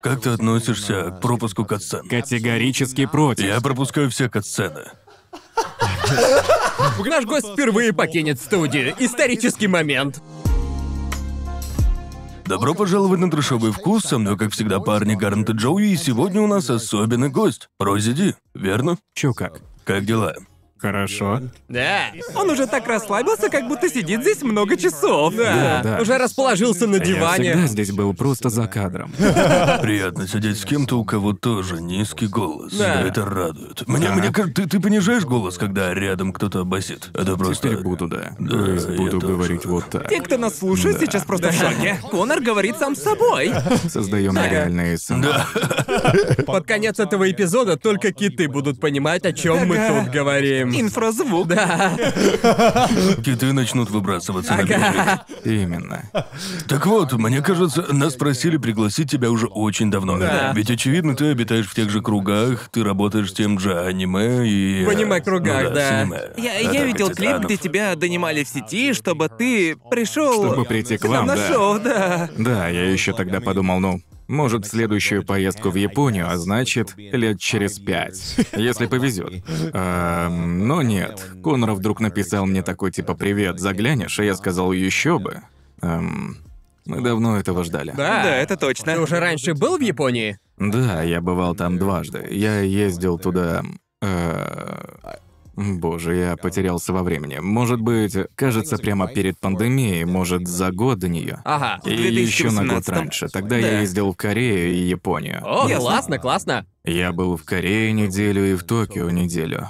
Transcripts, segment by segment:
Как ты относишься к пропуску катсцен? Категорически против. Я пропускаю все катсцены. Наш гость впервые покинет студию. Исторический момент. Добро пожаловать на трешовый вкус, со мной, как всегда, парни Гарнт и Джоуи, и сегодня у нас особенный гость. Рози Ди, верно? Чё как? Как дела? Хорошо. Да. Он уже так расслабился, как будто сидит здесь много часов. Да. да. Уже расположился на Я диване. всегда здесь был просто за кадром. Приятно сидеть с кем-то, у кого тоже низкий голос. Да. Это радует. Мне, мне кажется, ты, ты понижаешь голос, когда рядом кто-то басит. Это просто... Теперь буду, да. Да, То есть я буду тоже. говорить вот так. Те, кто нас слушает, сейчас просто в шоке. Конор говорит сам с собой. Создаем реальные сам. Да, Под конец этого эпизода только киты будут понимать, о чем мы Ага. тут говорим. Инфразвук. Да. киты начнут выбрасываться на берег. Именно. Так вот, мне кажется, нас просили пригласить тебя уже очень давно. Да. Ведь очевидно, ты обитаешь в тех же кругах, ты работаешь тем же аниме и. В аниме-кругах, Ну да. с аниме. Я, Да, я да, видел клип, титанов. где тебя донимали в сети, чтобы ты пришел Чтобы прийти к к нам вам, на да. шоу, да. Да, я еще тогда подумал, ну, может, в следующую поездку в Японию, а значит, лет через пять, если повезет. Эм, но нет. Конор вдруг написал мне такой типа «Привет, заглянешь?» И я сказал «Еще бы». Эм, мы давно этого ждали. Да. Да, это точно. Ты уже раньше был в Японии? Да, я бывал там дважды. Я ездил туда... э, Боже, я потерялся во времени. Может быть, кажется, прямо перед пандемией, может, за год до нее. Ага. И еще на год 2018. раньше. Тогда Да. я ездил в Корею и Японию. О, Ясно. классно, классно. Я был в Корее неделю и в Токио неделю.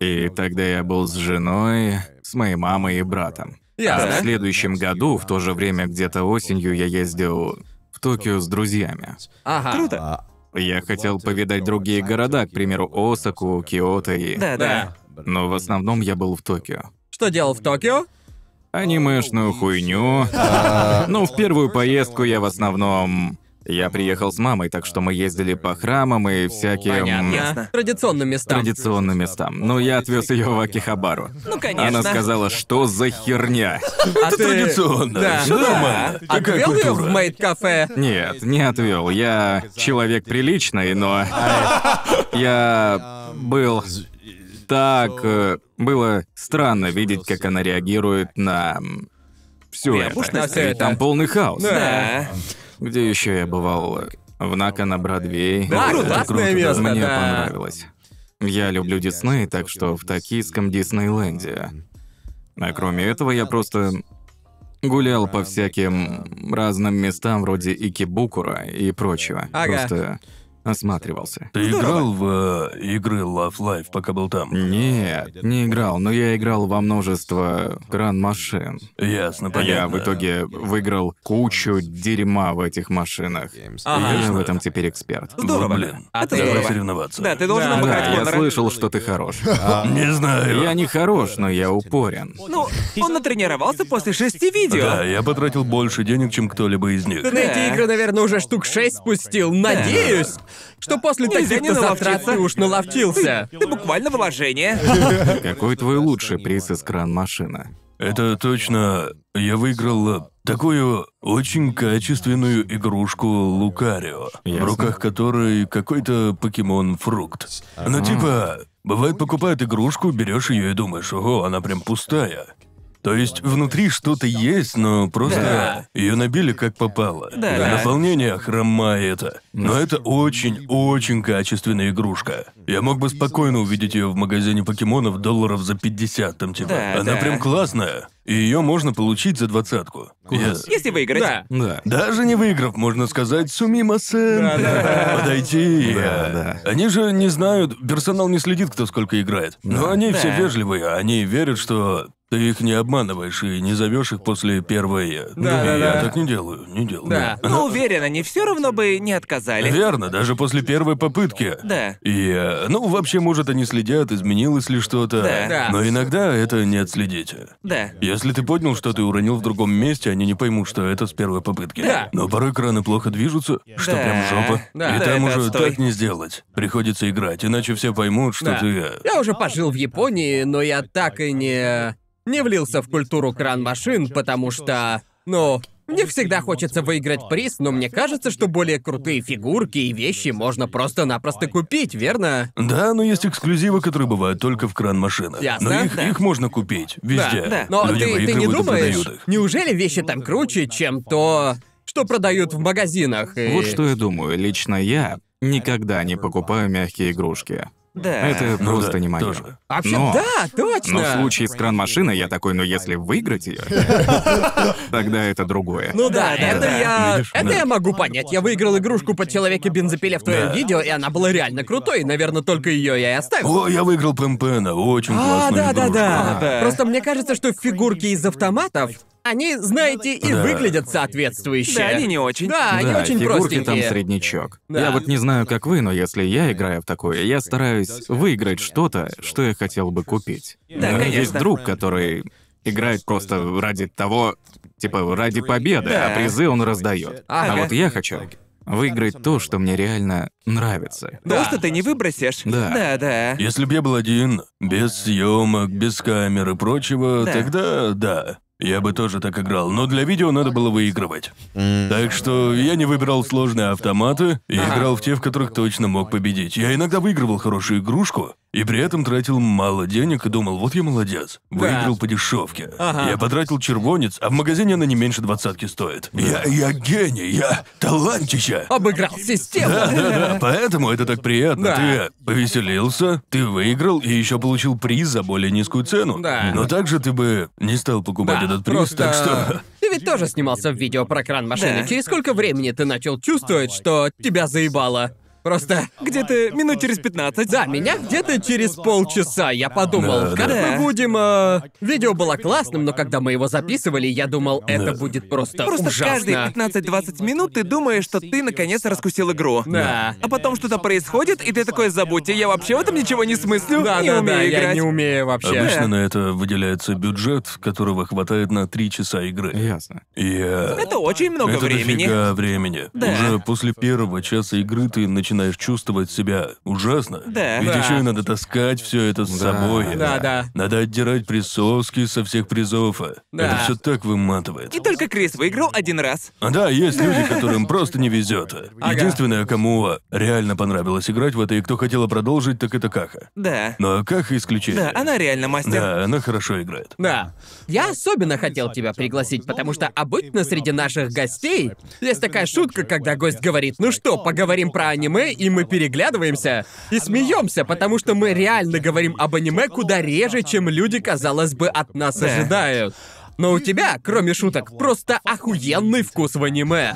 И тогда я был с женой, с моей мамой и братом. А в Ясно. следующем году, в то же время, где-то осенью, я ездил в Токио с друзьями. Ага. Круто. Я хотел повидать другие города, к примеру, Осаку, Киото и... Да, да. Да. Но в основном я был в Токио. Что делал в Токио? Анимешную хуйню. Ну, в первую поездку я в основном... Я приехал с мамой, так что мы ездили по храмам и всяким... Понятно. Ясно. Традиционным местам. традиционным местам. Но я отвез ее в Акихабару. Ну, конечно. Она сказала, что за херня? А ты- Традиционно. Да. Всё Да. А нормально. Такая Отвел ее в культура. мейд-кафе? Нет, не отвел. Я человек приличный, но я был так. э, Было странно видеть, как она реагирует на всю На всё это. И это. там полный хаос. Да. Где еще я бывал? В Нака на Бродвей. Да, Это классное круто. место, Мне да. понравилось. Я люблю Дисней, так что в токийском Диснейленде. А кроме этого, я просто гулял по всяким разным местам вроде Икибукура и прочего. Ага. Просто осматривался. Ты играл в э, игры Love Life, пока был там? Нет, не играл, но я играл во множество кран-машин. Ясно, Ну, понятно. Я в итоге выиграл кучу дерьма в этих машинах. Ага. И я в этом теперь эксперт. Ну, Здорово. блин. А ты- Давай соревноваться. Да, ты должен Да. обыграть Да, я Конора. слышал, что ты хорош. Не знаю. Я не хорош, но я упорен. Ну, он натренировался после шести Да, видео. я потратил больше денег, чем кто-либо из них. Ты на эти Да. игры, наверное, уже штук шесть спустил. Надеюсь, что после Нельзя не таких-то затрат наловчиться. ты уж наловчился. Это буквально вложение. Какой твой лучший приз из кран-машина? Это точно. Я выиграл э, такую очень качественную игрушку Лукарио, в Ясно. руках которой какой-то покемон-фрукт. Ну, типа, бывает, покупают игрушку, берешь ее и думаешь, ого, она прям пустая. То есть внутри что-то есть, но просто ее набили как попало. Да. Ну. А Наполнение хромает. Но это очень-очень качественная игрушка. Я мог бы спокойно увидеть ее в магазине покемонов долларов за 50 там типа. Да, Она да. прям классная. И ее можно получить за двадцатку. Я- Если выиграть. Да. Да. Даже не выиграв, можно сказать, сумима подойти. и, Да, э, Они же не знают, персонал не следит, кто сколько играет. Но они все Да. вежливые, они верят, что ты их не обманываешь и не зовешь их после первой. э. Да, И да, я да. так не делаю, не делаю. Да. Но уверен, они все равно бы не отказали. Верно, даже после первой попытки. Да. И, э, ну, вообще, может, они следят, изменилось ли что-то. Да. Да. Но иногда это не отследить. Да. Если ты поднял, что ты уронил в другом месте, они не поймут, что это с первой попытки. Да. Но порой краны плохо движутся, что Да. прям жопа. Да. И Да, там это уже отстой. так не сделать. Приходится играть, иначе все поймут, что Да. ты... э, Я уже пожил в Японии, но я так и не... не влился в культуру кран-машин, потому что... Ну, Мне всегда хочется выиграть приз, но мне кажется, что более крутые фигурки и вещи можно просто-напросто купить, верно? Да, но есть эксклюзивы, которые бывают только в кран-машинах. Ясно, Но их, да. их можно купить везде. Да. Но Люди ты, ты выигрывают не и думаешь, продают их. неужели вещи там круче, чем то, что продают в магазинах? и- Вот что я думаю. Лично я никогда не покупаю мягкие игрушки. Да. Это Ну просто да, не мое. тоже. Вообще, Но- да, точно. Но в случае с кран-машиной я такой, ну если выиграть ее, тогда это другое. Ну да, Да, да, это да. я. Видишь, это да. я могу понять. Я выиграл игрушку под человека бензопиле в твоем Да. видео, и она была реально крутой. Наверное, только ее я и оставил. О, я выиграл Пэмпена, очень а, классную да, да, игрушку. да, Да. Просто мне кажется, что фигурки из автоматов, они, знаете, и Да. выглядят соответствующе. Да, они не очень. Да, они да, очень фигурки простенькие. там среднячок. Да. Я вот не знаю, как вы, но если я играю в такое, я стараюсь выиграть что-то, что я хотел бы купить. Да, У меня конечно. есть друг, который играет просто ради того, типа ради победы, Да. а призы он раздает. А Ага. вот я хочу выиграть то, что мне реально нравится. То, что ты не выбросишь. Да. Да, да. Если б я был один, без съемок, без камер и прочего, Да. тогда да. Я бы тоже так играл, но для видео надо было выигрывать. Так что я не выбирал сложные автоматы и играл в те, в которых точно мог победить. Я иногда выигрывал хорошую игрушку и при этом тратил мало денег и думал, вот я молодец, выиграл по дешевке. Ага. Я потратил червонец, а в магазине она не меньше двадцатки стоит. Я, я гений, я талантища. Обыграл систему. Да, да, да. Поэтому это так приятно. Да. Ты повеселился, ты выиграл и еще получил приз за более низкую цену. Да. Но также ты бы не стал покупать Да, этот приз, так что. Ты ведь тоже снимался в видео про кран машины. Да. Через сколько времени ты начал чувствовать, что тебя заебало? Просто Где-то минут через 15. Да, меня где-то через полчаса я подумал, Да, как да. мы будем... э, Видео было классным, но когда мы его записывали, я думал, это Да. будет просто, Просто ужасно. каждые 15-20 минут ты думаешь, что ты наконец раскусил игру. Да. А потом что-то происходит, и ты такой, забудьте, я вообще в этом ничего не смыслю, Да, не да, умею да, играть. я не умею вообще. Обычно на это выделяется бюджет, которого хватает на три часа игры. Ясно. И э, Это очень много это времени. дофига времени. Да. Уже после первого часа игры ты начинаешь чувствовать себя ужасно. Да. Ведь Да. еще и надо таскать все это с собой. Да, да. Надо отдирать присоски со всех призов. Да. Это все так выматывает. И только Крис выиграл один раз. А Да, есть люди, которым просто не везет. Ага. Единственное, кому реально понравилось играть в это и кто хотела продолжить, так это Каха. Да. Но Каха исключение. Да, она реально мастер. Да, она хорошо играет. Да. Я особенно хотел тебя пригласить, потому что обычно среди наших гостей есть такая шутка, когда гость говорит, ну что, поговорим про аниме, и мы переглядываемся и смеемся, потому что мы реально говорим об аниме куда реже, чем люди, казалось бы, от нас Да. ожидают. Но у тебя, кроме шуток, просто охуенный вкус в аниме.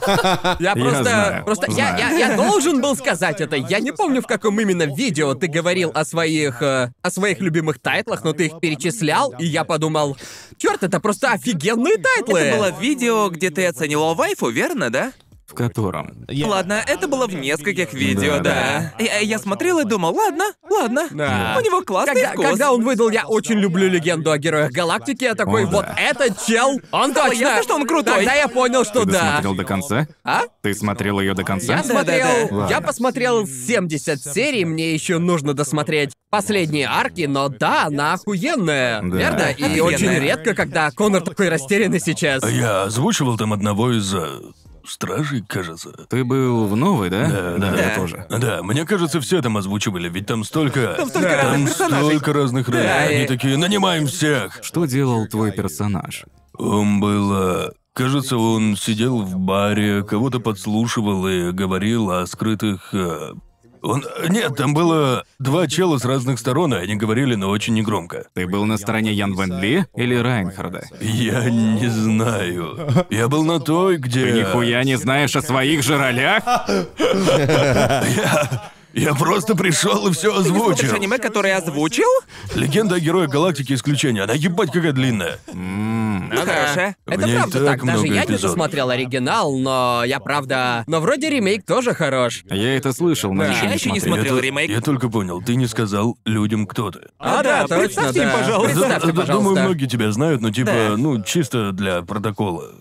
Я просто... знаю, просто я- знаю. Я, я должен был сказать это. Я не помню, в каком именно видео ты говорил о своих... э, о своих любимых тайтлах, но ты их перечислял, и я подумал... Черт, это просто офигенные тайтлы! Это было видео, где ты оценивал вайфу, верно, да? В котором? Ладно, это было в нескольких видео, Да, да. Я, я смотрел и думал, ладно, ладно. Да. У него классный Когда, вкус. когда он выдал «Я очень люблю легенду о героях галактики», я такой, О, вот да. это чел, он точно! ясно, что он крутой. Тогда я понял, что Ты Ну да. досмотрел до конца? А? Ты смотрел ее до конца? Я смотрел, да, да. я Ладно. посмотрел 70 серий, мне еще нужно досмотреть последние арки, но да, она охуенная, Да. верно? И Офигенная. очень редко, когда Конор такой растерянный сейчас. А я озвучивал там одного из э, стражей, кажется. Ты был в новой, да? да. я тоже. Да, мне кажется, все там озвучивали, ведь там столько... Там столько разных персонажей. столько разных ролей. Да, Они и- такие, нанимаем всех. Что делал твой персонаж? Он был... э, Кажется, он сидел в баре, кого-то подслушивал и говорил о скрытых... э, Он... Нет, там было два чела с разных сторон, и они говорили, но очень негромко. Ты был на стороне Ян Вен Ли или Райнхарда? Я не знаю. Я был на той, где... Ты нихуя не знаешь о своих же ролях? Я просто пришел и все Ты смотришь озвучил. аниме, которое озвучил? Легенда о герое галактики исключение. Она ебать какая длинная. Ну, хорошая. Это В ней правда так так, даже много я не эпизодов. досмотрел оригинал, но я правда... Но вроде ремейк тоже хорош. Я это слышал, но Да. еще Я не еще не смотрел. смотрел я, то- ремейк. я только понял, ты не сказал людям, кто ты. А, да, точно, представьте им, пожалуйста. Представьте, Д- д- А Думаю, пожалуйста. многие тебя знают, но типа, Да. ну, чисто для протокола.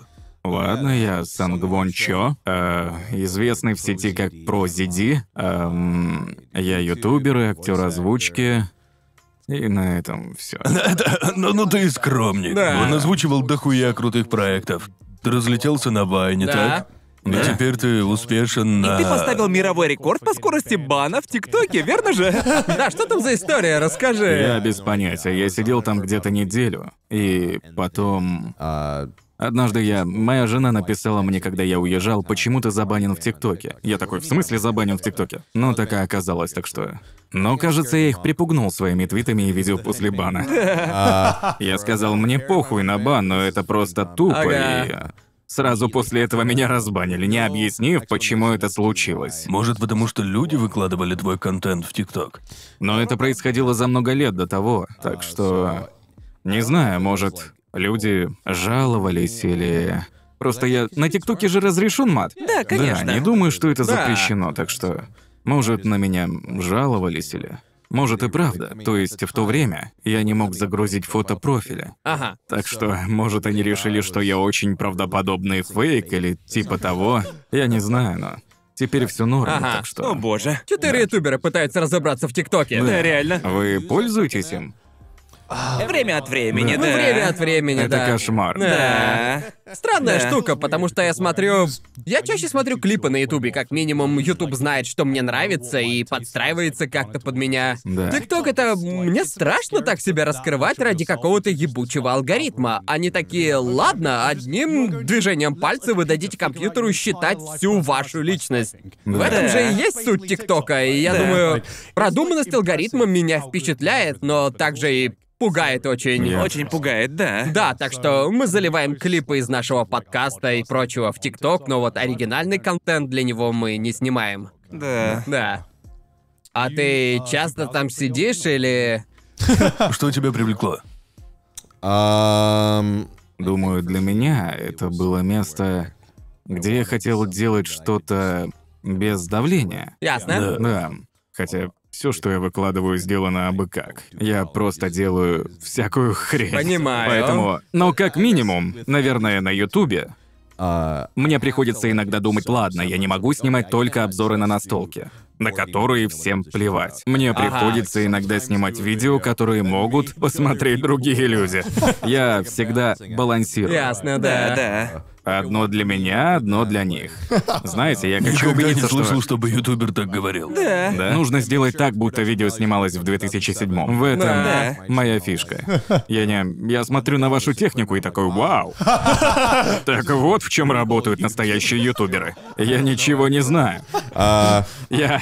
Ладно, я Сангвон Чо, э, известный в сети как Про Зиди. Эм, я ютубер и актер озвучки. И на этом все. Это- ну, ну ты скромник. Да. Он озвучивал дохуя крутых проектов. Ты разлетелся на Вайне, Да. так? И теперь ты успешен на... Ты поставил мировой рекорд по скорости бана в ТикТоке, верно же? Да, что там за история? Я Расскажи. без понятия. Я сидел там где-то неделю. И потом... Однажды я... Моя жена написала мне, когда я уезжал, почему ты забанен в ТикТоке. Я такой, в смысле забанен в ТикТоке? Ну, такая оказалось, так что... Но, кажется, я их припугнул своими твитами и видео после бана. Я сказал, мне похуй на бан, но это просто тупо, и... Ага. Сразу после этого меня разбанили, не объяснив, почему это случилось. Может, потому что люди выкладывали твой контент в ТикТок? Но это происходило за много лет до того, так что... Не знаю, может, люди жаловались или... Просто я... На ТикТоке же разрешен мат. Да, конечно. не думаю, что это Да. запрещено, так что... Может, на меня жаловались или... Может и правда. То есть в то время я не мог загрузить фото профиля. Ага. Так что, может, они решили, что я очень правдоподобный фейк или типа того. Я не знаю, но теперь все норм, Ага. так что... О боже. Четыре ютубера пытаются разобраться в ТикТоке. Да, реально. Вы пользуетесь им? Время от времени, Ну, да. время от времени, Это да. кошмар. Да. Странная Да. штука, потому что я смотрю... Я чаще смотрю клипы на Ютубе, как минимум Ютуб знает, что мне нравится, и подстраивается как-то под меня. Да. ТикТок это... Э, Мне страшно так себя раскрывать ради какого-то ебучего алгоритма. Они такие, ладно, одним движением пальца вы дадите компьютеру считать всю вашу личность. В этом Да. же и есть суть ТикТока, и я Да. думаю, продуманность алгоритма меня впечатляет, но также и пугает очень. Я Очень пугает, да. Да, так что мы заливаем клипы из нашего подкаста и прочего в ТикТок, но вот оригинальный контент для него мы не снимаем. Да. Да. А ты часто там сидишь или... Что тебя привлекло? Ам, Думаю, для меня это было место, где я хотел делать что-то без давления. Ясно? Да. Хотя все, что я выкладываю, сделано абы как. Я просто делаю всякую хрень. Понимаю. Поэтому, но как минимум, наверное, на Ютубе а, мне приходится иногда думать, ладно, я не могу снимать только обзоры на настолки, на которые всем плевать. Мне приходится иногда снимать видео, которые могут посмотреть другие люди. Я всегда балансирую. Ясно, Да, да. да. Одно для меня, одно для них. Знаете, я хочу Никогда не убедиться, слышал, что... чтобы ютубер так говорил. Да? Нужно сделать так, будто видео снималось в 2007 В этом Да. моя фишка. Я не... Я смотрю на вашу технику и такой, вау. Так вот в чем работают настоящие ютуберы. Я ничего не знаю. а, Я...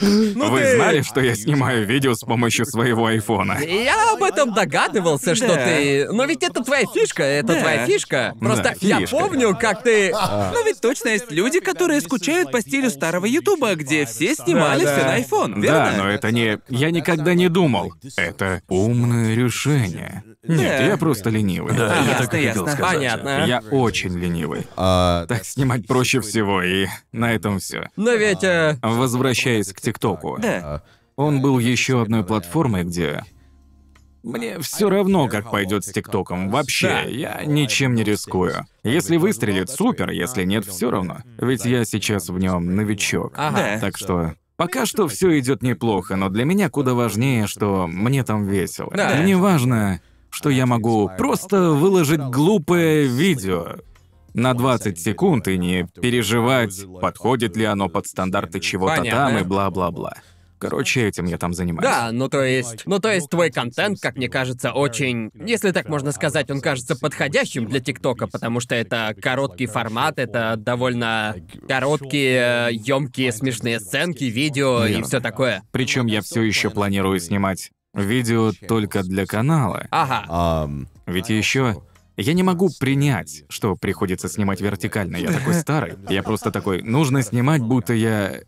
Ну Вы знали, что я снимаю видео с помощью своего айфона? Я об этом догадывался, что Да. ты... Но ведь это твоя фишка, это Да. твоя фишка. Просто Да, я фишка. помню, как ты... Но ведь точно есть люди, которые скучают по стилю старого Ютуба, где все снимали Да, все да. на iPhone, Да, но верно? это не... Я никогда не думал. Это умное решение. Нет, Да. я просто ленивый. Да, я Ясно, так и хотел ясно. сказать. Понятно. Я очень ленивый. а, Так снимать проще всего, и на этом все. Но ведь... э, Возвращаясь к ТикТоку. А, Да. Он был еще одной платформой, где мне все равно, как пойдет с ТикТоком. Вообще, Да. я ничем не рискую. Если выстрелит, супер, если нет, все равно. Ведь я сейчас в нем новичок. Ага. Так что. Пока что все идет неплохо, но для меня куда важнее, что мне там весело. Да. Мне важно, что я могу просто выложить глупое видео на 20 секунд и не переживать, подходит ли оно под стандарты чего-то там Понятно. и бла-бла-бла. Короче, этим я там занимаюсь. Да, ну то есть, ну то есть твой контент, как мне кажется, очень, если так можно сказать, он кажется подходящим для ТикТока, потому что это короткий формат, это довольно короткие, емкие, смешные сценки, видео и Верно. все такое. Причем я все еще планирую снимать видео только для канала. Ага. ам, Ведь еще я не могу принять, что приходится снимать вертикально. Я такой старый. Я просто такой, нужно снимать, будто я...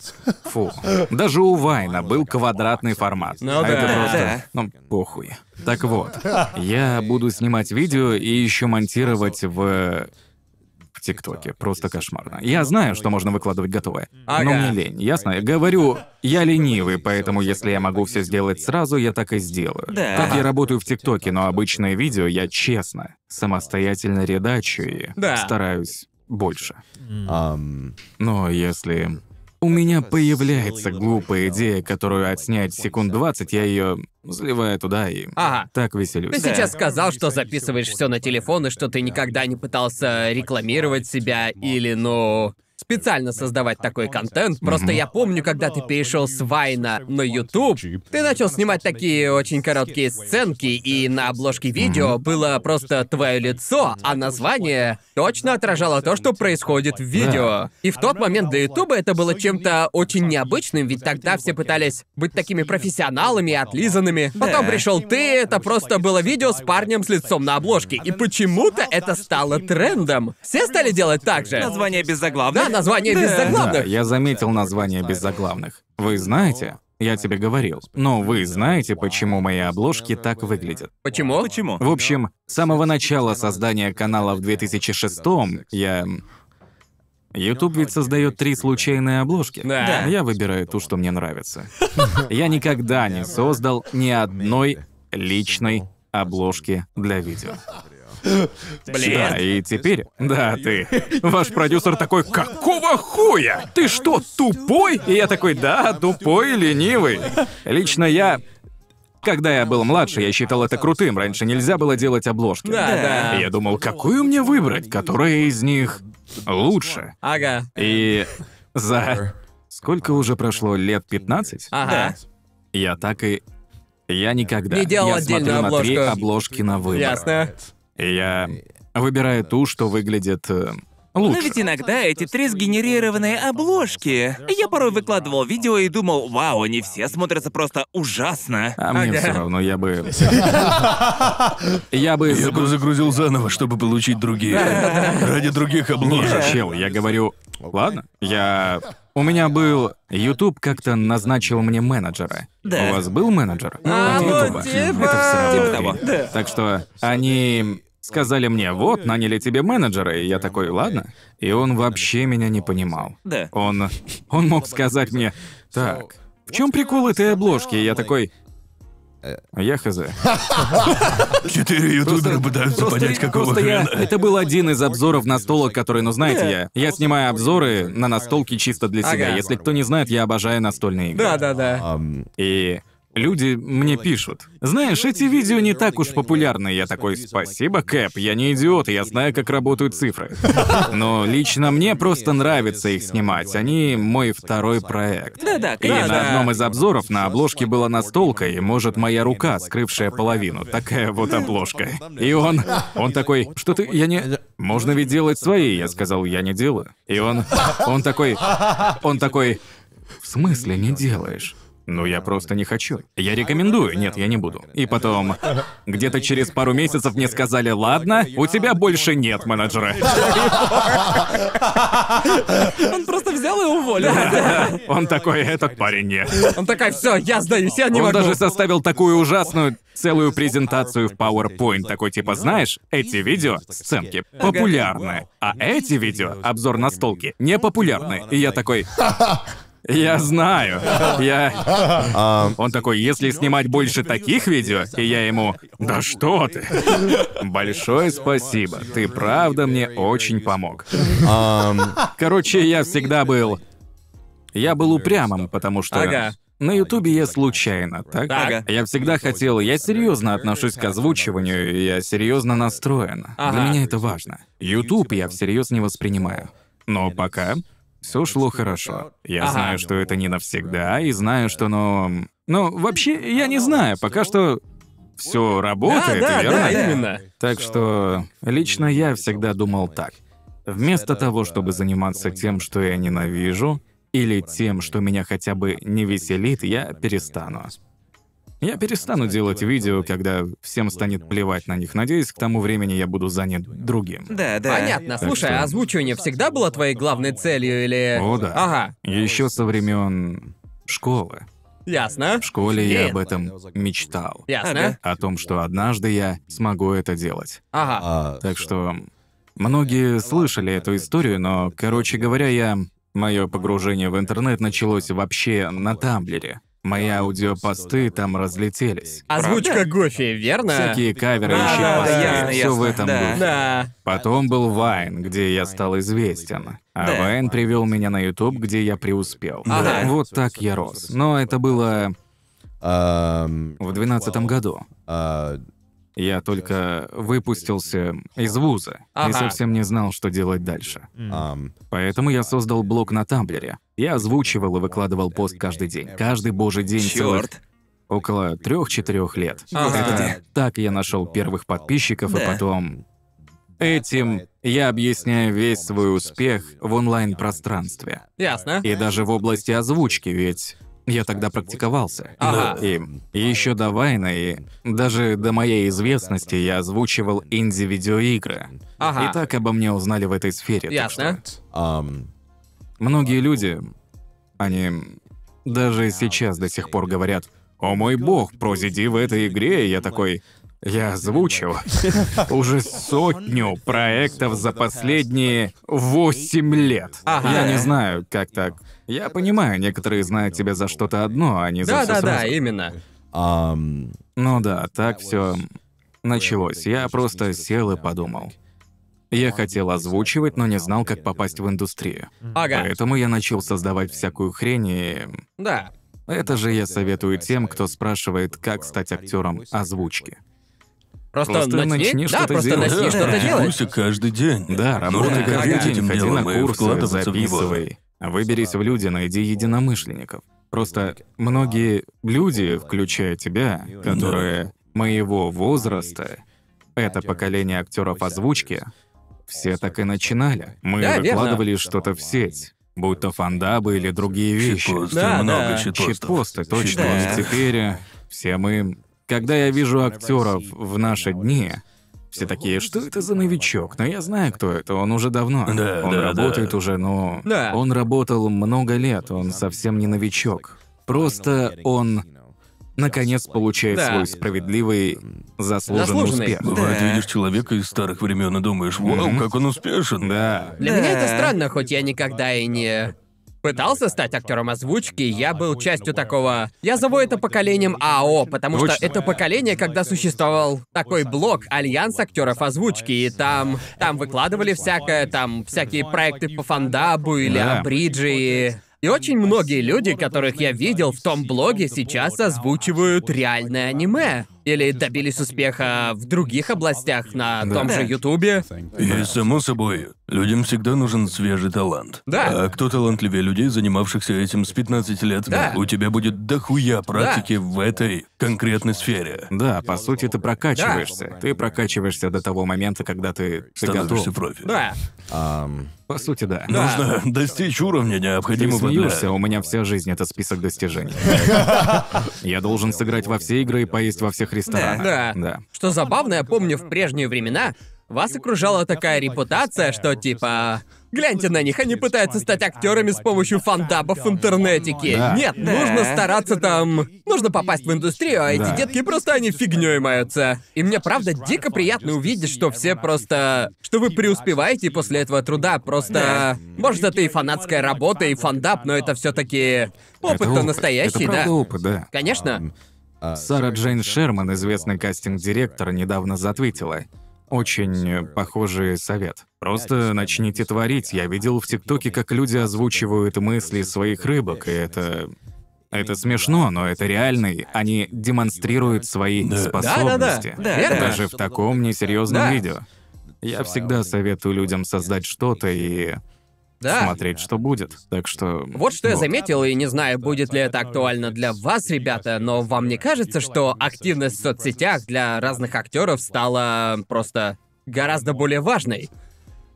Фу. Даже у Вайна был квадратный формат. Ну а да. это Да. просто... Ну, похуй. Так вот, я буду снимать видео и еще монтировать в... В ТикТоке. Просто кошмарно. Я знаю, что можно выкладывать готовое. Но Ага. мне лень, ясно? Я говорю, я ленивый, поэтому если я могу все сделать сразу, я так и сделаю. Да. Так я работаю в ТикТоке, но обычное видео я честно, самостоятельно редачу и Да. стараюсь больше. ам, Но если У меня появляется глупая идея, которую отснять секунд 20, я ее заливаю туда и Ага. так веселюсь. Ты Да. сейчас сказал, что записываешь все на телефон и что ты никогда не пытался рекламировать себя или, ну, специально создавать такой контент. Просто я помню, когда ты перешел с Вайна на YouTube, ты начал снимать такие очень короткие сценки, и на обложке видео было просто твое лицо, а название точно отражало то, что происходит в видео. И в тот момент для Ютуба это было чем-то очень необычным, ведь тогда все пытались быть такими профессионалами и отлизанными. Потом Да. пришел ты, это просто было видео с парнем с лицом на обложке. И почему-то это стало трендом. Все стали делать так же. Название без Да, заглавных. название без Да, заглавных. я заметил название без заглавных. Вы знаете, я тебе говорил, но вы знаете, почему мои обложки так выглядят. Почему? Почему? В общем, с самого начала создания канала в 2006 я... YouTube ведь создает три случайные обложки. Да. Я выбираю ту, что мне нравится. Я никогда не создал ни одной личной обложки для видео. Да, и теперь... Да, ты. Ваш продюсер такой, какого хуя? Ты что, тупой? И я такой, да, тупой и ленивый. Лично я... Когда я был младше, я считал это крутым. Раньше нельзя было делать обложки. Да, да. И Я думал, какую мне выбрать, которая из них лучше. Ага. И за... Сколько уже прошло? Лет 15? Ага. Я так и... Я никогда Не делал я смотрю отдельную на три обложку. обложки на выбор. Ясно. И Я выбираю ту, что выглядит э, Но лучше. ведь иногда эти три сгенерированные обложки. Я порой выкладывал видео и думал, вау, они все смотрятся просто ужасно. А мне все равно, я бы... Я бы... Я бы загрузил заново, чтобы получить другие. Ради других обложек. Чел, я говорю, ладно, я... У меня был... YouTube как-то назначил мне менеджера. Да. У вас был менеджер? А, От ну, Ютуба. типа- Это Типа все того. равно. хрень. Так что они сказали мне, вот, наняли тебе менеджера, и я такой, ладно. И он вообще меня не понимал. Да. Он, он мог сказать мне, так, в чем прикол этой обложки? И я такой, я хз. Четыре ютубера пытаются понять, какого Просто я... хрена. Это был один из обзоров настолок, который, ну знаете, я... Я снимаю обзоры на настолки чисто для себя. Ага. Если кто не знает, я обожаю настольные игры. Да, да, да. И люди мне пишут. Знаешь, эти видео не так уж популярны. Я такой, спасибо, Кэп, я не идиот, и я знаю, как работают цифры. Но лично мне просто нравится их снимать. Они мой второй проект. Да-да, И конечно. на одном из обзоров на обложке была настолка, и, может, моя рука, скрывшая половину. Такая вот обложка. И он... Он такой, что ты... Я не... Можно ведь делать свои. Я сказал, я не делаю. И он... Он такой... Он такой... В смысле не делаешь? Ну, я просто не хочу. Я рекомендую. Нет, я не буду. И потом, где-то через пару месяцев мне сказали, ладно, у тебя больше нет менеджера. Он просто взял и уволил. Он такой, этот парень нет. Он такой, все, я сдаюсь, я не Он могу. даже составил такую ужасную целую презентацию в PowerPoint, такой типа, знаешь, эти видео, сценки, популярны, а эти видео, обзор на столки, не популярны. И я такой... Я знаю. Я... Он такой, если снимать больше таких видео, и я ему... Да что ты? Большое спасибо. Ты правда мне очень помог. Um, Короче, я всегда был... Я был упрямым, потому что... Ага. На Ютубе я случайно, так? Ага. Я всегда хотел, я серьезно отношусь к озвучиванию, и я серьезно настроен. Для Ага. меня это важно. Ютуб я всерьез не воспринимаю. Но пока все шло хорошо. Я Ага. знаю, что это не навсегда, и знаю, что ну. Ну, вообще, я не знаю, пока что все Да, работает, да, верно? да, именно. Так что лично я всегда думал так. Вместо того, чтобы заниматься тем, что я ненавижу, или тем, что меня хотя бы не веселит, я перестану. Я перестану делать видео, когда всем станет плевать на них. Надеюсь, к тому времени я буду занят другим. Да, да. Понятно. Так Слушай, что- а озвучивание всегда было твоей главной целью или... О, да. Ага, Еще со времен школы. ясно. В школе я Блин. об этом мечтал. Ясно. О том, что однажды я смогу это делать. Ага. Так что многие слышали эту историю, но, короче говоря, я мое погружение в интернет началось вообще на Тамблере. Мои аудиопосты там разлетелись. Озвучка Правда? Гофи, верно? Всякие каверы, Да, ищи да, посты, да, ясно, всё ясно, в этом да. духе. Да. Потом был Вайн, где я стал известен. А Да. Вайн привел меня на YouTube, где я преуспел. Ага. Вот так я рос. Но это было в 2012 году. uh, Я только выпустился из вуза и Ага. совсем не знал, что делать дальше. Mm. um, Поэтому я создал блог на Тамблере. Я озвучивал и выкладывал пост каждый день. Каждый божий день целых Черт. около трех-четырех лет. Ага. Это так я нашел первых подписчиков, и Да. потом этим я объясняю весь свой успех в онлайн-пространстве. Ясно. И даже в области озвучки, ведь я тогда практиковался. Ну, Ага. И, еще до Вайна, и даже до моей известности я озвучивал инди-видеоигры. Ага. И так обо мне узнали в этой сфере. так что Ясно. um, Многие люди, они даже сейчас до сих пор говорят, «О мой бог, прозиди в этой игре», и я такой... Я озвучил уже сотню проектов за последние 8 лет. Ага. Я не знаю, как так. Я понимаю, некоторые знают тебя за что-то одно, а не за Да, всё да, да, сразу. именно. Ну да, так все началось. Я просто сел и подумал. Я хотел озвучивать, но не знал, как попасть в индустрию. Ага. Поэтому я начал создавать всякую хрень, и Да. это же я советую тем, кто спрашивает, как стать актером озвучки. Просто, Просто начни, начни да, что-то просто делать. начни Да, Да, что-то да. делать. практикуйся каждый день. Да, работай Нужно как каждый каждый день, день, ходи на делай и курсы, вкладываться в него. записывай. А Выберись в люди, найди единомышленников. Просто многие люди, включая тебя, которые моего возраста, это поколение актеров озвучки, все так и начинали. Мы Да, верно. выкладывали что-то в сеть, будь то фандабы или другие вещи. Щитпосты, Да, много да. щитпостов. Читпосты, точно. Да. Теперь э, все мы... Когда я вижу актеров в наши дни, все такие, что это за новичок? Но я знаю, кто это, он уже давно. Да, он да, работает да. уже, но... Да. Он работал много лет, он совсем не новичок. Просто он, наконец, получает Да. свой справедливый, заслуженный, Заслуженный. успех. Бывает, Да. видишь человека из старых времен и думаешь, вау, Мгм. как он успешен. Да. Для меня это Да. странно, хоть я никогда и не пытался стать актером озвучки, я был частью такого... Я зову это поколением АО, потому что Точно. это поколение, когда существовал такой блок, альянс актеров озвучки, и там... Там выкладывали всякое, там всякие проекты по фандабу или Да. абриджи, и... И очень многие люди, которых я видел в том блоге, сейчас озвучивают реальное аниме. Или добились успеха в других областях, на том Да. же Ютубе. И само собой, людям всегда нужен свежий талант. Да. А кто талантливее людей, занимавшихся этим с 15 лет, Да. у тебя будет дохуя практики в этой конкретной сфере. Да, по сути, ты прокачиваешься. Ты прокачиваешься до того момента, когда ты, ты готов. Становишься профи. Да. По сути, да. Нужно достичь уровня Ты необходимого для... смеешься, у меня вся жизнь — это список достижений. Я должен сыграть во все игры и поесть во всех ресторанах. Да. Да. Что забавно, я помню, в прежние времена вас окружала такая репутация, что типа... Гляньте на них, они пытаются стать актерами с помощью фандабов в интернетике. Да. Нет, Да. нужно стараться там... Нужно попасть в индустрию, а Да. эти детки просто они фигней маются. И мне правда дико приятно увидеть, что все просто... Что вы преуспеваете после этого труда, просто... Да. Может, это и фанатская работа, и фандап, но это все таки Это опыт-то опыт. настоящий, Это правда да. опыт, да. Конечно. Сара Uh, Джейн Шерман, известный кастинг-директор, недавно затвитила. Очень э, похожий совет. Просто начните творить. Я видел в ТикТоке, как люди озвучивают мысли своих рыбок, и это... Это смешно, но это реальный. Они демонстрируют свои Да. способности. Да, Верно. да. Даже в таком несерьезном Да. видео. Я всегда советую людям создать что-то и Да. смотреть, что будет. Так что... Вот что я заметил, и не знаю, будет ли это актуально для вас, ребята, но вам не кажется, что активность в соцсетях для разных актеров стала просто гораздо более важной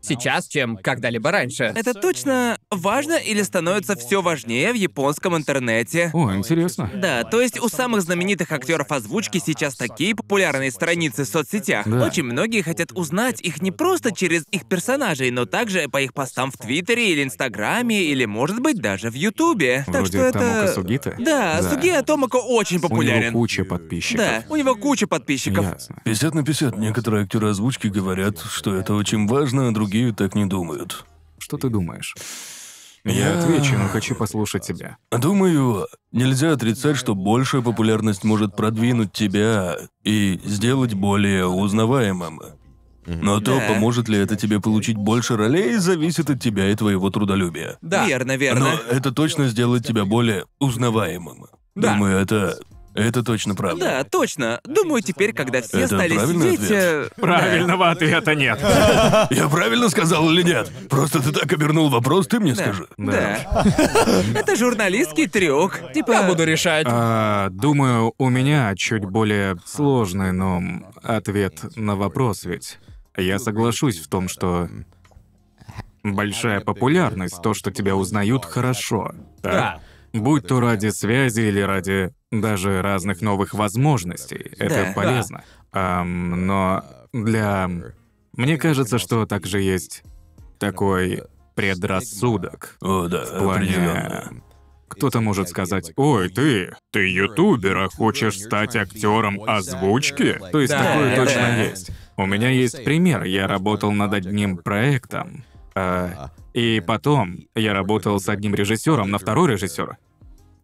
сейчас, чем когда-либо раньше? Это точно важно или становится все важнее в японском интернете? О, интересно. Да, то есть у самых знаменитых актеров озвучки сейчас такие популярные страницы в соцсетях. Да. Очень многие хотят узнать их не просто через их персонажей, но также по их постам в Твиттере или Инстаграме, или, может быть, даже в Ютубе. так что Вроде Тамока это... Сугиты. Да, Да. Сугия Томоко очень У него популярен. куча подписчиков. Да, у него куча подписчиков. Ясно. 50 на 50. Некоторые актеры озвучки говорят, что это очень важно, а другие так не думают. Что ты думаешь? Я отвечу, но хочу послушать тебя. Думаю, нельзя отрицать, что большая популярность может продвинуть тебя и сделать более узнаваемым. Но то, Да. поможет ли это тебе получить больше ролей, зависит от тебя и твоего трудолюбия. Да. Верно, Но верно. это точно сделает тебя более узнаваемым. Да. Думаю, это... Это точно правда. Да, точно. Думаю, теперь, когда все Это стали правильный сидеть... ответ? э, Правильного ответа нет. Я правильно сказал или нет? Просто ты так обернул вопрос, ты мне Да. скажи. Да. Это журналистский трюк. Типа... Я буду решать. А, думаю, у меня чуть более сложный, но м, ответ на вопрос ведь. Я соглашусь в том, что большая популярность, то, что тебя узнают, хорошо. Да. Так? Будь то ради связи или ради даже разных новых возможностей, это Да. полезно. Ам, но для... Мне кажется, что также есть такой предрассудок. О, да, В плане, определенно. Кто-то может сказать, ой, ты, ты ютубер, а хочешь стать актером озвучки? То есть Да, такое да, точно да. есть. У меня есть пример, я работал над одним проектом. а, и потом я работал с одним режиссером на второй режиссер.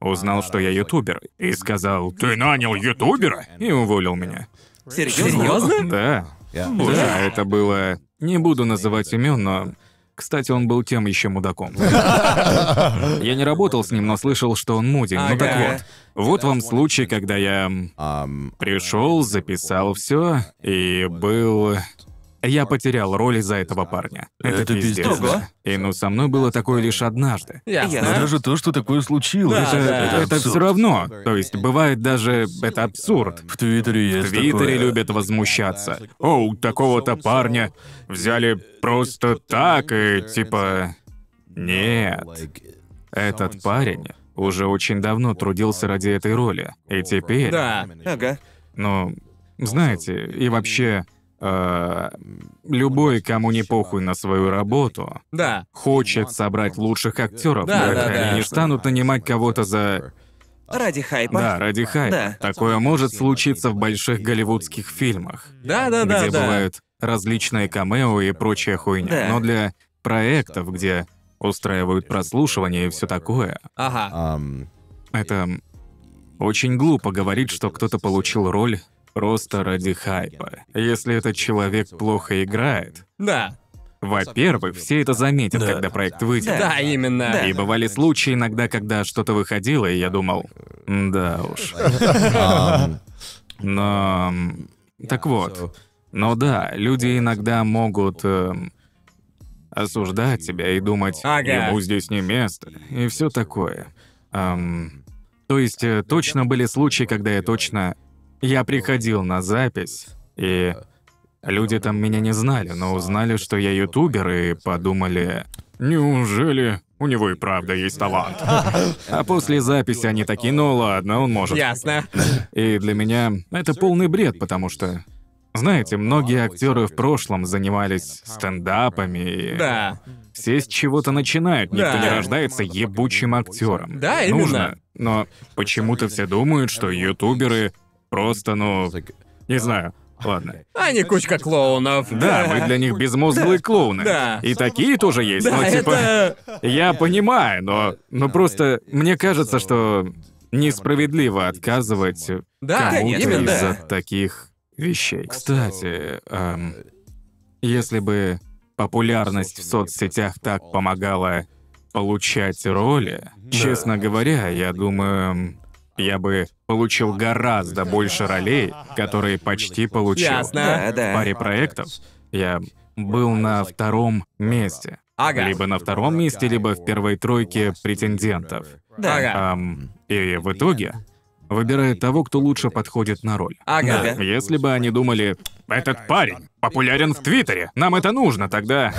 Узнал, что я ютубер, и сказал, ты нанял ютубера? И уволил меня. Серьезно? Да. Боже, это было... Не буду называть имен, но... Кстати, он был тем еще мудаком. Я не работал с ним, но слышал, что он мудень. Ну Ага. так вот. Вот вам случай, когда я м, пришел, записал все и был... Я потерял роль из-за этого парня. Это, Это пиздец. пиздец. Ого. И ну со мной было такое лишь однажды. Э, Я- Но Ясно. даже то, что такое случилось, Да, это, да. это это абсурд. все равно. То есть бывает даже... Это абсурд. В Твиттере В есть Твиттере такое. э, любят возмущаться. О, такого-то парня взяли просто так и типа... Нет. Этот парень уже очень давно трудился ради этой роли. И теперь... Да. Ага. Ну, знаете, и вообще... э, любой, кому не похуй на свою работу, Да. хочет собрать лучших актеров. Да, но да, они да. не станут нанимать кого-то за... Ради хайпа. Да, ради хайпа. Да. Такое может случиться в больших голливудских фильмах. Да, да, да, где да. бывают различные камео и прочая хуйня. Да. Но для проектов, где устраивают прослушивание и все такое, Ага. Um, это очень глупо говорить, что кто-то получил роль просто ради хайпа. Если этот человек плохо играет, Да. во-первых, все это заметят, Да. когда проект выйдет. Да, именно. Да. И бывали случаи иногда, когда что-то выходило, и я думал, да уж. Но... м, Так вот. Но да, люди иногда могут эм, осуждать тебя и думать, Ага. ему здесь не место, и все такое. Эм, то есть э, точно были случаи, когда я точно... Я приходил на запись, и люди там меня не знали, но узнали, что я ютубер, и подумали... Неужели у него и правда есть талант? А после записи они такие, ну ладно, он может. Ясно. И для меня это полный бред, потому что, знаете, многие актеры в прошлом занимались стендапами. и Да. Все с чего-то начинают, никто Да. не рождается ебучим актером. Да, именно. Нужно. Но почему-то все думают, что ютуберы просто, ну, не знаю. Ладно. А не кучка клоунов. Да, мы для них безмозглые клоуны. Да. И такие тоже есть. Да, но типа. это... Я понимаю, но, но просто мне кажется, что несправедливо отказывать Да, кому-то конечно, да. из-за таких вещей. Кстати, эм, если бы популярность в соцсетях так помогала получать роли, честно говоря, я думаю, м, я бы получил гораздо больше ролей, которые почти получил. Ясно. Да, В да. паре проектов я был на втором месте. Ага. Либо на втором месте, либо в первой тройке претендентов. Да. Ага. Ам, и в итоге выбирает того, кто лучше подходит на роль. Ага. Да. Если бы они думали, этот парень популярен в Твиттере, нам это нужно, тогда...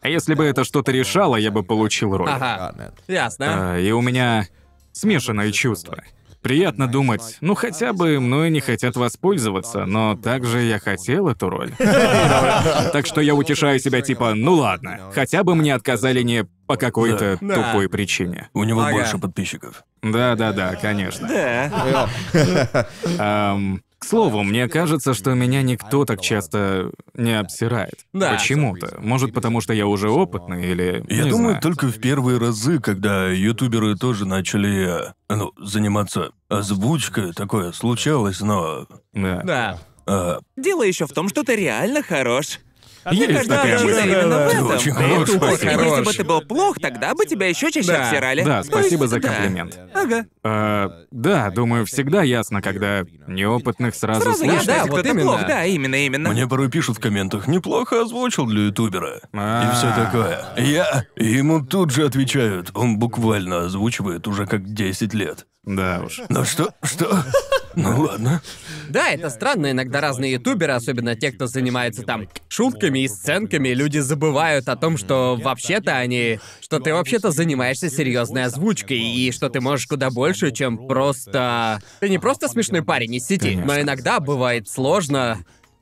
А если бы это что-то решало, я бы получил роль. Ага. Ясно. А, и у меня смешанные чувства. Приятно думать, ну хотя бы мной не хотят воспользоваться, но также я хотел эту роль. Так что я утешаю себя типа, ну ладно, хотя бы мне отказали не по какой-то Да. тупой причине. У него Ага. больше подписчиков. Да-да-да, конечно. Да. Ам, К слову, мне кажется, что меня никто так часто не обсирает. Да. Почему-то. Может, потому что я уже опытный или... Я не думаю, знаю. только в первые разы, когда ютуберы тоже начали, э, ну, заниматься озвучкой, такое случалось, но... Да. Да. э, Дело еще в том что ты реально хорош. Есть Мне кажется, такая причина мысль. именно в Ты этом. очень хорош, Ты тупо Если спасибо. хорош. бы ты был плох, тогда бы тебя еще чаще Да. обсирали. Да, То спасибо есть, за да. комплимент. Ага. А, да, думаю, всегда ясно, когда неопытных сразу, Сразу слышно. видно, да, если вот кто-то именно. плох. Да, именно, именно. Мне порой пишут в комментах, неплохо озвучил для ютубера. И А. все такое. Я... и Ему тут же отвечают. Он буквально озвучивает уже как 10 лет. Да уж. Ну что? Что? Ну ладно. Да, это странно, иногда разные ютуберы, особенно те, кто занимается там шутками и сценками, люди забывают о том, что вообще-то они... что ты вообще-то занимаешься серьезной озвучкой, и что ты можешь куда больше, чем просто... Ты не просто смешной парень из сети, но Конечно. иногда бывает сложно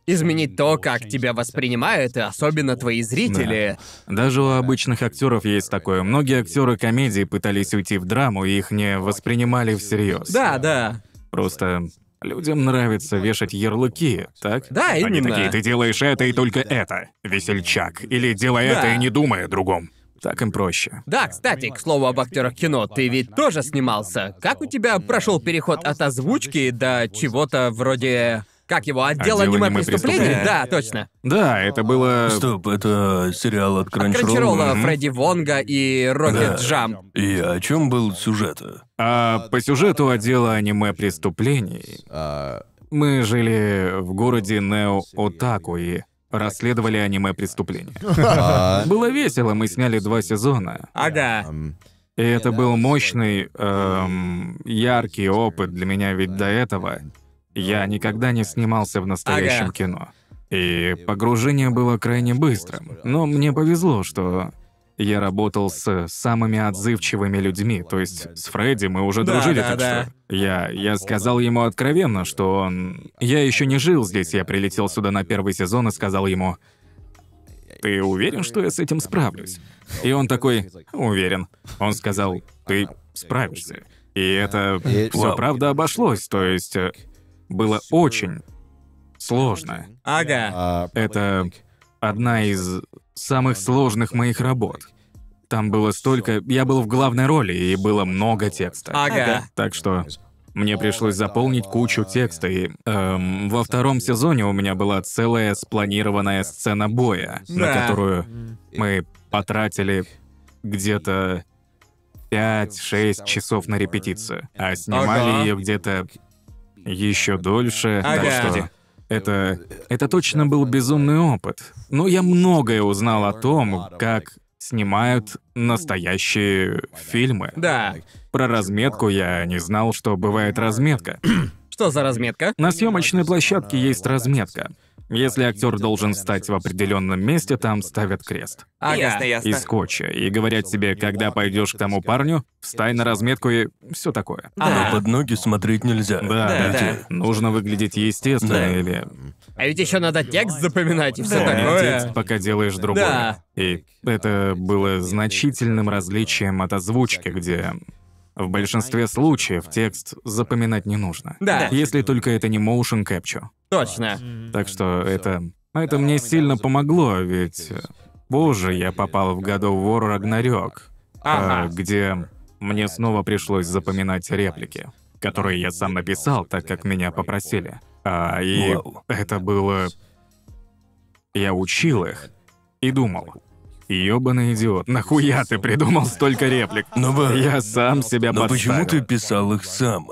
изменить то, как тебя воспринимают, и особенно твои зрители. Даже у обычных актеров есть такое. Многие актеры комедии пытались уйти в драму, и их не воспринимали всерьез. Да, да. Просто людям нравится вешать ярлыки, так? Да, Они именно. такие, ты делаешь это и только это, весельчак. Или делай Да. это и не думай о другом. Так им проще. Да, кстати, к слову об актерах кино, ты ведь тоже снимался. Как у тебя прошел переход от озвучки до чего-то вроде... Как его, отдел Отдел аниме аниме преступлений? преступлений. Да, точно. Да, это было... Стоп, это сериал от От Кранчролла. Кранчеролла, мгм. Фредди Вонга и Рокет Да. Джамп. И о чем был сюжет? А по сюжету отдела аниме преступлений мы жили в городе Нео Отаку и расследовали аниме преступления. Было весело, мы сняли два сезона. Ага. И это был мощный, эм, яркий опыт для меня, ведь до этого я никогда не снимался в настоящем Ага. кино. И погружение было крайне быстрым. Но мне повезло, что я работал с самыми отзывчивыми людьми. То есть с Фредди мы уже Да, дружили, да, так да. что я, я сказал ему откровенно, что он... Я еще не жил здесь, я прилетел сюда на первый сезон и сказал ему, «Ты уверен, что я с этим справлюсь?» И он такой, «Уверен». Он сказал, «Ты справишься». И это И- все Вау. правда обошлось, то есть э, было очень сложно. Ага. Это одна из самых сложных моих работ. Там было столько... Я был в главной роли, и было много текста. Ага. Так что мне пришлось заполнить кучу текста, и эм, во втором сезоне у меня была целая спланированная сцена боя, на Да. которую мы потратили где-то 5-6 часов на репетицию, а снимали Ага. ее где-то еще дольше. так Ага. что это, это точно был безумный опыт. Но я многое узнал о том, как снимают настоящие фильмы. Да. Про разметку я не знал, что бывает разметка. Что за разметка? На съемочной площадке есть разметка. Если актер должен встать в определенном месте, там ставят крест Ага. Ясно, ясно. из скотча и говорят тебе, когда пойдешь к тому парню, встань на разметку и все такое. Но А. под ноги смотреть нельзя. Да, ведь да. нужно выглядеть естественно Да. или А ведь еще надо текст запоминать и все Да. помнить текст, такое. пока делаешь другое. Да. И это было значительным различием от озвучки, где в большинстве случаев текст запоминать не нужно. Да. Если только это не motion capture. Точно. Так что это... Это мне сильно помогло, ведь э, позже я попал в году War Ragnarok, э, Ага. где мне снова пришлось запоминать реплики, которые я сам написал, так как меня попросили. А, и Вау. это было... Я учил их и думал, ёбаный идиот, нахуя ты придумал столько реплик? Но, Ну вы- Я сам себя но почему ты подставил». писал их сам?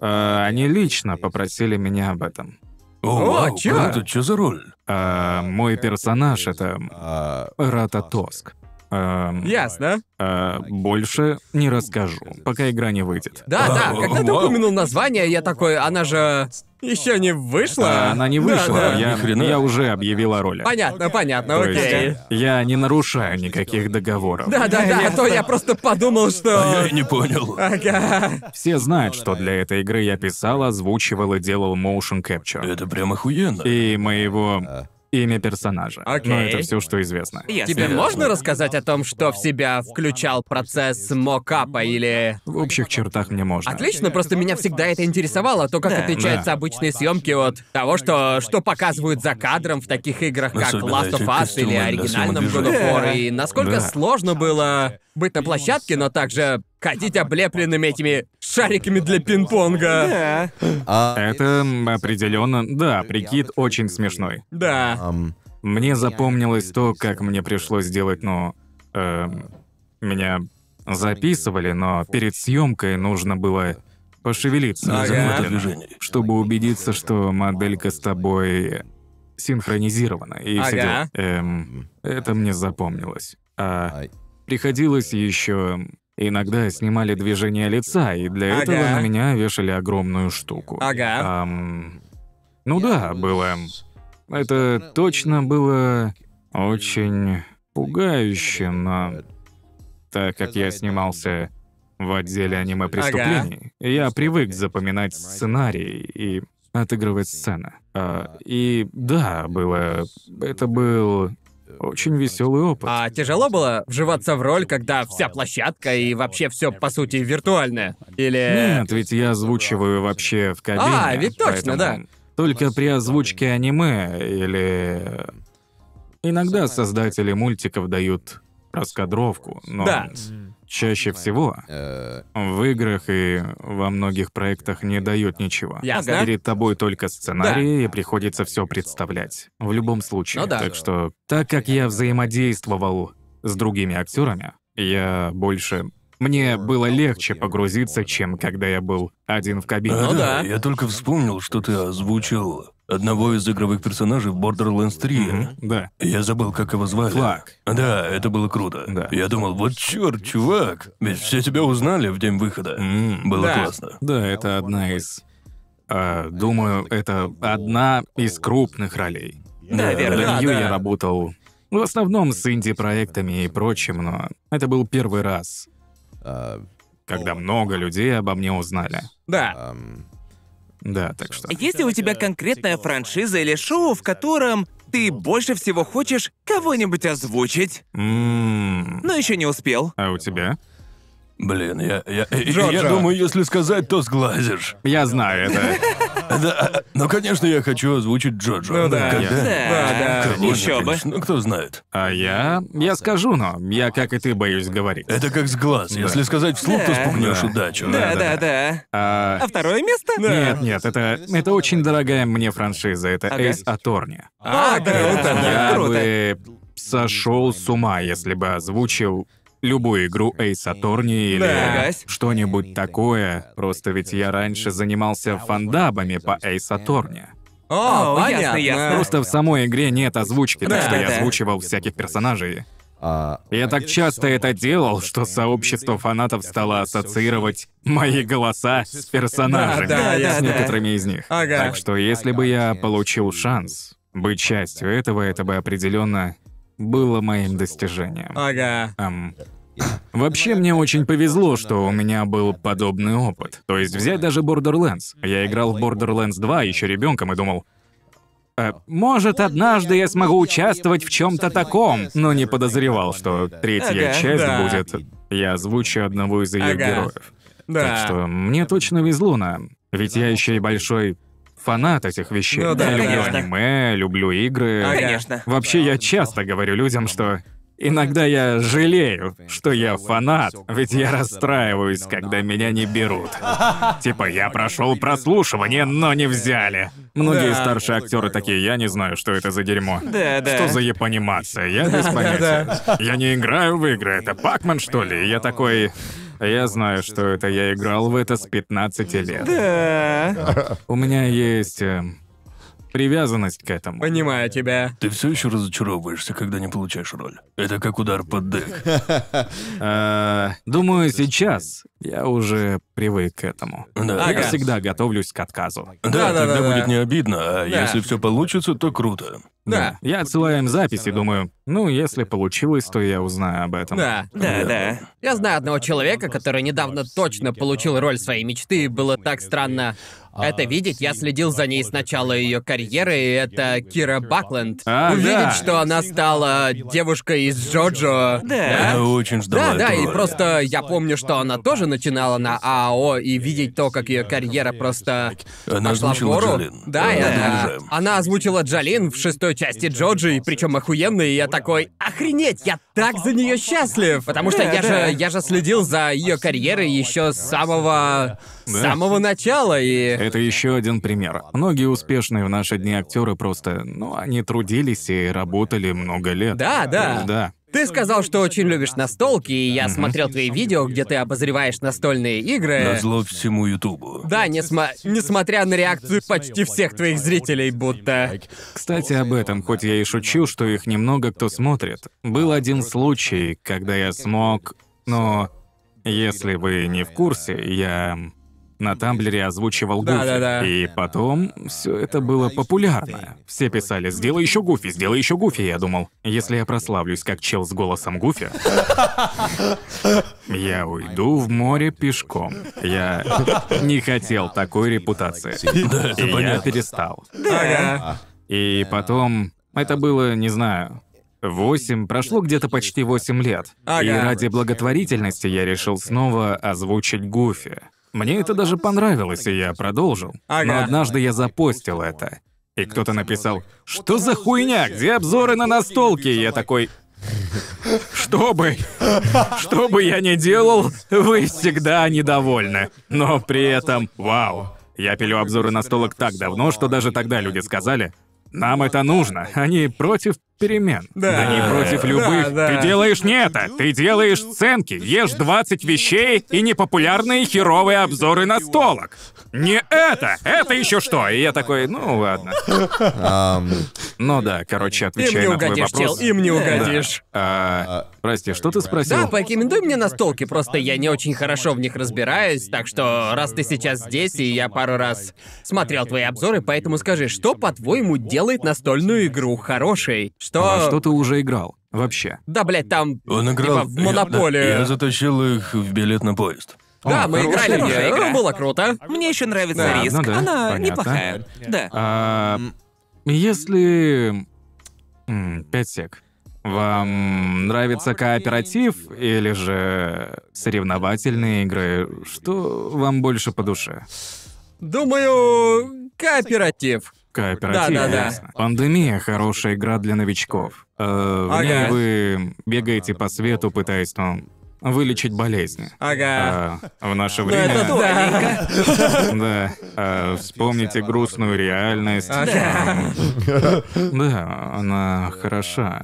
Э, они лично попросили меня об этом. О, вау, чё? круто, чё за роль? А, мой персонаж это Рататоск. Эм, Ясно. э, больше не расскажу, пока игра не выйдет. Да, Вау, да. Когда ты вау. упомянул название, я такой, она же еще не вышла. А, Она не Да, вышла, да. я, Ни хрена. я уже объявил о роли. Понятно, понятно, То есть, окей. я не нарушаю никаких договоров. Да, да, да, а то я просто подумал, А что. я и не понял. Ага. Все знают, что для этой игры я писал, озвучивал и делал motion capture. Это прям охуенно. И моего имя персонажа. Окей. Но это все, что известно. Ясно. Тебе можно рассказать о том, что в себя включал процесс мокапа или... В общих чертах мне можно. Отлично, просто меня всегда это интересовало, то, как Да. отличаются Да. обычные съемки от того, что, что показывают за кадром в таких играх, как Особенно Last of эти Us костюмы или на оригинальном God самодвижении. of War, Да. и насколько Да. сложно было быть на площадке, но также ходить облепленными этими шариками для пинг-понга. Да. а, Это определенно, да, прикид очень смешной. Да. Мне запомнилось то, как мне пришлось сделать, ну, эм, меня записывали, но перед съемкой нужно было пошевелиться, Ага. Замок замедленно, движений. чтобы убедиться, что моделька с тобой синхронизирована. И все Ага. дела. Эм, это мне запомнилось. А приходилось еще иногда снимали движение лица, и для этого Ага. на меня вешали огромную штуку. Ага. Ам, ну да, было. Это точно было очень пугающе, но так как я снимался в отделе аниме преступлений, я привык запоминать сценарий и отыгрывать сцены. А, и да, было. Это был очень веселый опыт. А тяжело было вживаться в роль, когда вся площадка и вообще все по сути виртуальное? Или... Нет, ведь я озвучиваю вообще в кабине. А, ведь точно, поэтому да. Только при озвучке аниме или... Иногда создатели мультиков дают раскадровку, но Да. чаще всего в играх и во многих проектах не дают ничего. Ясно. Перед тобой только сценарий, и приходится все представлять. В любом случае. Ну да. Так что, так как я взаимодействовал с другими актерами, я больше... Мне было легче погрузиться, чем когда я был один в кабине. А, Ну да. Я только вспомнил, что ты озвучил одного из игровых персонажей в Borderlands 3. Мгм, Да. Я забыл, как его звали. Флаг. Да, это было круто. Да. Я думал, вот черт, чувак, ведь все тебя узнали в день выхода. Было Да. классно. Да, это одна из... а, думаю, это одна из крупных ролей. Да, верно. Над нею Да, да. я работал в основном с инди-проектами и прочим, но это был первый раз, когда много людей обо мне узнали. Да. Да, так что... Есть ли у тебя конкретная франшиза или шоу, в котором ты больше всего хочешь кого-нибудь озвучить, М, но еще не успел? А у тебя? Блин, я, я, я- Джорджа. я думаю, если сказать, то сглазишь. Я знаю это. Да, но, конечно, я хочу озвучить Джорджа. Ну да. Когда? Да, Конечно, еще бы. конечно, Ну, кто знает. А я... Я скажу, но я, как и ты, боюсь говорить. Это как с глаз. Если сказать вслух, то Да. спугнешь Да. удачу. да, Да, да, да. да. А, А второе место? Нет, нет, это, это очень дорогая мне франшиза. Это Ага. Эйс Аторни. А, круто, да. Я круто. бы сошел с ума, если бы озвучил любую игру Эйс Аторни или Да. что-нибудь такое. Просто ведь я раньше занимался фандабами по Эйс Аторни. О, О, ясно, понятно. ясно. Просто в самой игре нет озвучки, так Да, что я да. озвучивал всяких персонажей. Я так часто это делал, что сообщество фанатов стало ассоциировать мои голоса с персонажами, Да, да, с ясно. некоторыми из них. Ага. Так что если бы я получил шанс быть частью этого, это бы определенно было моим достижением. Ага. Эм, Вообще, мне очень повезло, что у меня был подобный опыт. То есть взять даже Borderlands. Я играл в Borderlands 2 еще ребенком и думал, «Э, может, однажды я смогу участвовать в чем-то таком, но не подозревал, что третья Ага, часть да. будет. Я озвучу одного из ее Ага. героев. Так Да. что мне точно везло на. Ведь я еще и большой фанат этих вещей. Ну да, А, я люблю конечно. аниме, люблю игры. Ага. Конечно. Вообще, я часто говорю людям, что иногда я жалею, что я фанат, ведь я расстраиваюсь, когда меня не берут. Типа, я прошел прослушивание, но не взяли. Многие Да. старшие актеры такие, я не знаю, что это за дерьмо. Да, да. Что за японимация? Я без понятия. Я не играю в игры, это Пакман, что ли? И я такой... Я знаю, что это я играл в это с 15 лет. Да. У меня есть эм, привязанность к этому. Понимаю тебя. Ты все еще разочаровываешься, когда не получаешь роль. Это как удар под дых. Э, Думаю, сейчас Я уже привык к этому. Да. Я Ага. всегда готовлюсь к отказу. Да, Да, да, тогда да, будет да. не обидно, а Да. если все получится, то круто. Да. Я отсылаю им записи, думаю, ну, если получилось, то я узнаю об этом. Да. Да, да. Я знаю одного человека, который недавно точно получил роль своей мечты, и было так странно это видеть. Я следил за ней с начала ее карьеры, и это Кира Бакленд. А, Увидеть, да. что она стала девушкой из Джоджо. Да. Я очень Да, ждала да, и этого. просто я помню, что она тоже начинала на АО, и видеть то, как ее карьера просто Она пошла в озвучила гору. Джолин. Да, и Да, она, обожаю. она озвучила Джолин в шестой части Джоджи, причем охуенно, и я такой, охренеть, я так за нее счастлив, потому что Да, я да. же я же следил за ее карьерой еще с самого с самого начала и Это еще один пример. Многие успешные в наши дни актеры просто, ну, они трудились и работали много лет. да, да. Да. Ты сказал, что очень любишь настолки, и я смотрел твои видео, где ты обозреваешь настольные игры. На зло всему Ютубу. Да, несма- несмотря на реакцию почти всех твоих зрителей, будто. Кстати, об этом, хоть я и шучу, что их немного кто смотрит. Был один случай, когда я смог... Но если вы не в курсе, я на Тамблере озвучивал Гуфи. Да-да-да. И потом все это было популярно. Все писали «Сделай еще Гуфи, сделай еще Гуфи». Я думал, если я прославлюсь как чел с голосом Гуфи, я уйду в море пешком. Я не хотел такой репутации. Да, И это я понятно. перестал. Ага. И потом, это было, не знаю, восемь, прошло где-то почти восемь лет. И Ага. ради благотворительности я решил снова озвучить Гуфи. Мне это даже понравилось, и я продолжил. Но Ага. однажды я запостил это. И кто-то написал, что за хуйня, где обзоры на настолки? И я такой, что бы, что бы я ни делал, вы всегда недовольны. Но при этом, вау, я пилю обзоры настолок так давно, что даже тогда люди сказали, нам это нужно. Они против перемен. Да. Они против Да, любых. да. Ты делаешь не это, ты делаешь сценки, ешь 20 вещей и непопулярные херовые обзоры настолок. Не это, это еще что? И я такой, ну ладно. Ну да, короче, Им отвечая не на твой угодишь, чел, вопрос. им не Да. угодишь. А, прости, что ты спросил? Да, порекомендуй мне настолки, просто я не очень хорошо в них разбираюсь, так что раз ты сейчас здесь, и я пару раз смотрел твои обзоры, поэтому скажи, что, по-твоему, делает настольную игру хорошей? Что... А что ты уже играл? Вообще. Да, блядь, там... Он играл Типа в я- да, «Монополию». Я, затащил их в билет на поезд. да, мы хорошая играли в игра. нее, было круто. Мне еще нравится Да, риск. ну да, Она понятно. неплохая. Да. А, если... м, Пять сек. Вам нравится кооператив или же соревновательные игры? Что вам больше по душе? Думаю, кооператив. Кооператив, Да-да-да. ясно. Пандемия — хорошая игра для новичков. Э, в ней Ага. вы бегаете по свету, пытаясь, ну, вылечить болезни. Ага. А, в наше Ну, это время... да. Да. А, Вспомните грустную реальность. А, Ага. Ам, Да, она хороша.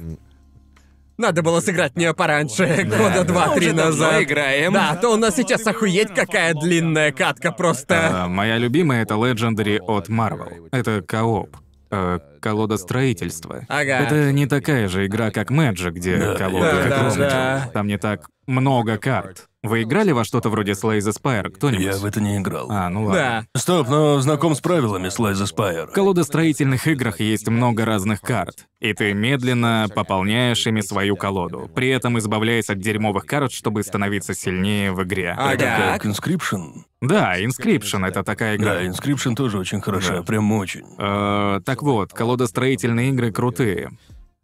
Надо было сыграть в нее пораньше, года Мы два-три уже давно назад. играем. Да, а то у нас сейчас охуеть какая длинная катка просто. А, Моя любимая — это Legendary от Marvel. Это кооп. э, Колода строительства. Ага. Это не такая же игра, как Magic, где Да, колода да, как да, розыгрыш. да. Там не так много карт. Вы играли во что-то вроде Slay the Spire, кто-нибудь? Я в это не играл. А, ну ладно. Да. Стоп, но знаком с правилами Slice the Spire. В колодостроительных играх есть много разных карт, и ты медленно пополняешь ими свою колоду, при этом избавляясь от дерьмовых карт, чтобы становиться сильнее в игре. Это Ага. как Inscription. Да, Inscription — это такая игра. Да, Inscription тоже очень хороша, Да. прям очень. Э, так вот, колодостроительные игры крутые.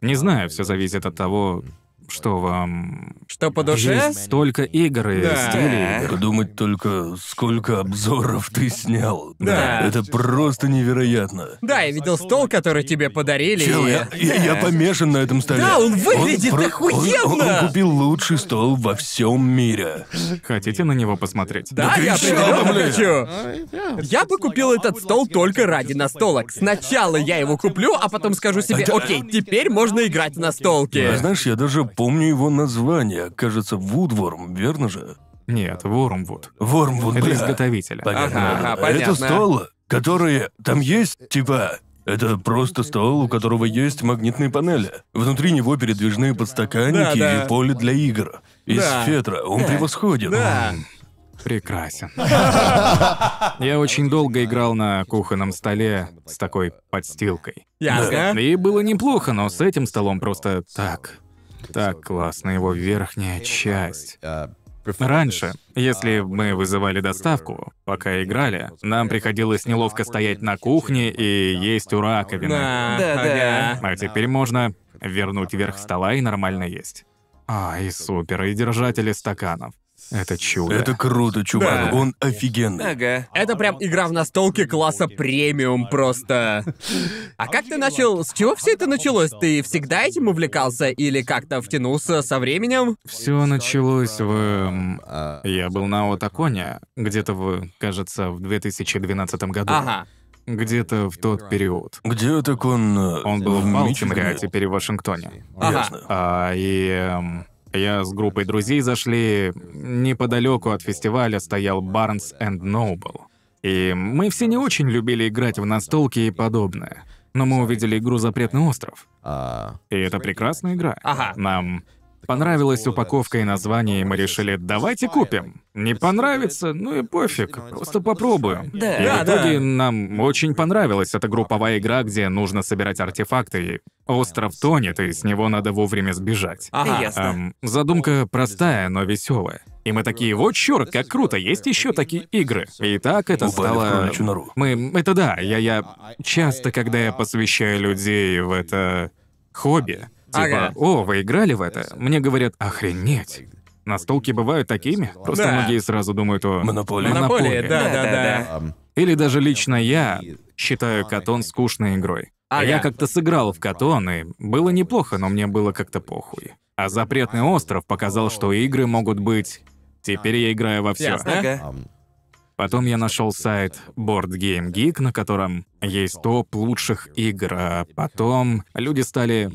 Не знаю, все зависит от того, что вам... Что по душе? Есть столько игр и Да. стилей игр. Думать только, сколько обзоров ты снял. Да. Это просто невероятно. Да, я видел стол, который тебе подарили. Чел, и- я, я- я помешан на этом столе. Да, он выглядит про- охуенно! Он, он купил лучший стол во всем мире. Хотите на него посмотреть? Да, я ты чё, определенно блядь? хочу. Я бы купил этот стол только ради настолок. Сначала я его куплю, а потом скажу себе, окей, теперь можно играть в настолки. А знаешь, я даже помню его название. Кажется, Вудворм, верно же? Нет, Вормвуд. Вормвуд, Это бля. изготовителя. Понятно. Ага, ага, Это понятно. стол, который... Там есть, типа... Это просто стол, у которого есть магнитные панели. Внутри него передвижные подстаканники Да, да. и поле для игр. Из Да. фетра. Он превосходен. Да. Прекрасен. Я очень долго играл на кухонном столе с такой подстилкой. Ясно. И было неплохо, но с этим столом просто так. Так классно его верхняя часть. Раньше, если мы вызывали доставку, пока играли, нам приходилось неловко стоять на кухне и есть у раковины. Да, Да, да. ага. А теперь можно вернуть верх стола и нормально есть. А, и супер, и держатели стаканов. Это чудо. Это круто, чувак. Да. Он офигенный. Ага. Это прям игра в настолке класса премиум просто. А как ты начал? С чего все это началось? Ты всегда этим увлекался или как-то втянулся со временем? Все началось в... эм, Я был на Отаконе, где-то в, кажется, в 2012 году. Ага. Где-то в тот период. Где так он? э, Он был в Балтиморе, а Мичигане? теперь в Вашингтоне. Ага. Ясно. А, и эм, я с группой друзей зашли. Неподалеку от фестиваля стоял Barnes and Noble. И мы все не очень любили играть в настолки и подобное. Но мы увидели игру «Запретный остров». И это прекрасная игра. Ага. Нам понравилась упаковка и название, и мы решили, давайте купим. Не понравится, ну и пофиг, просто попробуем. Да. и Да, в итоге да. нам очень понравилась эта групповая игра, где нужно собирать артефакты, и остров тонет, и с него надо вовремя сбежать. Ага. Ясно. Эм, задумка простая, но веселая. И мы такие, вот черт, как круто, есть еще такие игры. И так это Упали в стало... кроличью нору. Мы... Это да, я, я... Часто, когда я посвящаю людей в это хобби, типа, Ага. о, вы играли в это? Мне говорят, охренеть. Настолки бывают такими. Просто Да. многие сразу думают о... Монополия. Монополия, да, да, да. Да-да-да. Или даже лично я считаю Катон скучной игрой. А я Ага. как-то сыгал в Катон, и было неплохо, но мне было как-то похуй. А «Запретный остров» показал, что игры могут быть... Теперь я играю во все. Ясно. Ага. Потом я нашел сайт Board Game Geek, на котором есть топ лучших игр, а потом люди стали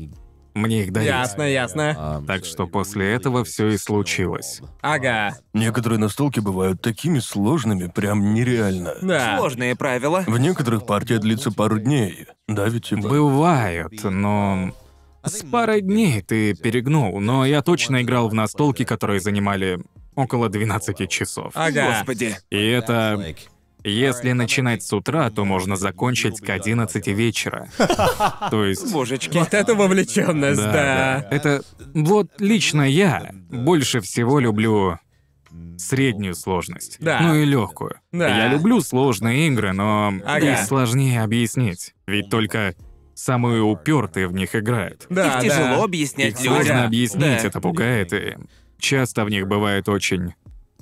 мне их дарить. Ясно, ясно. Так что после этого все и случилось. Ага. Некоторые настолки бывают такими сложными, прям нереально. А. Да. Сложные правила. В некоторых партия длится пару дней. Да, ведь типа? Бывают, но с парой дней ты перегнул, но я точно играл в настолки, которые занимали около 12 часов. А. Ага. Господи. И это... Если начинать с утра, то можно закончить к 11 вечера. То есть... Божечки. Вот это вовлеченность, Да, да. да. Это вот лично я больше всего люблю среднюю сложность. Да. Ну и легкую. Да. Я люблю сложные игры, но Ага. их сложнее объяснить. Ведь только самые упертые в них играют. Да, Их тяжело да. объяснять Их людям. сложно объяснить, Да. это пугает, и часто в них бывает очень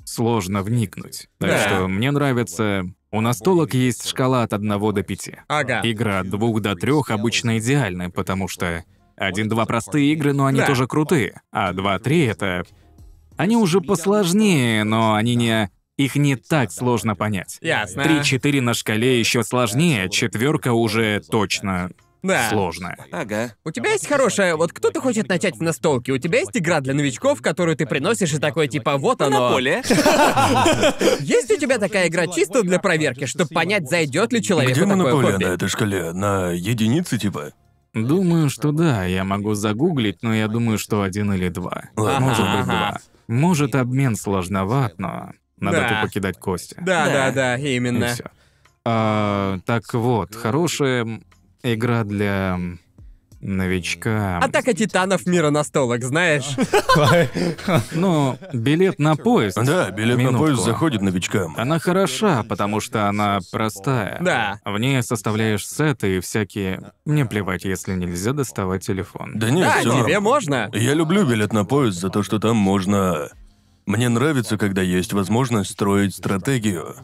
сложно вникнуть. Так Да. что мне нравится... У настолок есть шкала от 1 до 5. Ага. Игра от двух до трех обычно идеальны, потому что один-два простые игры, но они Да. тоже крутые, а два-три это... Они уже посложнее, но они не... Их не так сложно понять. Ясно. Три-четыре на шкале еще сложнее, а четверка уже точно Да. сложная. Ага. У тебя есть хорошая, вот кто-то хочет начать в настолке, у тебя есть игра для новичков, которую ты приносишь и такой типа вот На оно. поле. Есть у тебя такая игра чисто для проверки, чтобы понять, зайдет ли человеку Где такое монополия хобби? на этой шкале? На единицы, типа? Думаю, что да, я могу загуглить, но я думаю, что один или два. Ладно, Может быть, ага. два. Может, обмен сложноват, но надо Да. тупо кидать кости. Да, да, Да. да, И именно. всё. А, так вот, хорошая м, игра для м, новичка. Атака титанов мира настолок, знаешь? Но билет на поезд. Да, билет на Минутку. поезд заходит новичкам. А? Она хороша, потому что она простая. Да. В ней составляешь сеты и всякие... Мне плевать, если нельзя доставать телефон. Да нет, Да, всё тебе норм. можно. Я люблю билет на поезд за то, что там можно... Мне нравится, когда есть возможность строить стратегию,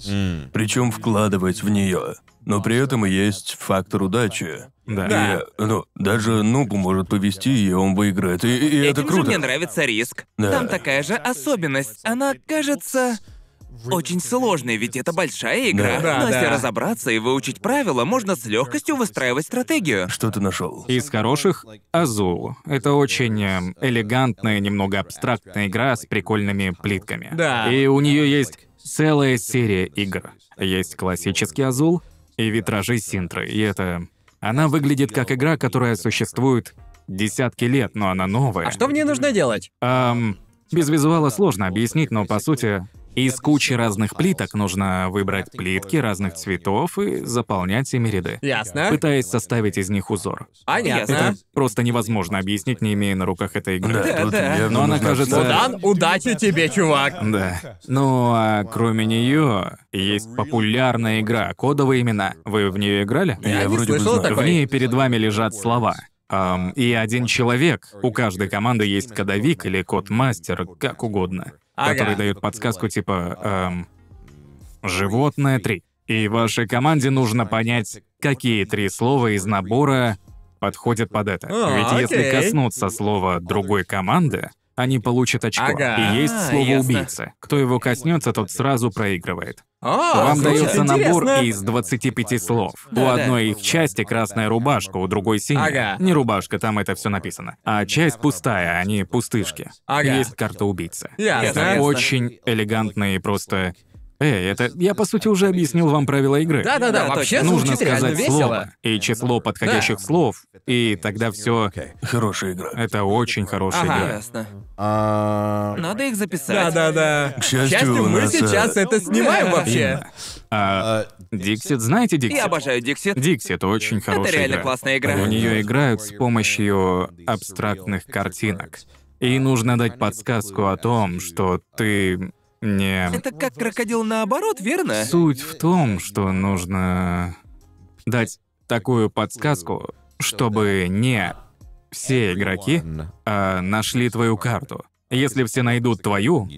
причем вкладывать в нее. Но при этом и есть фактор удачи. Да. Да. И, ну, даже нубу может повести, и он выиграет. И, и- и это Этим же круто. мне нравится риск. Да. Там такая же особенность. Она кажется очень сложной, ведь это большая игра. Да. Да, Но если да. разобраться и выучить правила, можно с легкостью выстраивать стратегию. Что ты нашел? Из хороших — Азул. Это очень эм, элегантная, немного абстрактная игра с прикольными плитками. Да. И у нее есть целая серия игр. Есть классический Азул и витражи Синтры. И это... Она выглядит как игра, которая существует десятки лет, но она новая. А что в ней нужно делать? Ам, без визуала сложно объяснить, но по сути Из кучи разных плиток нужно выбрать плитки разных цветов и заполнять ими ряды, Ясно? пытаясь составить из них узор. Понятно. Просто невозможно объяснить, не имея на руках этой игры. Да, тут да. явно Но она нужна кажется- вся- Дан, удачи тебе, чувак. Да. Ну а кроме нее есть популярная игра «Кодовые имена». Вы в нее играли? Я не вроде бы слышала знаю. В такой. ней перед вами лежат слова. Ам, и один человек, у каждой команды есть кодовик или код-мастер, как угодно, Ага. который дает подсказку типа ам, «Животное три». И вашей команде нужно понять, какие три слова из набора подходят под это. А, Ведь если окей. коснуться слова другой команды, они получат очко. Ага. И есть А, слово ясно. убийца. Кто его коснется, тот сразу проигрывает. О, Вам А, слушай, дается набор интересно. из 25 слов. у Да-да. одной их части красная рубашка, у другой синяя. Ага. Не рубашка, там это все написано. А часть пустая, они пустышки. Ага. Есть карта убийцы. Ясно. Это Ясно. очень элегантно и просто. Эй, это. Я по сути уже объяснил вам правила игры. Да-да-да, Да, вообще точно. Нужно звучит реально сказать слово весело. и число подходящих Да. слов, и тогда все. Хорошая Э, игра. Это очень хорошая Ага. игра. Ясно. А, Надо их записать. Да-да-да. К К счастью, счастью, у мы нас... э, сейчас это снимаем вообще. Именно. А, Диксит, знаете Диксит? Я обожаю Диксит. Диксит очень хорошая Это реально игра. классная игра. В нее играют с помощью абстрактных картинок. И нужно дать подсказку о том, что ты не... Это как крокодил наоборот, верно? Суть в том, что нужно дать такую подсказку, чтобы не все игроки а, нашли твою карту. Если все найдут твою,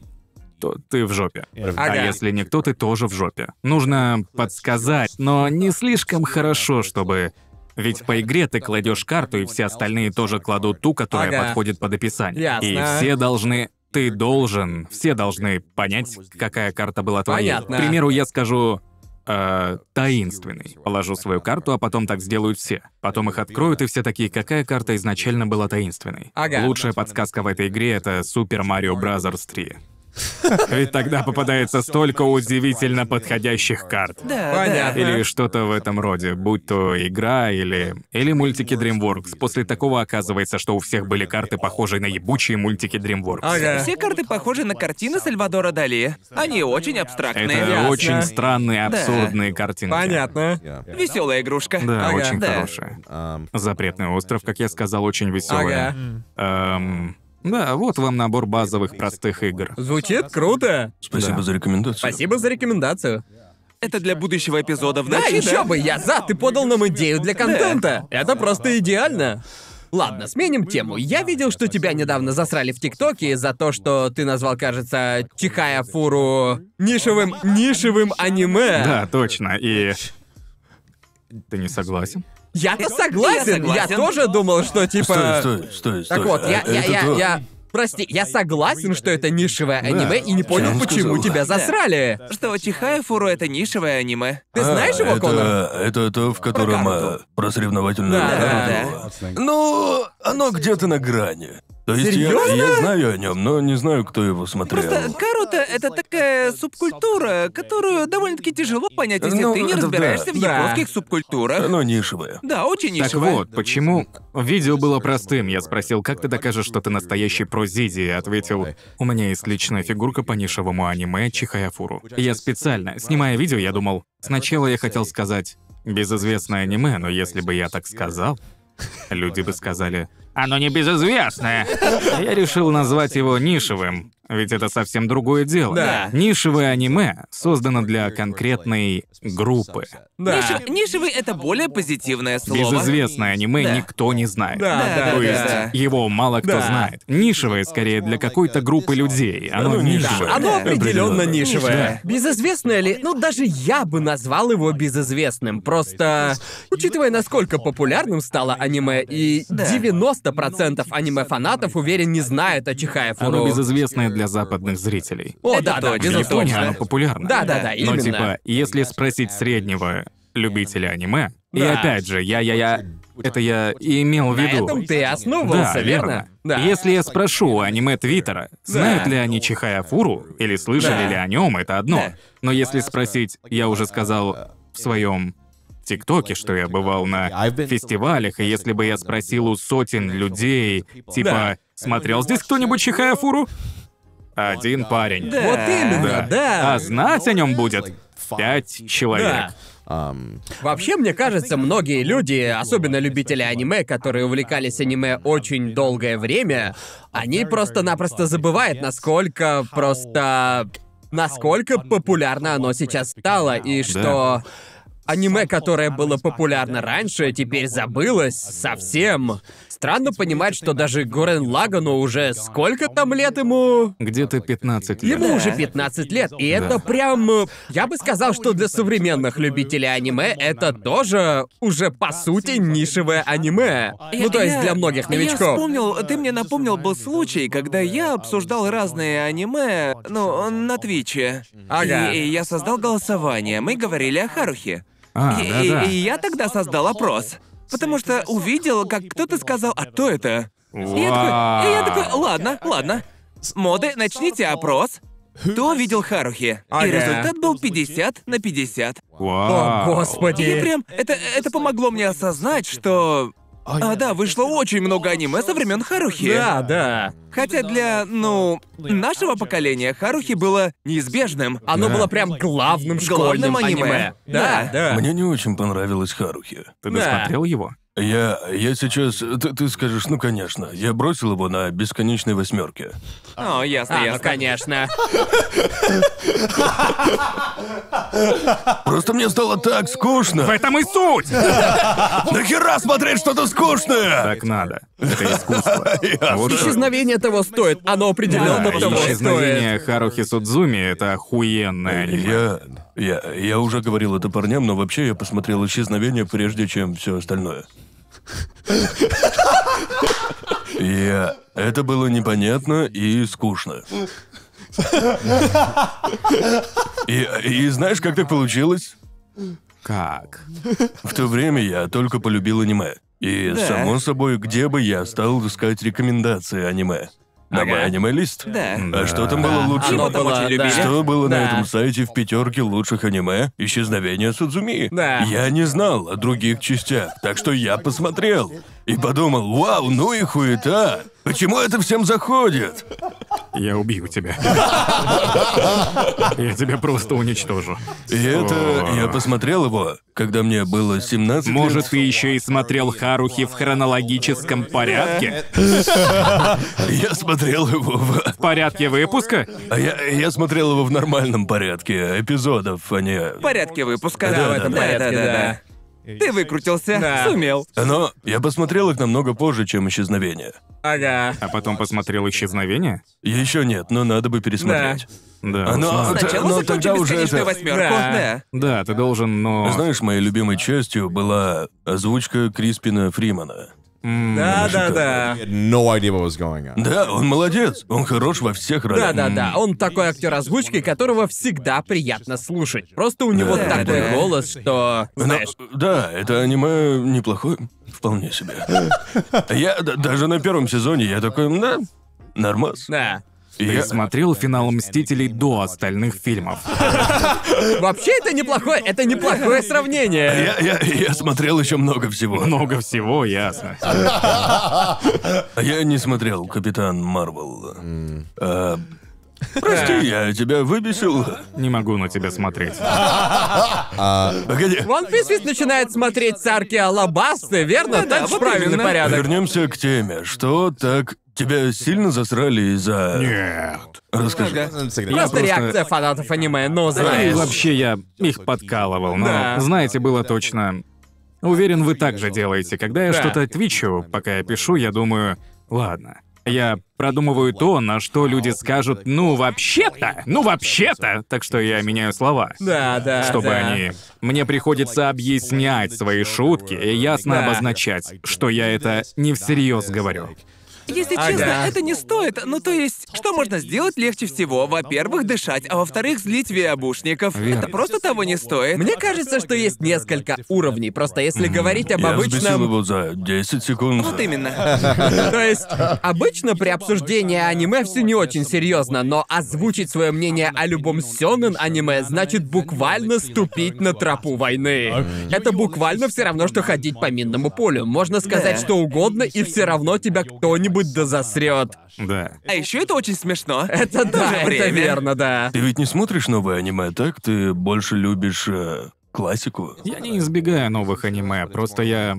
то ты в жопе. А Ага. если никто, ты тоже в жопе. Нужно подсказать, но не слишком хорошо, чтобы... Ведь по игре ты кладешь карту, и все остальные тоже кладут ту, которая Ага. подходит под описание. Ясно. И все должны... Ты должен, все должны понять, какая карта была твоей. Понятно. К примеру, я скажу э, таинственный. Положу свою карту, а потом так сделают все. Потом их откроют, и все такие, какая карта изначально была таинственной. Ага. Лучшая подсказка в этой игре — это Super Mario Bros. 3. Ведь тогда попадается столько удивительно подходящих карт. Да, Понятно. Или что-то в этом роде, будь то игра или... Или мультики DreamWorks. После такого оказывается, что у всех были карты, похожие на ебучие мультики DreamWorks. да. Ага. Все карты похожи на картины Сальвадора Дали. Они очень Это абстрактные. Ясно. очень странные, абсурдные картинки. Понятно. Веселая игрушка. Да, Ага. очень Да. хорошая. Запретный остров, как я сказал, очень веселая. Ага. Эм, да, вот вам набор базовых простых игр. Звучит круто. Спасибо Да. за рекомендацию. Спасибо за рекомендацию. Это для будущего эпизода в Да, ночи, еще бы, я за, ты подал нам идею для контента. Это просто идеально. Ладно, сменим тему. Я видел, что тебя недавно засрали в ТикТоке за то, что ты назвал, кажется, Чихая Фуру нишевым, нишевым аниме. Да, точно. И ты не согласен? Я-то согласен, я, согласен. тоже думал, что Стой, типа... стой, стой, стой. Так вот, я, А, я, это я, то- я- Прости, я согласен, что это нишевое аниме, и не понял, Я почему сказал. тебя Да. засрали. Что Чихаефуру это нишевое аниме. Ты знаешь А, его, это, Конор? Это то, в котором э, про соревновательную Да, карту. Ну, оно где-то на грани. То есть я- Серьёзно? Я, знаю о нем, но не знаю, кто его смотрел. Просто карута это такая субкультура, которую довольно-таки тяжело понять, если Ну, ты не это да. Ну, разбираешься в Да. японских субкультурах. Оно нишевое. Да, очень Так нишевое. вот, почему... Видео было простым. Я спросил, как ты докажешь, что ты настоящий прозиди, и ответил, у меня есть личная фигурка по нишевому аниме Чихаяфуру. Я специально, снимая видео, я думал, сначала я хотел сказать безызвестное аниме, но если бы я так сказал, люди бы сказали, оно не безызвестное. Я решил назвать его нишевым, ведь это совсем другое дело. Да. Нишевое аниме создано для конкретной группы. Да. Нише- Нишевый это более позитивное слово. Безызвестное аниме Да. никто не знает. Да, Да, да, то То да. есть Да. его мало кто Да. знает. Нишевое скорее для какой-то группы людей. Оно Ну, нишевое. да. Оно Да. определенно Определенно. нишевое. Безызвестное ли? Ну, даже я бы назвал его безызвестным. Просто, учитывая, насколько популярным стало аниме, и Да. 90% аниме-фанатов, уверен, не знают о Чихае Оно Фуру. безызвестное для западных зрителей. О, Это да, да, точно. В Японии безусловно. оно популярно. Да, да, да, Но именно. типа, если спросить среднего любителя аниме, и Да. опять же, я, я, я, это я и имел в На виду. этом ты и Ну основывался, Да, верно. Да. Если я спрошу у аниме Твиттера, знают ли они Чихаяфуру или слышали Да. ли о нем, это одно. Да. Но если спросить, я уже сказал в своем ТикТоке, что я бывал на фестивалях, и если бы я спросил у сотен людей, типа, Да. смотрел здесь кто-нибудь Чихаяфуру? один парень. Да. Вот именно, да. А знать о нем будет пять человек. Да. Вообще, мне кажется, многие люди, особенно любители аниме, которые увлекались аниме очень долгое время, они просто-напросто забывают, насколько просто... Насколько популярно оно сейчас стало, и что... Аниме, которое было популярно раньше, теперь забылось совсем. Странно Ну, понимать, что даже Гурен Лагану уже сколько там лет ему? Где-то 15 лет. Ему Да. уже 15 лет, и Да. это прям... э, Я бы сказал, что для современных любителей аниме это тоже уже, по сути, нишевое аниме. Я- Ну, то есть я- для многих Я новичков. вспомнил, ты мне напомнил был случай, когда я обсуждал разные аниме, ну, на Твиче. Ага. И, и я создал голосование, мы говорили о Харухе. А, и, да, и- да. и я тогда создал опрос. Потому что увидел, как кто-то сказал, а кто это? И я такой, и я такой, ладно, ладно. С моды начните опрос. Кто видел Харухи? И Ага. результат был 50 на 50. О, Вау. И господи. прям это, это помогло мне осознать, что... А да, вышло очень много аниме со времен Харухи. Да, да. Хотя для, ну, а нашего поколения Харухи было неизбежным. Оно Да. было прям главным школьным Главным аниме. аниме. Да, да. Мне не очень понравилось Харухи. Ты Да. досмотрел его? Я, я сейчас, ты, ты скажешь, ну конечно, я бросил его на бесконечной восьмерке. О, ясно, А, ну, ясно. конечно. Просто мне стало так В скучно. этом и суть! Нахера смотреть что-то скучное? Так надо. Это искусство. Вот что. Исчезновение того стоит. Оно определенно Да, того Ну, стоит. исчезновение Харухи Судзуми — это охуенное аниме. Я, я, я уже говорил это парням, но вообще я посмотрел исчезновение, прежде чем все остальное. Я... Это было непонятно и скучно. И, и знаешь, как так получилось? Как? В то время я только полюбил аниме. И, Да. само собой, где бы я стал искать рекомендации аниме? На мой аниме-лист? Да. А что там было лучше? Оно Его там было, очень да. любили. Что было на Да. этом сайте в пятерке лучших аниме? Исчезновение Судзуми. Да. Я не знал о других частях, так что я посмотрел. И подумал, вау, ну и хуета. Почему это всем заходит? Я убью тебя. Я тебя просто уничтожу. И это... О. Я посмотрел его, когда мне было 17 лет. Может, ты еще и смотрел Харухи в хронологическом порядке? Я смотрел его в... В порядке выпуска? А я, я смотрел его в нормальном порядке эпизодов, а не... В порядке выпуска. Да, в этом порядке, да. Ты выкрутился, Да. сумел. Но я посмотрел их намного позже, чем «Исчезновение». Ага. А потом посмотрел «Исчезновение»? Еще нет, но надо бы пересмотреть. Да. Оно- вот смотри. Сначала но А, закончим ну, тогда уже «Бесконечную это- восьмерку. Да. Да. Да, ты должен, но... Ну, Знаешь, моей любимой частью была озвучка Криспина Фримана. М, Да, да, да. No idea what was going on. Да, он молодец, он хорош во всех Да, ролях. да, да. Он такой актер озвучки, которого всегда приятно слушать. Просто у него Да, такой да. голос, что. Но- Знаешь, да, это аниме неплохое, вполне себе. Я д- даже на первом сезоне я такой, да, нормас. да. И Ты я- смотрел «Финал Мстителей» до остальных фильмов. Вообще, это неплохое, это неплохое сравнение. я, я- я смотрел еще много всего. Много всего, ясно. А Я не смотрел Капитан Марвел. А, Прости, я тебя выбесил. Не могу на тебя смотреть. Погоди. One Piece ведь начинает смотреть с арки Алабасты, верно? Да-да, Так же вот правильный именно. порядок. Вернемся к теме. Что так? Тебя сильно засрали из-за... Нет. Расскажи. ну, Просто, просто- реакция фанатов аниме, но И знаешь. вообще я их подкалывал, но, Да. знаете, было точно... Уверен, вы так же делаете. Когда я Да. что-то отвечу, пока я пишу, я думаю, ладно. Я продумываю то, на что люди скажут, ну вообще-то, ну вообще-то. Так что я меняю слова. Да, да. чтобы да. они... Мне приходится объяснять свои шутки и ясно Да. обозначать, что я это не всерьез говорю. Если Ага. честно, это не стоит. Ну, то есть, что можно сделать легче всего? Во-первых, дышать, а во-вторых, злить виабушников. Верно. Это просто того не стоит. Мне кажется, что есть несколько уровней. Просто если говорить об Я взбесил обычном. его за 10 секунд. Вот именно. То есть, обычно при обсуждении аниме все не очень серьезно, но озвучить свое мнение о любом сёнэн аниме значит буквально ступить на тропу войны. Это буквально все равно, что ходить по минному полю. Можно сказать Да. что угодно, и все равно тебя кто-нибудь кто-нибудь да засрет. Да. А еще это очень смешно. Это да, же это время. верно, да. Ты ведь не смотришь новое аниме, так? Ты больше любишь э, классику? Я не избегаю новых аниме, просто я...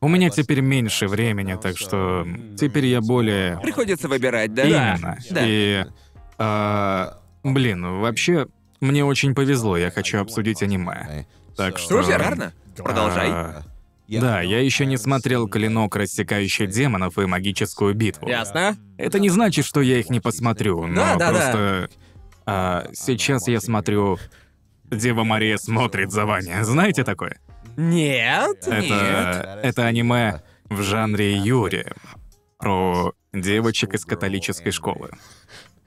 У меня теперь меньше времени, так что теперь я более... Приходится выбирать, да? Именно. Да. И... а, блин, вообще, мне очень повезло, я хочу обсудить аниме. Так что... Супер, верно? Продолжай. а, Да, я еще не смотрел «Клинок, рассекающий демонов» и «Магическую битву». Ясно? Это не значит, что я их не посмотрю, но Да, да, да. просто... а, сейчас я смотрю... Дева Мария смотрит за вами. Знаете такое? Нет. Это, это аниме в жанре Юри. Про девочек из католической школы.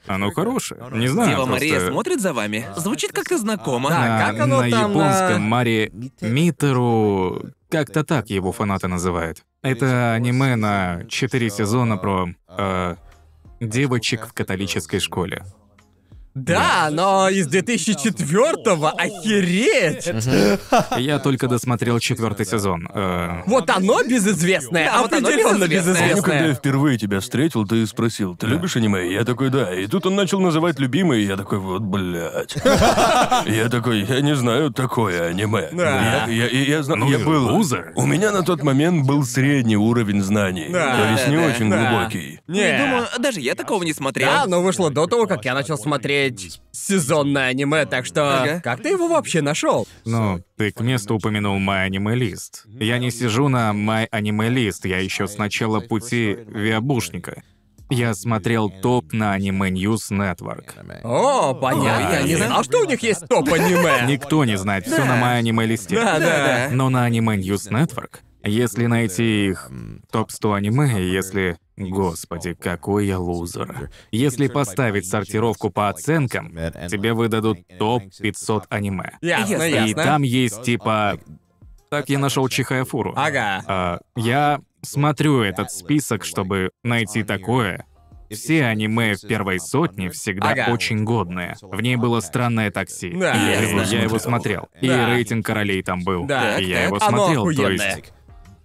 Оно хорошее. Не знаю, Дева просто... Мария смотрит за вами. Звучит как-то знакомо. Да. на, как оно на там, японском а? Мари Митеру... Как-то так его фанаты называют. Это аниме на четыре сезона про э, девочек в католической школе. Да, но из 2004-го охереть! Я только досмотрел четвертый сезон. Э, Вот оно безызвестное, Да, вот оно определенно безызвестное. Помню, когда я Ну, безызвестное. впервые тебя встретил, ты спросил, ты любишь аниме? Я такой, да. И тут он начал называть любимые, и я такой, вот, блядь. Я такой, я не знаю такое аниме. Я- Да. Я я- я зна- Ну я и был... лузер. У меня на тот момент был средний уровень знаний. Да, То есть не да, очень да. глубокий. Не, думаю, Не. даже я такого не смотрел. Да, ну. но вышло до того, как я начал смотреть сезонное аниме, так что Ага. как ты его вообще нашел? ну, ты к месту упомянул My Anime List. Я не сижу на My Anime List, я еще с начала пути Виабушника. Я смотрел топ на Anime News Network. О, понятно. Да, Я не да. знал, что у них есть топ аниме. Никто не знает, все на My Anime List. Да, да. Но на Anime News Network, если найти их топ-100 аниме, если... Господи, какой я лузер. Если поставить сортировку по оценкам, тебе выдадут топ-500 аниме. Ясно, Ясно. И ясно. там есть типа... Так я нашел Чихаяфуру. Ага. А, я смотрю этот список, чтобы найти такое. Все аниме в первой сотне всегда Ага. очень годные. В ней было странное такси. Да. И я, Ясно. его смотрел. И Да. рейтинг королей там был. Да. И я Так, его так. Оно смотрел. То охуенное. есть,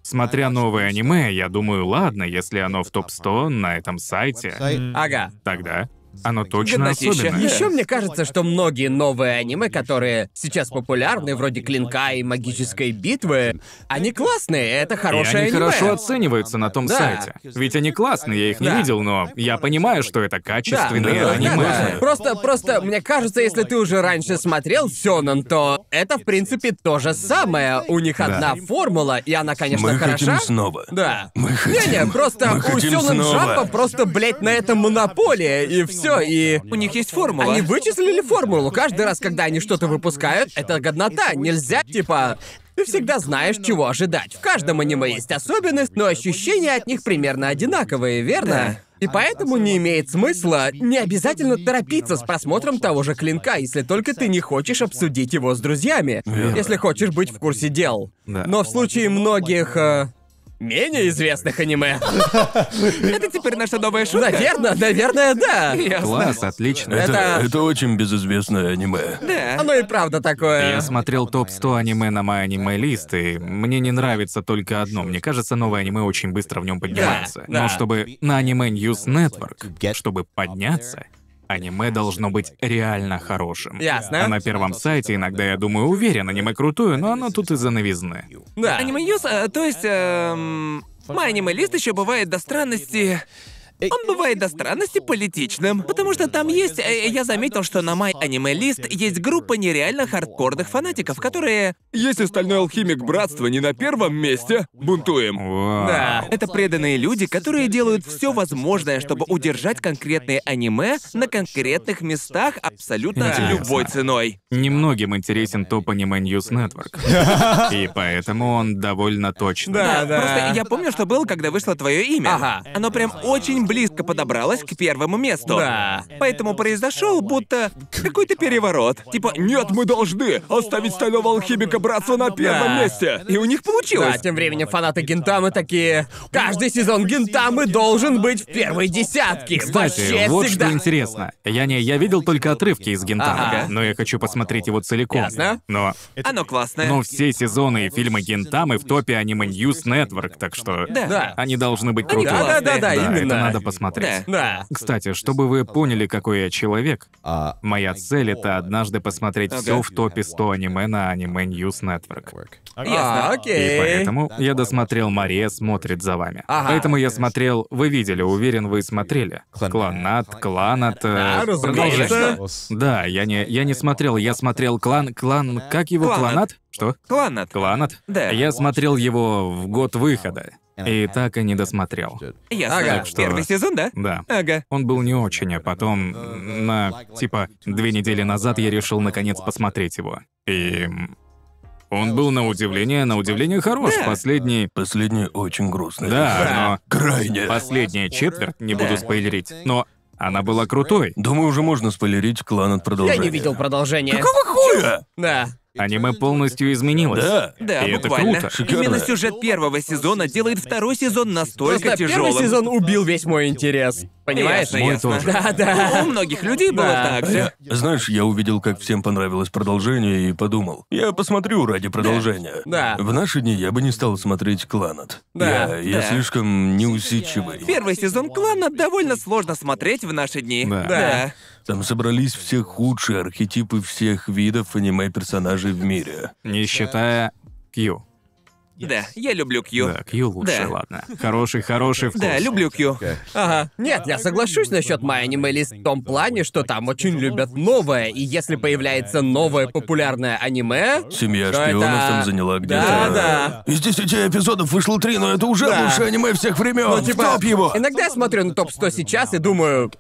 смотря новое аниме, я думаю, ладно, если оно в топ-100 на этом сайте, Ага. тогда оно точно Годнотища. особенное. Еще мне кажется, что многие новые аниме, которые сейчас популярны, вроде Клинка и Магической битвы, они классные, это И хорошее они аниме. хорошо оцениваются на том Да. сайте. Ведь они классные, я их не Да. видел, но я понимаю, что это Да, качественные да, аниме. да. Просто, просто, мне кажется, если ты уже раньше смотрел Сёнэн, то это, в принципе, то же самое. У них одна формула, и она, конечно, Мы хороша. хотим снова. Да. Мы хотим. Не-не, просто Мы у хотим Сёнэн снова. Джампа просто, блядь, на этом монополия, и все, и... У них есть формула. Они вычислили формулу. Каждый раз, когда они что-то выпускают, это годнота. Нельзя, типа... Ты всегда знаешь, чего ожидать. В каждом аниме есть особенность, но ощущения от них примерно одинаковые, верно? И поэтому не имеет смысла не обязательно торопиться с просмотром того же клинка, если только ты не хочешь обсудить его с друзьями, Верно. если хочешь быть в курсе дел. Да. Но в случае многих э, менее известных аниме, Это теперь наша новая шутка. наверное, наверное, да. Класс, отлично. Это, Это- это очень безызвестное аниме. Да. Оно и правда такое. Я смотрел топ-100 аниме на My Anime List, и мне не нравится только одно. Мне кажется, новое аниме очень быстро в нем поднимается. Да, да. Но чтобы на Anime News Network, чтобы подняться, аниме должно быть реально хорошим. Ясно. А на первом сайте иногда я думаю, уверен, аниме крутое, но оно тут из-за новизны. Да. Аниме Ньюс, а, то есть... эм, Мой аниме-лист еще бывает до странности... Э, Он бывает до странности политичным, потому что там есть... э, Я заметил, что на мой аниме-лист есть группа нереально хардкорных фанатиков, которые... Если стальной алхимик братства не на первом месте, бунтуем. Вау. Да. Это преданные люди, которые делают все возможное, чтобы удержать конкретные аниме на конкретных местах абсолютно Интересно. любой ценой. Немногим интересен топ аниме News Network. И поэтому он довольно точно. Да, да. Просто я помню, что был, когда вышло твое имя. Ага. Оно прям очень очень близко подобралась к первому месту. Да. Поэтому произошел будто какой-то переворот. Типа, нет, мы должны оставить стального алхимика братства на первом Да. месте. И у них Да, получилось. тем временем фанаты Гентамы такие... Каждый сезон Гентамы должен быть в первой десятке. Вообще Кстати, вот всегда. что интересно. Я не, я видел только отрывки из Гентама, Ага. но я хочу посмотреть его целиком. Ясно. Но, Оно классное. но все сезоны и фильмы Гентамы в топе аниме News Network, так что Да. они должны быть Они крутыми. Да, да, да, да, Да, это именно. надо посмотреть. Да. Да. Кстати, чтобы вы поняли, какой я человек, Uh, моя цель — это однажды посмотреть Ага. все в топе 100 аниме на аниме News Network. work. А, Ясно. И окей. поэтому я досмотрел «Мария смотрит за вами». Ага. Поэтому я смотрел, вы видели, уверен, вы смотрели. Клан. Кланат, кланат... э, Да, разумеется. продолжение. Close. Да, я не, я не смотрел, я смотрел клан... Клан... Как его? Кланат. Кланат? Что? Кланат. Кланат? Да. Я смотрел его в год выхода. И так и не досмотрел. Ясно. Ага. Так что- Первый сезон, да? Да. Ага. Он был не очень, а потом м, на типа две недели назад я решил наконец посмотреть его. И м, он был на удивление, на удивление хорош. Да. Последний. Последнее очень грустно. Да, Крайне. но последняя четверть, не буду спойлерить, но она была крутой. Думаю, уже можно спойлерить клан от Я продолжения. не видел Ну, продолжения. Хуя! Да. Аниме полностью изменилось. Да. Да, И это буквально. круто. Шикарно. Именно сюжет первого сезона делает второй сезон настолько Просто тяжелым. первый сезон убил весь мой интерес. Понимаешь? Ясно, ясно. Мой тоже. Да, да. У многих людей было Да. так же. Я- знаешь, я увидел, как всем понравилось продолжение и подумал, я посмотрю ради продолжения. Да. В наши дни я бы не стал смотреть Кланат. Да, Я, я да. слишком неусидчивый. Первый сезон клана довольно сложно смотреть в наши дни. Да. Да. Там собрались все худшие архетипы всех видов аниме-персонажей в мире. Не считая Кью. Да. Да, я люблю Кью. Да, Кью лучше, Да. ладно. Хороший, хороший вкус. Да, люблю Кью. Ага. Нет, я соглашусь насчет MyAnimeList в том плане, что там очень любят новое, и если появляется новое популярное аниме... Семья Да, шпионов это- там заняла где-то... Да, да. Из десяти эпизодов вышло три, но это уже Да. лучшее аниме всех времен. Ну, типа, Стоп его! Иногда я смотрю на топ-100 сейчас и думаю...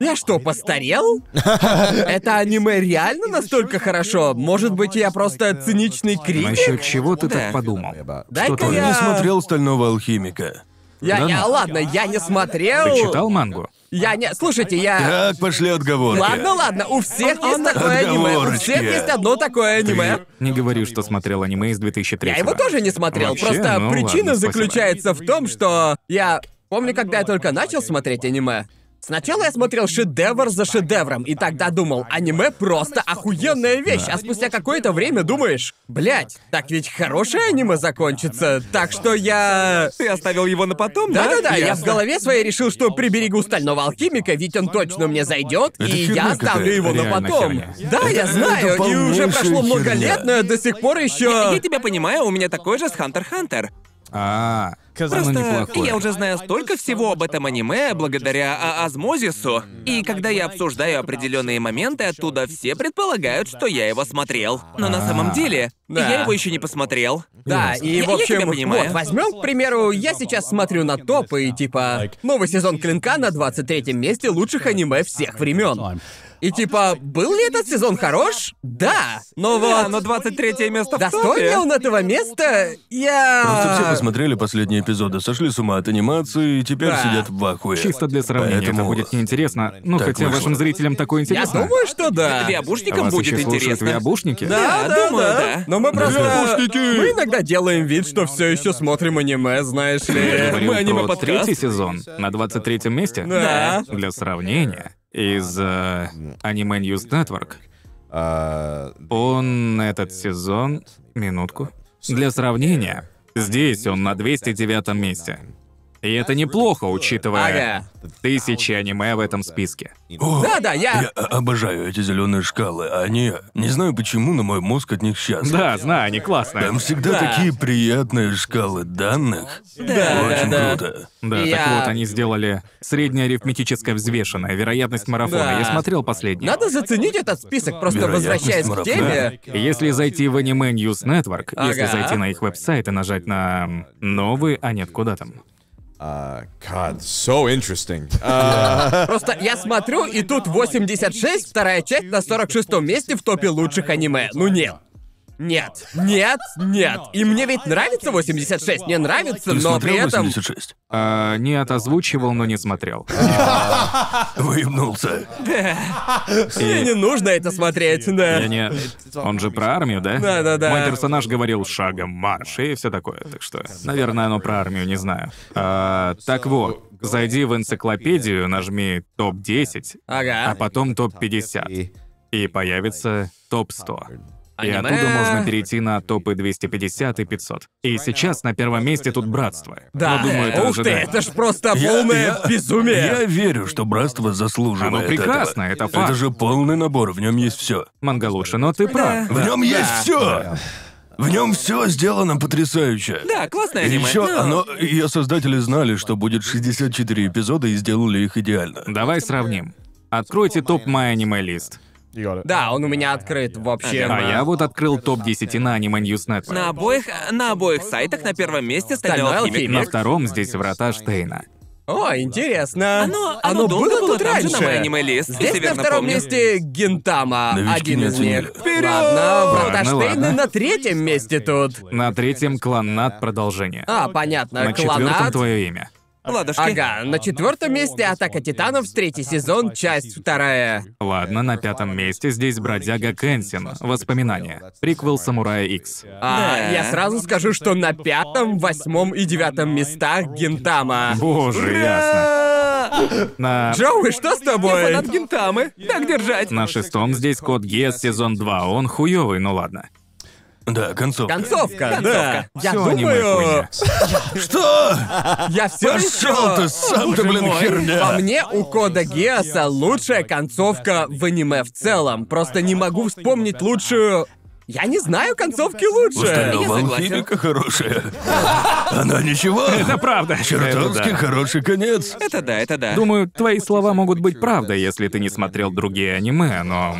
Я что, постарел? Это аниме реально настолько хорошо? Может быть, я просто циничный критик? Насчет чего ты Да. так подумал? Дай-ка Он я... не смотрел «Стального алхимика». Я, Да я- ну. ладно, я не смотрел. Ты читал мангу? Я не... Слушайте, я... Так, пошли отговорки. Ладно, ладно, у всех есть такое аниме. У всех Отговорочки. есть одно такое аниме. Не говори, что смотрел аниме из 2003 Я его тоже не смотрел. Вообще, Просто ну причина ладно, спасибо. заключается в том, что я помню, когда я только начал смотреть аниме. Сначала я смотрел шедевр за шедевром, и тогда думал, аниме просто охуенная вещь. А спустя какое-то время думаешь, блядь, так ведь хорошее аниме закончится, так что я... Ты оставил его на потом, да? Да-да-да, я в Ясно. голове своей решил, что приберегу стального алхимика, ведь он точно мне зайдет, Это и херня я оставлю какая-то, его на реально потом. херня. Да, я знаю, и уже полнейшая прошло много херня. лет, но я до сих пор А Я, я еще. тебя понимаю, у меня такой же с Хантер Хантер. А, Просто оно неплохое. я уже знаю столько всего об этом аниме благодаря а- Осмозису. И когда я обсуждаю определенные моменты оттуда, все предполагают, что я его смотрел. Но на самом деле, А. Да. я его еще не посмотрел. Да, и Я- в я тебя общем, понимаю. вот, возьмем, к примеру, я сейчас смотрю на топ и типа новый сезон Клинка на 23-м месте лучших аниме всех времен. И типа, был ли этот сезон хорош? Да, но вот... Да, но 23 место в топе. Достоин ли он этого места? Я... Просто все посмотрели последние эпизоды, сошли с ума от анимации и теперь Да. сидят в ахуе. Чисто для сравнения, это Поэтому- будет неинтересно. Ну, Так хотя вышло. вашим зрителям такое Я интересно. думаю, что да. А Виабушникам вас будет еще слушают интересно. виабушники? Да, думаю, да. Но мы просто... Виабушники! Мы иногда делаем вид, что все еще смотрим аниме, знаешь ли. Говорю Мы аниме про подкаст. третий сезон на 23 месте. Да. Для сравнения, из э, Anime News Network, Uh, он этот сезон... Минутку. Для сравнения, здесь он на 209 месте. И это неплохо, учитывая Ага. тысячи аниме в этом списке. О, Да, да, Я я... о- обожаю эти зеленые шкалы, а они... Не знаю почему, но мой мозг от них счастлив. Да, знаю, они классные. Там всегда такие приятные шкалы данных. Да, Очень да, да. круто. Да, И так я- вот, они сделали средняя арифметическая взвешенная вероятность марафона. Да. Я смотрел последний. Надо заценить А этот список, просто Вероятность возвращаясь к марафона. теме. Если зайти в Anime News Network, если Ага. зайти на их веб-сайт и нажать на м, новый, а нет, куда там? uh, God, so interesting. Uh, Просто я смотрю, и тут 86, вторая часть на 46 месте в топе лучших аниме. Ну нет. Нет, нет, нет. И мне ведь нравится 86, мне нравится, Ты но при смотрел этом... 86? А, не отозвучивал, но не смотрел. Выебнулся. Мне не нужно это смотреть, да. Я не... Он же про армию, да? Да-да-да. Мой персонаж говорил шагом марш и все такое, так что... Наверное, оно про армию, не знаю. А, так вот, зайди в энциклопедию, нажми топ-10, а Ага. потом топ-50. И появится топ-100. И Аниме. оттуда можно перейти на топы 250 и 500. И сейчас на первом месте тут братство. Да. Но думаю, это Ух ты, ожидает. это ж просто полное безумие. Я верю, что братство заслуживает Оно прекрасно, этого. это факт. Это же полный набор, в нем есть все. Манга лучше, но ты прав. В нем есть все! В нем все сделано потрясающе. Да, классное И аниме. Ну. еще Да. оно. Ее создатели знали, что будет 64 эпизода и сделали их идеально. Давай сравним. Откройте топ My Anime List. Ну, Да, он у меня открыт вообще. А я вот открыл топ-10 на Anime News Network. На обоих, на обоих сайтах на первом месте стальной Стальной алхимик. алхимик. На втором здесь врата Штейна. О, интересно. Оно, оно, долго было тут там же раньше. на аниме лист, если Здесь на верно втором помню. месте Гентама, Новички один не из них. оценили. Ладно, Врата Ладно, Штейна ладно. на третьем месте тут. На третьем клан Над продолжение. А, понятно, На четвертом Клонат. твое имя. Ладушки. Ага, на четвертом месте Атака Титанов, третий сезон, часть вторая. Ладно, на пятом месте здесь бродяга Кенсин. Воспоминания. Приквел Самурая Икс. А, Да. я сразу скажу, что на пятом, восьмом и девятом местах Гентама. Боже, ясно. А, На... Джоуи, что с Я тобой? фанат Гинтамы. Так держать. На шестом здесь Код Гиас сезон 2. Он хуёвый, ну ладно. Да, концов. Концовка, да. Я Всё аниме думаю, хуйня. Что? А я все Пошел ты сам, ты, блин, По херня. мне, у Кода Геаса лучшая концовка в аниме в целом. Просто не могу вспомнить лучшую... Я не знаю концовки лучше. я Установка согласен. алхимика хорошая. Она ничего. Это правда. Чертовски Это да. хороший конец. Это да, это да. Думаю, твои слова могут быть правдой, если ты не смотрел другие аниме, но...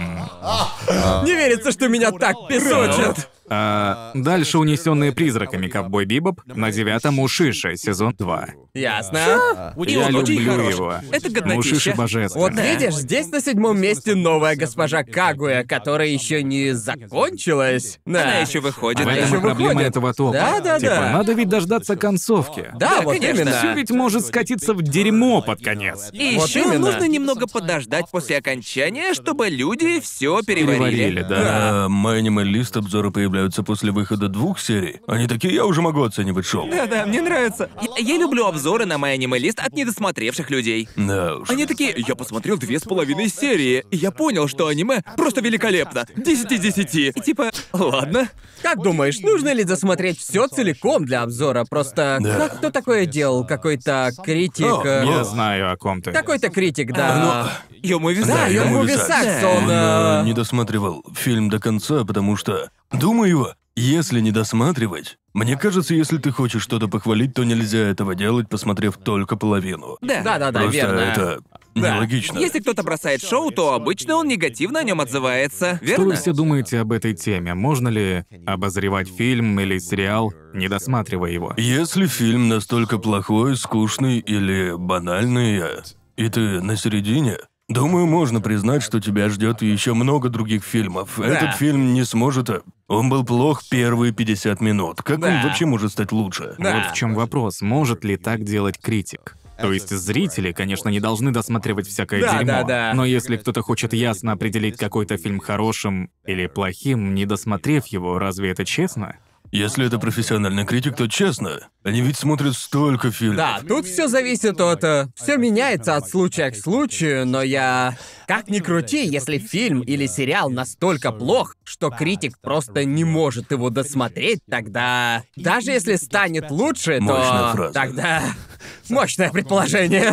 м, Не верится, что меня так песочат. а, дальше унесенные призраками Ковбой Бибоп, на девятом Ушиша, сезон 2. Ясно. И Я он очень люблю хорош. его. Это Ушиша годнотища. божественно. Вот видишь, здесь на седьмом месте новая госпожа Кагуя, которая еще не закончилась. Да. Она еще выходит. В Она да. этом ещё и проблема выходит. этого топа. Да-да-да. Типа, надо ведь дождаться концовки. Да, Да, вот конечно. Все именно. ведь может скатиться в дерьмо под конец. И Вот еще именно. нужно немного подождать после окончания, чтобы люди все Переварили, переварили. да. А Майнима лист обзоры появляются после выхода двух серий. Они такие, я уже могу оценивать шоу. Да-да, мне нравится. Я, я люблю обзоры на My Anime List от недосмотревших людей. Да уж. Они такие, я посмотрел две с половиной серии, и я понял, что аниме просто великолепно. 10 из 10. И типа, ладно. Как думаешь, нужно ли досмотреть все целиком для обзора? Просто Да. как кто такое делал? Какой-то критик. О, э, Я знаю, о ком ты. Какой-то критик, да. Йому Да, вязали. я Йому ему Висакс, Да. он... Он э, э, не досматривал фильм до конца, потому что, думаю, если не досматривать, мне кажется, если ты хочешь что-то похвалить, то нельзя этого делать, посмотрев только половину. Да. Да-да-да, Просто верно. это Да. нелогично. Если кто-то бросает шоу, то обычно он негативно о нем отзывается, Что вы верно? все думаете об этой теме? Можно ли обозревать фильм или сериал, не досматривая его? Если фильм настолько плохой, скучный или банальный, э, и ты на середине, думаю, можно признать, что тебя ждет еще много других фильмов. Этот фильм не сможет. э, Он был плох первые 50 минут. Как Да. он вообще может стать лучше? Да. Вот в чем вопрос, может ли так делать критик? То есть зрители, конечно, не должны досматривать всякое Да, дерьмо. да, да. Но если кто-то хочет ясно определить какой-то фильм хорошим или плохим, не досмотрев его, разве это честно? Если это профессиональный критик, то честно, они ведь смотрят столько фильмов. Да, тут все зависит от... Все меняется от случая к случаю, но я... Как ни крути, если фильм или сериал настолько плох, что критик просто не может его досмотреть, тогда... Даже если станет лучше, Мощная то... фраза. Тогда... Мощное предположение.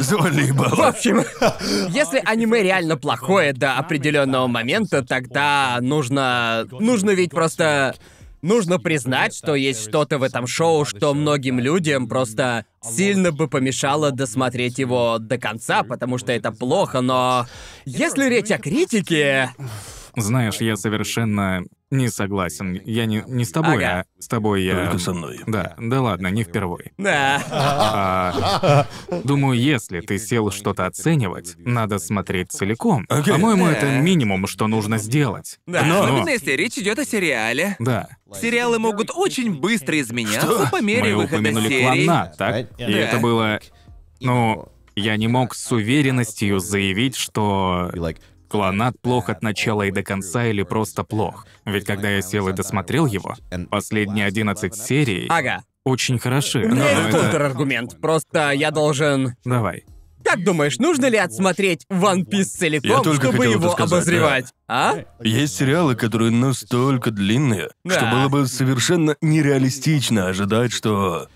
Завали В ебало. общем, если аниме реально плохое до определенного момента, тогда нужно... Нужно ведь просто... Нужно признать, что есть что-то в этом шоу, что многим людям просто сильно бы помешало досмотреть его до конца, потому что это плохо, но... Если речь о критике... Знаешь, я совершенно не согласен. Я не, не с тобой, Ага. а с тобой я... Только со мной. Да, да ладно, не впервой. Да. А, думаю, если ты сел что-то оценивать, надо смотреть целиком. Окей. По-моему, Да. это минимум, что нужно сделать. Да. ну, Но... Особенно если речь идет о сериале. Да. Сериалы могут очень быстро изменяться по мере Мы выхода упомянули серии. клана, так? Да. И это было... Ну, я не мог с уверенностью заявить, что клонат плох от начала и до конца или просто плох. Ведь когда я сел и досмотрел его, последние 11 серий Ага. очень хороши. У Но меня есть Ну, это- контраргумент. Просто я должен... Давай. Как думаешь, нужно ли отсмотреть One Piece целиком, Я только чтобы хотел это его сказать, обозревать? А? Есть сериалы, которые настолько длинные, что Да. было бы совершенно нереалистично ожидать, что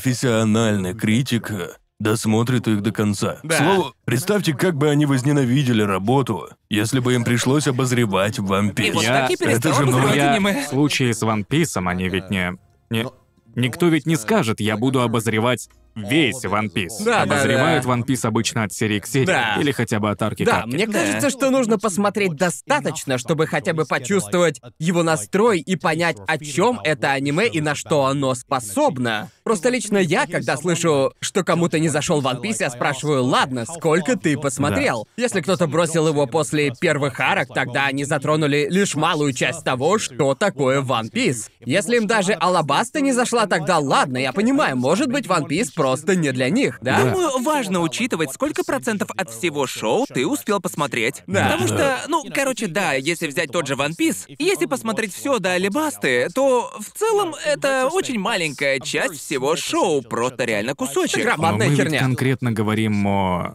профессиональный критик э, досмотрит их до конца. Да. К слову, представьте, как бы они возненавидели работу, если бы им пришлось обозревать И вот вампир. Я- так и это перестал же Но обозревать Вроде я аниме. в случае с One Piece они ведь не... не- Никто ведь не скажет, я буду обозревать весь One Piece. Да, да, Обозревают да. One Piece обычно от серии к серии. Да. Или хотя бы от арки к Да, арке. мне кажется, что нужно посмотреть достаточно, чтобы хотя бы почувствовать его настрой и понять, о чем это аниме и на что оно способно. Просто лично я, когда слышу, что кому-то не зашел One Piece, я спрашиваю, ладно, сколько ты посмотрел? Если кто-то бросил его после первых арок, тогда они затронули лишь малую часть того, что такое One Piece. Если им даже Алабаста не зашла, тогда ладно, я понимаю, может быть, One Piece просто не для них, да? Думаю, важно учитывать, сколько процентов от всего шоу ты успел посмотреть. Да. Потому Да. что, ну, короче, да, если взять тот же One Piece, если посмотреть все до Алибасты, то в целом это очень маленькая часть всего шоу, просто реально кусочек. Грамма. Но Ладная мы ведь херня. конкретно говорим о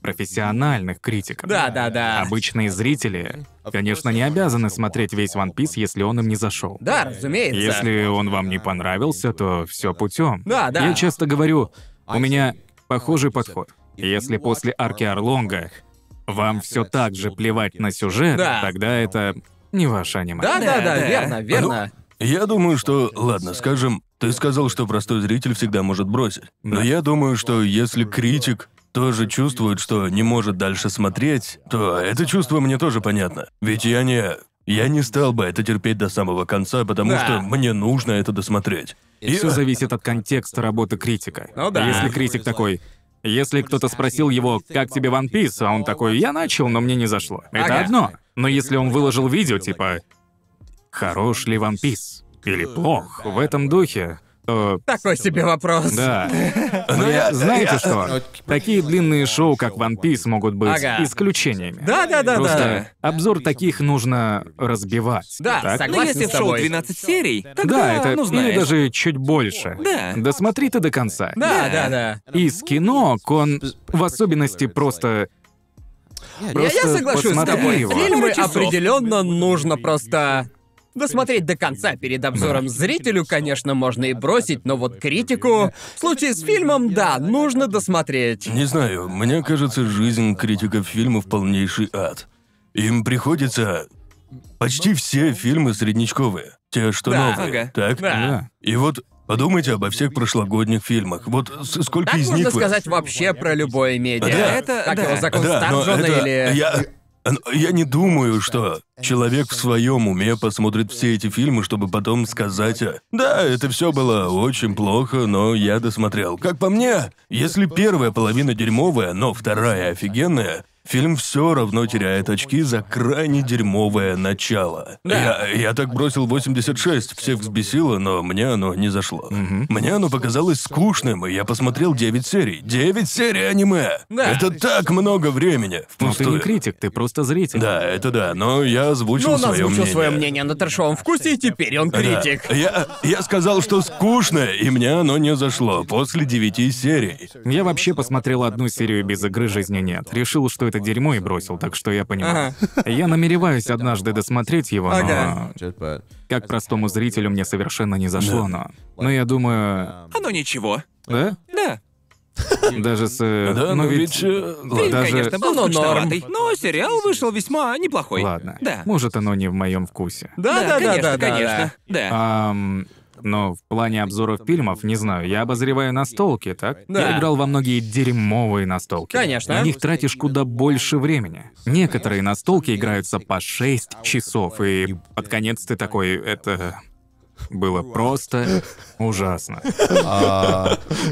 профессиональных критиках. Да, да, да. Обычные зрители, конечно, не обязаны смотреть весь One Piece, если он им не зашел. Да, разумеется. Если он вам не понравился, то все путем. Да, да. Я часто говорю, у меня похожий подход. Если после арки Орлонга вам все так же плевать на сюжет, Да. тогда это не ваше аниме. Да, да, да, Да, да. верно, верно. Я думаю, что, ладно, скажем, ты сказал, что простой зритель всегда может бросить. Но Да. я думаю, что если критик тоже чувствует, что не может дальше смотреть, то это чувство мне тоже понятно. Ведь я не... Я не стал бы это терпеть до самого конца, потому Да. что мне нужно это досмотреть. И- Все зависит от контекста работы критика. Ну да. Если критик такой. Если кто-то спросил его, как тебе One Piece, а он такой, я начал, но мне не зашло. Это Ага. одно. Но если он выложил видео типа Хорош ли One Piece? Или плох? В этом духе, то Такой себе вопрос. Да. Ну, Но я- знаете что? Такие длинные шоу, как One Piece, могут быть Ага. исключениями. Да, да, да, да. Просто обзор таких нужно разбивать. Да, так? согласен Но Ну, если с в шоу тобой. 12 серий, тогда, Да, это ну, знаешь. или даже чуть больше. Да. Досмотри ты до конца. Да, да, да. И с кино он в особенности просто. Я, Просто я соглашусь с посмотри тобой. его. Фильмы Пару часов. определенно нужно просто досмотреть до конца перед обзором зрителю, конечно, можно и бросить, но вот критику в случае с фильмом, да, нужно досмотреть. Не знаю, мне кажется, жизнь критиков фильмов полнейший ад. Им приходится... Почти все фильмы среднячковые. Те, что Да, новые. ага. Так? Да. И вот подумайте обо всех прошлогодних фильмах. Вот с- сколько Так из можно них... вы- сказать вообще про любое медиа. Да. Это- как да. его закон Да, но Старджона это- или. Э, Ну, Я... но Я не думаю, что человек в своем уме посмотрит все эти фильмы, чтобы потом сказать, а, да, это все было очень плохо, но я досмотрел. Как по мне, если первая половина дерьмовая, но вторая офигенная, фильм все равно теряет очки за крайне дерьмовое начало. Я, я так бросил 86, всех взбесило, но мне оно не зашло. Мне оно показалось скучным, и я посмотрел 9 серий. 9 серий аниме! Да. Это так много времени. Но Ну, ты не Впустую. критик, ты просто зритель. Ну, Да, это да, но я озвучил Ну, он свое озвучил мнение. свое мнение на трешовом вкусе, и теперь он Да. критик. Я, я сказал, что скучно, и мне оно не зашло после девяти серий. Я вообще посмотрел одну серию без игры жизни нет. Решил, что это дерьмо и бросил, так что я понимаю. Я намереваюсь однажды досмотреть его, но Ага. как простому зрителю мне совершенно не зашло, но. Но я думаю. Оно ничего. Да? Да. Даже с. э, Да, но Ну, но ведь. ведь... э, Фильм, ладно. Даже- конечно, был Ну, норм. скучноватый, но сериал вышел весьма неплохой. Ладно. Да. Может, оно не в моем вкусе. Да, да, да, да, конечно, да, да. конечно. Да. Ам, Но в плане обзоров фильмов, не знаю, я обозреваю настолки, так? Да. Я играл во многие дерьмовые настолки. Конечно. На них тратишь куда больше времени. Некоторые настолки играются по 6 часов, и под конец ты такой, это... Было просто ужасно.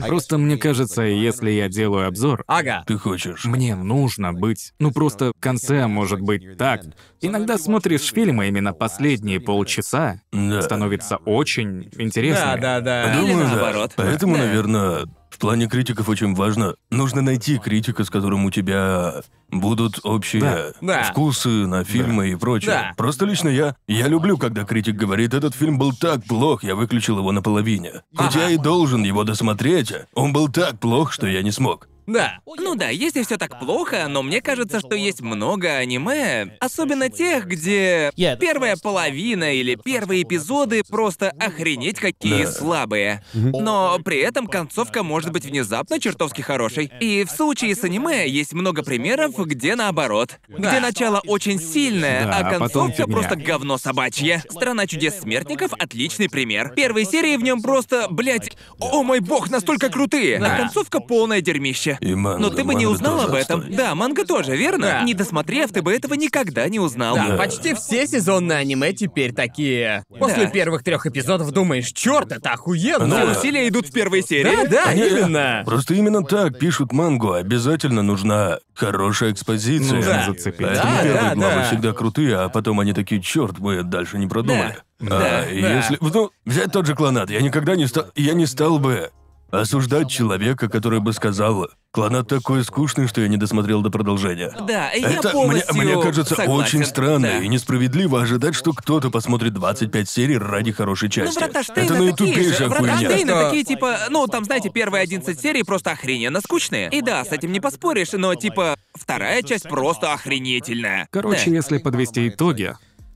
Просто мне кажется, если я делаю обзор, Ага. Ты хочешь. мне нужно быть... Ну просто в конце может быть так. Иногда смотришь фильмы именно последние полчаса, Да. становится очень интересно. Да, да, да. Или Думаю, да. наоборот. Поэтому, наверное, в плане критиков очень важно. Нужно найти критика, с которым у тебя будут общие Да. вкусы на фильмы и прочее. Да. Просто лично я. Я люблю, когда критик говорит, этот фильм был так плох, я выключил его наполовине. Хоть я и должен его досмотреть, он был так плох, что я не смог. Да. Ну да, если все так плохо, но мне кажется, что есть много аниме, а особенно тех, где первая половина или первые эпизоды просто охренеть какие Да. слабые. Но при этом концовка может быть внезапно чертовски хорошей. И в случае с аниме есть много примеров, где наоборот. Где начало очень сильное, Да, а а потом концовка фигня. просто говно собачье. «Страна чудес смертников» — отличный пример. Первые серии в нем просто, блядь, о мой бог, настолько крутые, а концовка полное дерьмище. И манга, Но ты бы не манга узнал тоже об этом. отстой. Да, манга тоже, верно? Да. Не досмотрев, ты бы этого никогда не узнал. Да, почти все сезонные аниме теперь такие. После Да. первых трех эпизодов думаешь, черт, это Все охуенно. Да. усилия идут в первой серии. Да, Ну, да, Они- именно. Просто именно так пишут мангу. Обязательно нужна хорошая экспозиция. Нужно Да. зацепить. Поэтому Да, первые да, главы да. всегда крутые, а потом они такие, черт, мы дальше не продумали. Да, А да, если. Ну, взять тот же клонат, я никогда не стал. Я не стал бы осуждать человека, который бы сказал, клонат такой скучный, что я не досмотрел до продолжения. Да, и я Это, мне, полностью мне кажется, согласен. очень странно Да. Ну, и несправедливо ожидать, что кто-то посмотрит 25 серий ради хорошей Ну, части. врата Штейна Это такие же. наитупейшая Врата хуйня. Штейна Что- такие, типа, ну, там, знаете, первые 11 серий просто охрененно скучные. И да, с этим не поспоришь, но, типа, вторая часть просто охренительная. Короче, Да. если подвести итоги,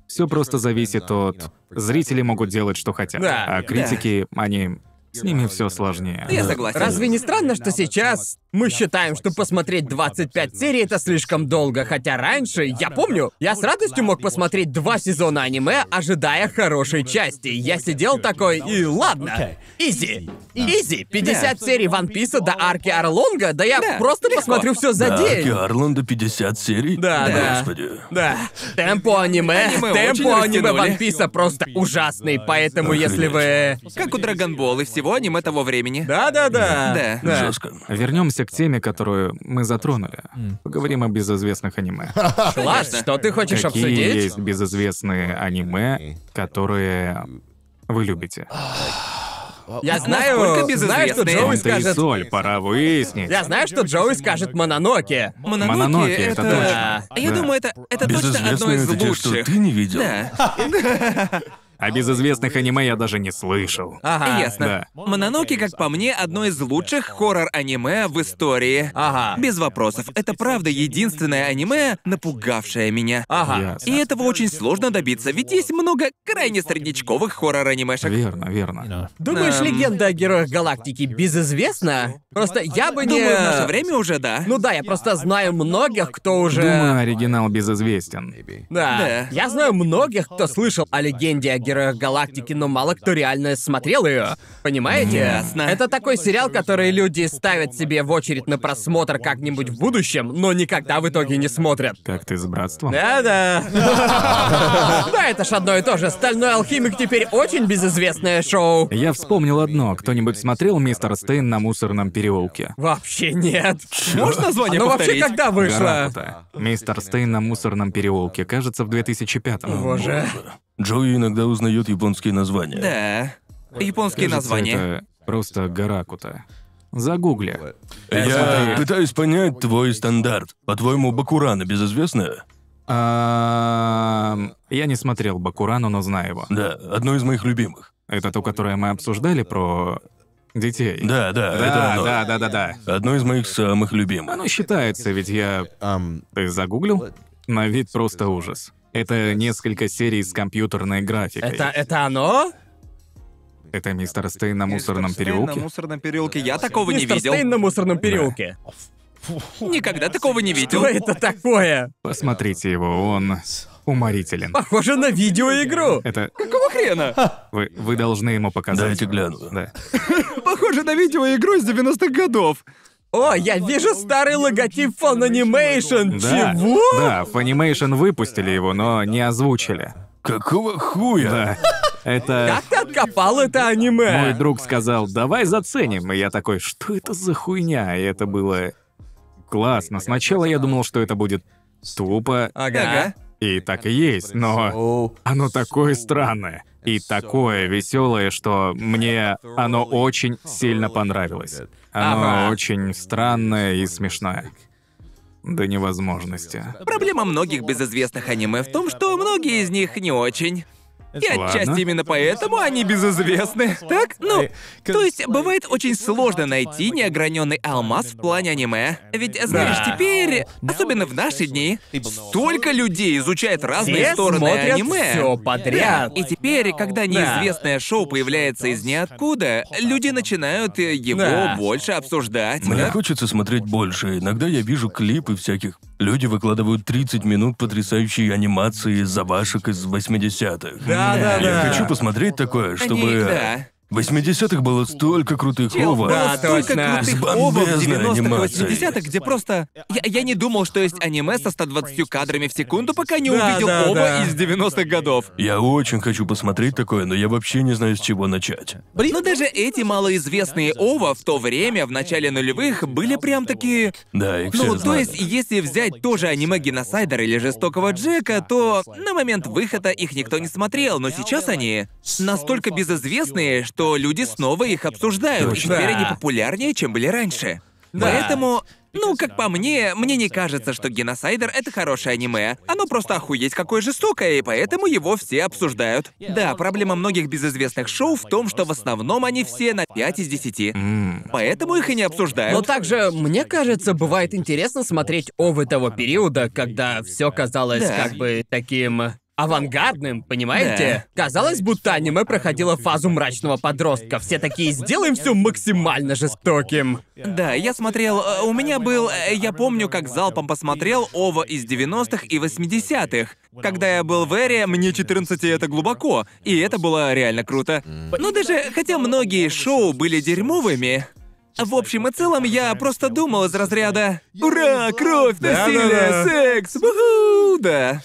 все просто зависит от... Зрители могут делать, что хотят, Да. а критики, они... С ними все сложнее. Я согласен. Разве не странно, что сейчас мы считаем, что посмотреть 25 серий это слишком долго, хотя раньше, я помню, я с радостью мог посмотреть два сезона аниме, ожидая хорошей части. Я сидел такой, и ладно, изи, изи, 50 серий Ван Писа до арки Орлонга, да я Да, просто посмотрю все за Да, день. Орландо 50 серий? Да, да. Господи. Да. Темпо аниме, Аниме темпо аниме очень растянули. Ван Писа просто ужасный, поэтому если вы... Как у Драгонбола и всего аниме того времени. Да-да-да. Да. Жестко. Вернемся к теме, которую мы затронули. Поговорим о безызвестных аниме. Класс, что ты А, хочешь Какие обсудить? есть безызвестные аниме, которые вы любите? Я знаю, Насколько знаю, что безызвестные? Джоуи Он Он-то и скажет... соль, пора выяснить. Я знаю, что Джоуи скажет Мононоке. Мононоки, Мононоки, это это... точно. А Я Да. думаю, это, это точно одно Безызвестные из это те, лучших. что ты не видел. Да, О безызвестных А аниме я даже не слышал. Ага. ясно. Да. Мононоки, как по мне, одно из лучших хоррор-аниме в истории. Ага. Без вопросов. Это правда единственное аниме, напугавшее меня. Ага. Ясно. И этого очень сложно добиться, ведь есть много крайне среднячковых хоррор-анимешек. Верно, верно. Думаешь, Эм. легенда о героях галактики безызвестна? Просто я бы не... Думаю, в наше время уже да. Ну да, я просто знаю многих, кто уже... Думаю, оригинал безызвестен. Да. Да. Я знаю многих, кто слышал о легенде о героях галактики, но мало кто реально смотрел ее. Понимаете? Ясно. Это такой сериал, который люди ставят себе в очередь на просмотр как-нибудь в будущем, но никогда в итоге не смотрят. Как ты с братством? Да-да. Да, это ж одно и то же. Стальной алхимик теперь очень безызвестное шоу. Я вспомнил одно. Кто-нибудь смотрел «Мистер Стейн на мусорном переулке»? Вообще нет. Можешь название Оно вообще повторить? когда вышло? Гарапута. «Мистер Стейн на мусорном переулке», кажется, в 2005-м. Боже. Джоуи иногда узнает японские названия. Да. Японские Кажется, названия. это просто Гаракута. Загугли. Я пытаюсь понять твой стандарт. По-твоему, Бакурана безызвестная? Ам, А, Я не смотрел Бакурану, но знаю его. Да, одно из моих любимых. Это то, которое мы обсуждали про детей. Да, да, это да, оно. да, да, да, да. Одно из моих самых любимых. Оно считается, ведь я... Um, Ты загуглил? На вид просто ужас. Это несколько серий с компьютерной графикой. Это, это оно? Это мистер Стейн на мусорном На переулке? мусорном переулке я такого не Мистер видел. Стейн на мусорном переулке. Никогда такого не видел. Что это такое? Посмотрите его, он уморителен. Похоже на видеоигру. Это Какого хрена? вы, вы должны ему показать. Дайте гляну. Да. Похоже на видеоигру из 90-х годов. О, я вижу старый логотип Funimation. Да. Чего? Да, Funimation выпустили его, но не озвучили. Какого хуя? Да. Это Как ты откопал это мой аниме? друг сказал, давай заценим. И я такой, что это за хуйня? И это было классно. Сначала я думал, что это будет тупо, Ага. и так и есть, но оно такое странное. И такое веселое, что мне оно очень сильно понравилось. Оно Ага. очень странное и смешное. До невозможности. Проблема многих безызвестных аниме в том, что многие из них не очень. И Ладно. отчасти именно поэтому они безызвестны. Так? Ну, то есть бывает очень сложно найти неограненный алмаз в плане аниме. Ведь, знаешь, теперь, особенно в наши дни, столько людей изучает разные Все стороны смотрят аниме. всё подряд. Да, И теперь, когда неизвестное шоу появляется из ниоткуда, люди начинают э, его Да. больше обсуждать. Мне да? хочется смотреть больше. Иногда я вижу клипы всяких. Люди выкладывают 30 минут потрясающей анимации из забашек из 80-х. Да, да, Я да. хочу посмотреть такое, Они- чтобы... да. В 80-х было столько крутых Чел, ова. Да, было столько точно. крутых Бомбезная овов 90-х, анимация. 80-х, где просто... Я, я не думал, что есть аниме со 120 кадрами в секунду, пока не Да, увидел да, ова да. из 90-х годов. Я очень хочу посмотреть такое, но я вообще не знаю, с чего начать. Но ну, даже эти малоизвестные ова в то время, в начале нулевых, были прям такие... Да, их все Ну, то знали. есть, если взять тоже аниме Геносайдер или Жестокого Джека, то на момент выхода их никто не смотрел, но сейчас они настолько безызвестные, что люди снова их обсуждают, и Точно. теперь они Да. популярнее, чем были раньше. Да. Поэтому, ну, как по мне, мне не кажется, что Геносайдер — это хорошее аниме. Оно просто охуеть какое жестокое, и поэтому его все обсуждают. Да, проблема многих безызвестных шоу в том, что в основном они все на 5 из 10. Поэтому их и не обсуждают. Но также, мне кажется, бывает интересно смотреть овы того периода, когда все казалось Да. как бы таким авангардным, понимаете? Казалось, будто аниме проходило фазу мрачного подростка. Все такие, сделаем все максимально жестоким. Да, я смотрел. э, У меня был. э, Я помню, как залпом посмотрел Ова из 90-х и 80-х. Когда я был в Эре, мне 14 и это глубоко, и это было реально круто. Но даже хотя многие шоу были дерьмовыми, в общем и целом я просто думал из разряда «Ура! Кровь, насилие, Да-да-да. секс! Уху! Да!»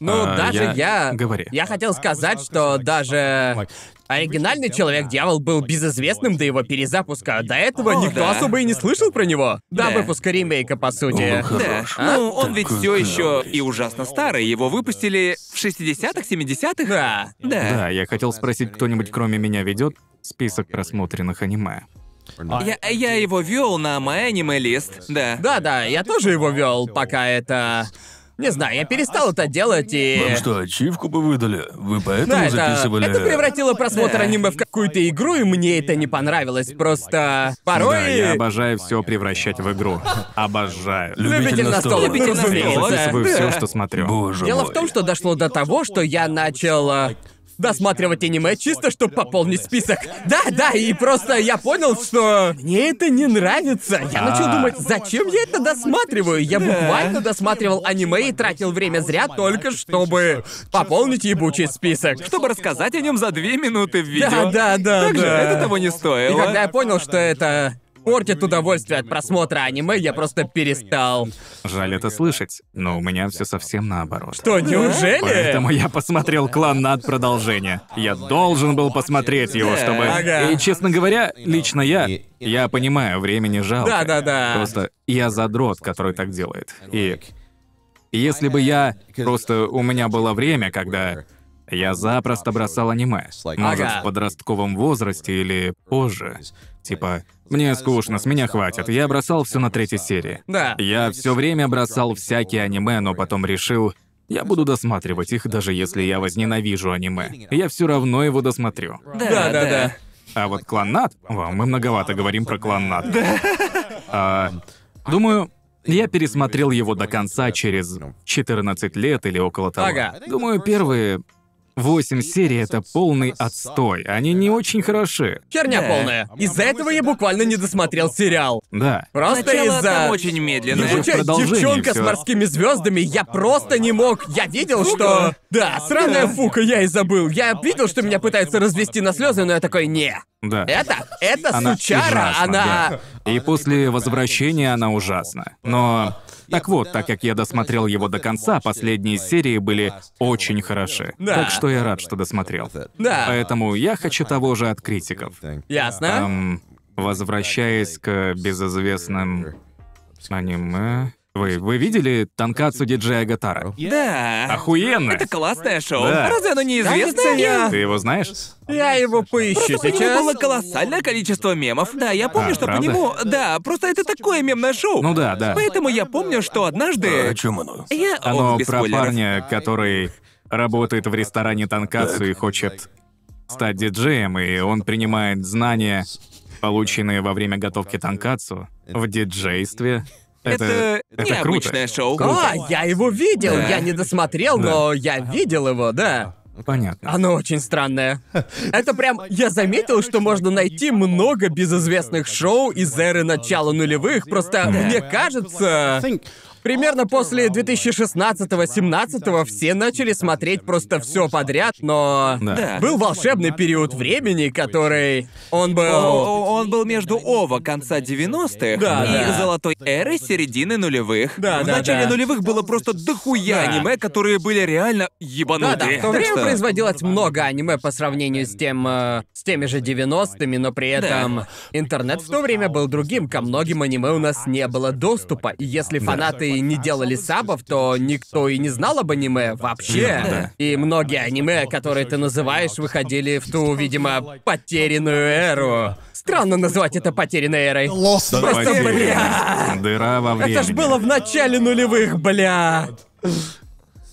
Ну, А, даже я- я... говори. Я хотел сказать, что даже... Оригинальный Человек-дьявол был безызвестным до его перезапуска. а До этого О, никто да. особо и не слышал про него. До Да. выпуска ремейка, по сути. Он Да. хорош. Ну, он ведь Такой все еще клёвый. и ужасно старый. Его выпустили в 60-х, 70-х? Да. Да. Да, я хотел спросить, кто-нибудь кроме меня ведет список просмотренных аниме? Я, я его вел на MyAnimeList, лист. Да. Да-да, я тоже его вел, пока это... Не знаю, я перестал это делать и... э, Вам что, ачивку бы выдали? Вы поэтому Да, это, записывали... это превратило просмотр Да. аниме в какую-то игру, и мне это не понравилось. Просто порой... Да, я обожаю все превращать в игру. Обожаю. Любитель Любитель настолок. настолок, ну, Любитель Я разумеется. настолок. записываю Да. все, что смотрю. Боже Дело мой. в том, что дошло до того, что я начал э, досматривать аниме чисто, чтобы пополнить список. Да, да, и просто я понял, что мне это не нравится. Я начал А. думать, зачем я это досматриваю? Я буквально досматривал аниме и тратил время зря только чтобы пополнить ебучий список. чтобы рассказать о нем за две минуты в Да, видео. да, да. Также да. это того не И стоило. когда я понял, что это портит удовольствие от просмотра аниме, я просто перестал. Жаль это слышать, но у меня все совсем наоборот. То неужели? Поэтому я посмотрел клан над продолжение. Я должен был посмотреть его, чтобы. Ага. И честно говоря, лично я, я понимаю, времени жалко. Да, да, да. Просто я задрот, который так делает. И если бы я просто у меня было время, когда я запросто бросал аниме, может Ага. в подростковом возрасте или позже, типа мне скучно, с меня хватит. Я бросал все на третьей серии. Да. Я все время бросал всякие аниме, но потом решил, я буду досматривать их, даже если я возненавижу аниме. Я все равно его досмотрю. Да, да, да. А вот кланнат... Вау, мы многовато говорим про кланнат. А, думаю, я пересмотрел его до конца через 14 лет или около того. Ага. Думаю, первые 8 серий — это полный отстой. Они не очень хороши. Херня Да. полная. Из-за этого я буквально не досмотрел сериал. Да. Просто Сначала там из-за... очень медленно. Его Ебучая продолжение девчонка с всё. морскими звездами, я просто не мог. Я видел, что... Да, сраная фука, я и забыл. Я видел, что меня пытаются развести на слезы, но я такой, не. Да. Это, это Она сучара, ужасна, она... да. И после возвращения она ужасна. Но... Так вот, так как я досмотрел его до конца, последние серии были очень хороши. Да. Так что я рад, что досмотрел. Да. Поэтому я хочу того же от критиков. Ясно? Эм, возвращаясь к безызвестным аниме... Вы, вы видели Танкацу Диджея Гатара? Да. Охуенно! Это классное шоу. Да. Разве оно неизвестное? Ты его знаешь? Я его поищу Просто у него сейчас. было колоссальное количество мемов. Да, я помню, А, что правда? по нему... Да, просто это такое мемное шоу. Ну да, да. Поэтому я помню, что А о однажды... чем оно? Я... Оно Ох, без про спойлеров. парня, который работает в ресторане Танкацу и хочет стать диджеем, и он принимает знания, полученные во время готовки Танкацу, в диджействе. Это, Это, это необычное круто. шоу. А, я его видел, Да. я не досмотрел, но я видел его, да. Понятно. Оно очень странное. Это прям... Я заметил, что можно найти много безызвестных шоу из эры начала нулевых, просто мне кажется... Примерно после 2016-17 все начали смотреть просто все подряд, но... Да. Да. Был волшебный период времени, который... Он был... О- о- Он был между Ова конца 90-х Да, и да. золотой эры середины нулевых. Да, В да, начале да. нулевых было просто дохуя Да. аниме, которые были реально Да, Ну ебанутые. да, в то Ну Так время что- производилось много аниме по сравнению с тем, э, с теми же 90-ми, но при этом интернет в то время был другим. Ко многим аниме у нас не было доступа, и если фанаты не делали сабов, то никто и не знал об аниме вообще. Да. И многие аниме, которые ты называешь, выходили в ту, видимо, потерянную эру. Странно называть это потерянной эрой. Просто, Потеря. бля, Дыра во времени. это ж было в начале нулевых, бля.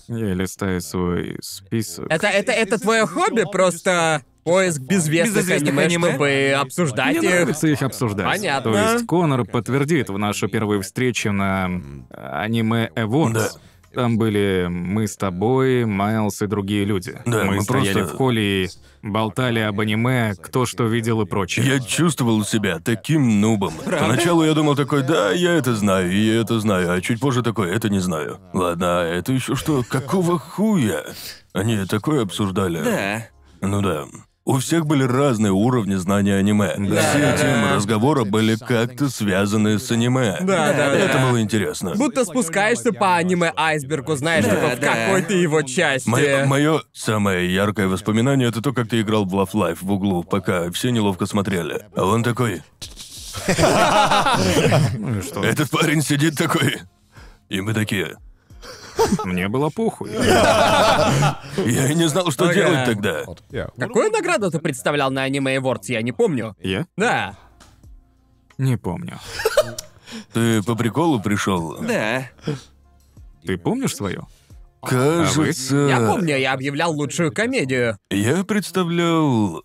Я листаю свой список. Это, это, это твое хобби, просто поиск безвестных, Безызвестных аниме, аниме? чтобы ну, обсуждать Мне их. нравится их обсуждать. Понятно. То есть Конор подтвердит в нашу первую встречу на м, аниме Awards. Да. Там были мы с тобой, Майлз и другие люди. Да, мы, мы стояли просто- в холле и болтали об аниме, кто что видел и прочее. Я чувствовал себя таким нубом. Поначалу я думал такой, да, я это знаю, и я это знаю, а чуть позже такой, это не знаю. Ладно, а это еще что? Какого хуя? Они такое обсуждали. Да. Ну да. У всех были разные уровни знания аниме. Все темы разговора были как-то связаны с аниме. Да, да, да. Это было интересно. Будто спускаешься по аниме-айсбергу, знаешь, Да, типа в да. какой-то его части. Мое, самое яркое воспоминание это то, как ты играл в Love Life в углу, пока все неловко смотрели. А он такой. Ну и что? Этот парень сидит такой. И мы такие. Мне было похуй. Я и не знал, что Ага. делать тогда. Какую награду ты представлял на аниме Awards, я не помню. Я? Да. Не помню. Ты по приколу пришел? Да. Ты помнишь свою? Кажется. Я помню, я объявлял лучшую комедию. я представлял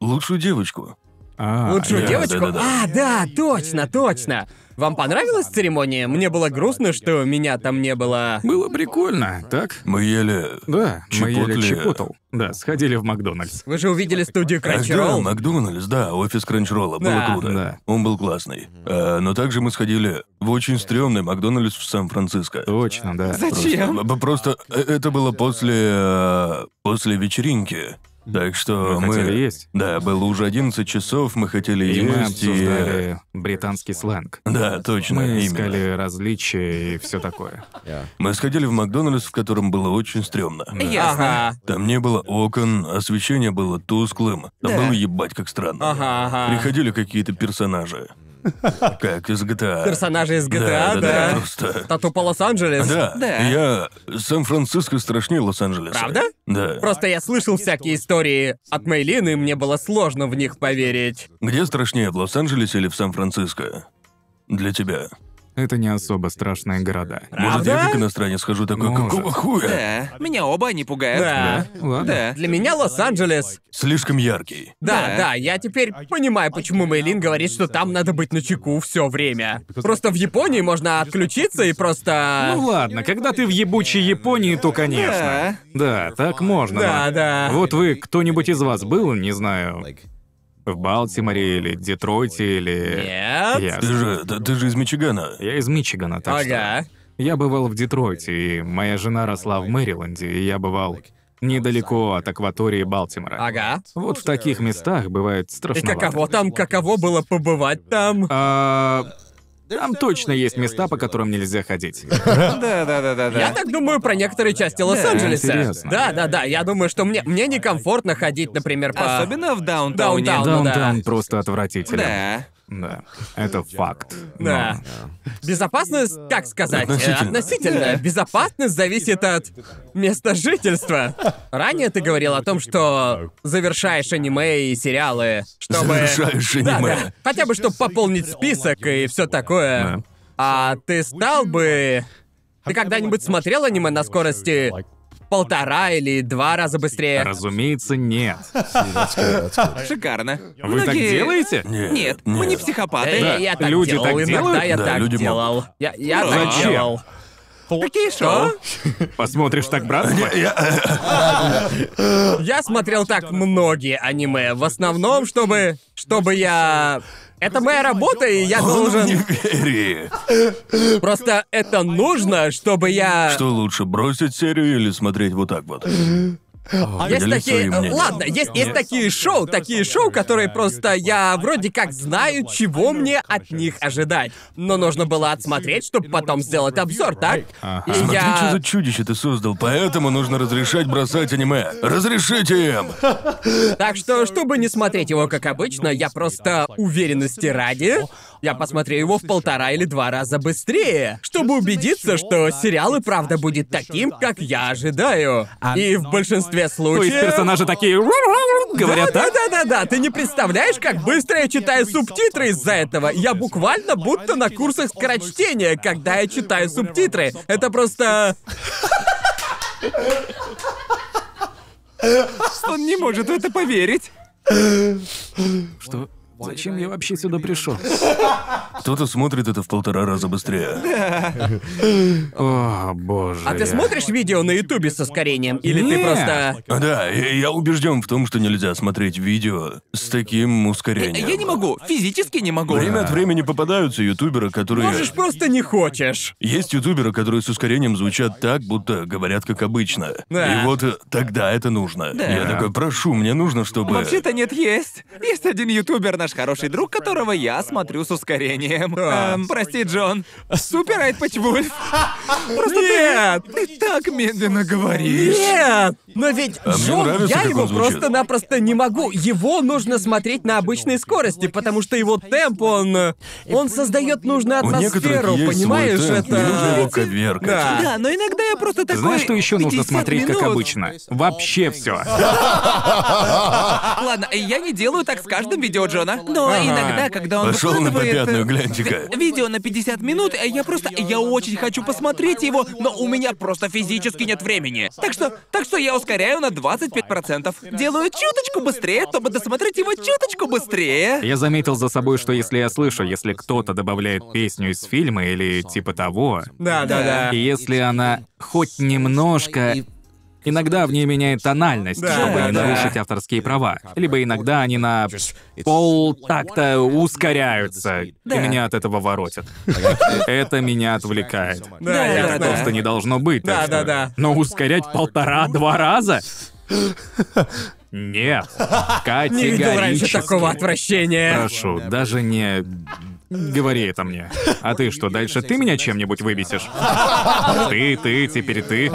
лучшую девочку. А, лучшую да, девочку? да, да, да. А, да, точно, точно. Вам понравилась церемония? Мне было грустно, что меня там не было. Было прикольно, так? Мы ели. Да, мы ели Чипотле. чипотл. Да, сходили в Макдональдс. Вы же увидели студию Ах, да, Crunchyroll. Макдональдс, да, офис Кранчролла, Да. было круто. Да. Он был классный. А, но также мы сходили в очень стрёмный Макдональдс в Сан-Франциско. Точно, да. Зачем? Просто, просто э, это было после э, после вечеринки. Так что Мы мы хотели есть. Да, было уже 11 часов, мы хотели И мы есть и обсуждали британский сленг. да, точно, Мы именно. искали различия и все такое. Мы сходили в Макдональдс, в котором было очень стрёмно. Ясно. Ага, Там не было окон, освещение было тусклым. Там Да. было ебать как странно. ага, ага. Приходили какие-то персонажи. Как из GTA. Персонажи из Да, GTA, да, да, да. просто. Тату по Лос-Анджелес. Да, Да. я... Сан-Франциско страшнее Лос-Анджелеса. Правда? Да. Просто я слышал всякие истории от Мейлины, и мне было сложно в них поверить. Где страшнее, в Лос-Анджелесе или в Сан-Франциско? Для тебя. это не особо страшные города. Может, я как иностранец схожу такой, Может. какого хуя? Да, меня оба они пугают. Да. Ладно. Да. Для меня Лос-Анджелес. Слишком яркий. Да, Да. да, я теперь понимаю, почему Мейлин говорит, что там надо быть на чеку все время. Просто в Японии можно отключиться и просто. Ну ладно, когда ты в ебучей Японии, то конечно. Да, так можно. да, но- да. Вот вы, кто-нибудь из вас был, не знаю, в Балтиморе или Детройте или... Нет. Ты Ясно. же, ты, ты же из Мичигана. Я из Мичигана, э, так что... Ага. Я бывал в Детройте, и моя жена росла в Мэриленде, и я бывал недалеко от акватории Балтимора. Ага. Вот в таких местах бывает И страшновато. каково там, каково было побывать там? А, Там точно есть места, по которым нельзя ходить. Да, да, да, да, Я да. так думаю про некоторые части Лос-Анджелеса. интересно. Да, да, да. Я думаю, что мне мне некомфортно ходить, например, по. Особенно в даунтауне. Даунтаун. ну да. Даунтаун просто отвратителен. Да. ну, Да. Это факт. Да. Безопасность, как сказать, э, Относительно. относительно. Безопасность зависит от места жительства. Ранее ты говорил о том, что завершаешь аниме и сериалы, чтобы... Завершаешь Да, аниме. да. Хотя бы, чтобы пополнить список и все такое. Да. А ты стал бы... Ты когда-нибудь смотрел аниме на скорости полтора или два раза быстрее? Разумеется, нет. Шикарно. Вы так Многие- делаете? Нет, Нет, мы не психопаты. Эй, я так люди делал, так иногда делают? я Да, так люди делал. Я, я Да. так Ну, Зачем? делал. Такие шоу. Посмотришь так, брат? э, Я смотрел так многие аниме, в основном, чтобы... Чтобы я... Это моя работа, и я Он не должен... вери. Просто это нужно, чтобы я... Что лучше, бросить серию или смотреть вот так вот? Есть Поделись такие... своим мнением. Ладно, есть, есть такие шоу, такие шоу, которые просто я вроде как знаю, чего мне от них ожидать. Но нужно было отсмотреть, чтобы потом сделать обзор, так? И Смотри, что я... за чудище ты создал, поэтому нужно разрешать бросать аниме. Разрешите им! Так что, чтобы не смотреть его как обычно, я просто уверенности ради, я посмотрю его в полтора или два раза быстрее, чтобы убедиться, что сериал и правда будет таким, как я ожидаю. И в большинстве То есть случаев... персонажи такие... Говорят да, так? да, да, да, ты не представляешь, как быстро я читаю субтитры из-за этого. Я буквально будто на курсах скорочтения, когда я читаю субтитры. Это просто... Он не может в это поверить. Что? Зачем я вообще сюда пришел? Кто-то смотрит это в полтора раза быстрее. О, боже. А ты я- смотришь видео на Ютубе с ускорением? Или ты Не. просто... А, Да, и я убежден в том, что нельзя смотреть видео с таким ускорением. Я не могу, физически не могу. Время от времени попадаются ютуберы, которые... Можешь просто не хочешь. Есть ютуберы, которые с ускорением звучат так, будто говорят как обычно. Да. И вот э, тогда это нужно. Я такой, прошу, мне нужно, чтобы... Вообще-то нет, есть. Есть один ютубер, наш хороший друг, которого я смотрю с ускорением. Эм, прости, Джон. Супер Айт Пэтчвульф. Просто ты- Нет! ты, так медленно говоришь. Нет! Но ведь А мне Джон, нравится, я как его он звучит. просто-напросто не могу. Его нужно смотреть на обычной скорости, потому что его темп, он. э, Он создает нужную У некоторых атмосферу, есть понимаешь? свой темп, не нужно его Это. коверкать. Да. Да, но иногда я просто Ты такой... знаешь, что еще нужно 50 смотреть, как минут. обычно? Вообще все. Ладно, я не делаю так с каждым видео Джона, но Ага. иногда, когда он Пошел на выкладывает, э, попятную, гляньте-ка. ви- Видео на 50 минут, э, я просто... Я очень хочу посмотреть его, но у меня просто физически нет времени. Так что... Так что я ускоряю на 25%. Делаю чуточку быстрее, чтобы досмотреть его чуточку быстрее. Я заметил за собой, что если я слышу, если кто-то добавляет песню из фильма или типа того, Да, да, да. и если она хоть немножко... Иногда в ней меняет тональность, Да, чтобы не да. нарушить авторские права. Либо иногда они на а пол так-то ускоряются, и Да. меня от этого воротит. Это меня отвлекает. Да, Да, ясно. да, Просто не должно быть. так Да, что- да, да. Но ускорять полтора-два раза? Нет. Не видел раньше Категорически. такого отвращения. Прошу, даже не... Говори это мне. А ты что, дальше ты меня чем-нибудь выбесишь? Ты, ты, теперь ты.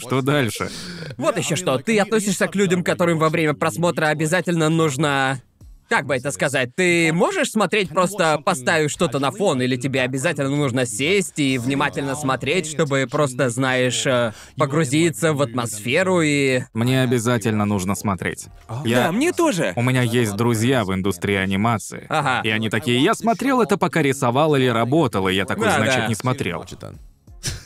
Что дальше? Вот еще что, ты относишься к людям, которым во время просмотра обязательно нужно Как бы это сказать? Ты можешь смотреть, просто поставишь что-то на фон, или тебе обязательно нужно сесть и внимательно смотреть, чтобы просто, знаешь, э, погрузиться в атмосферу и... Мне обязательно нужно смотреть. Да, Я... мне тоже. У меня есть друзья в индустрии анимации. Ага. И они такие, я смотрел это, пока рисовал или работал, и я такой, Да, значит, да. не смотрел.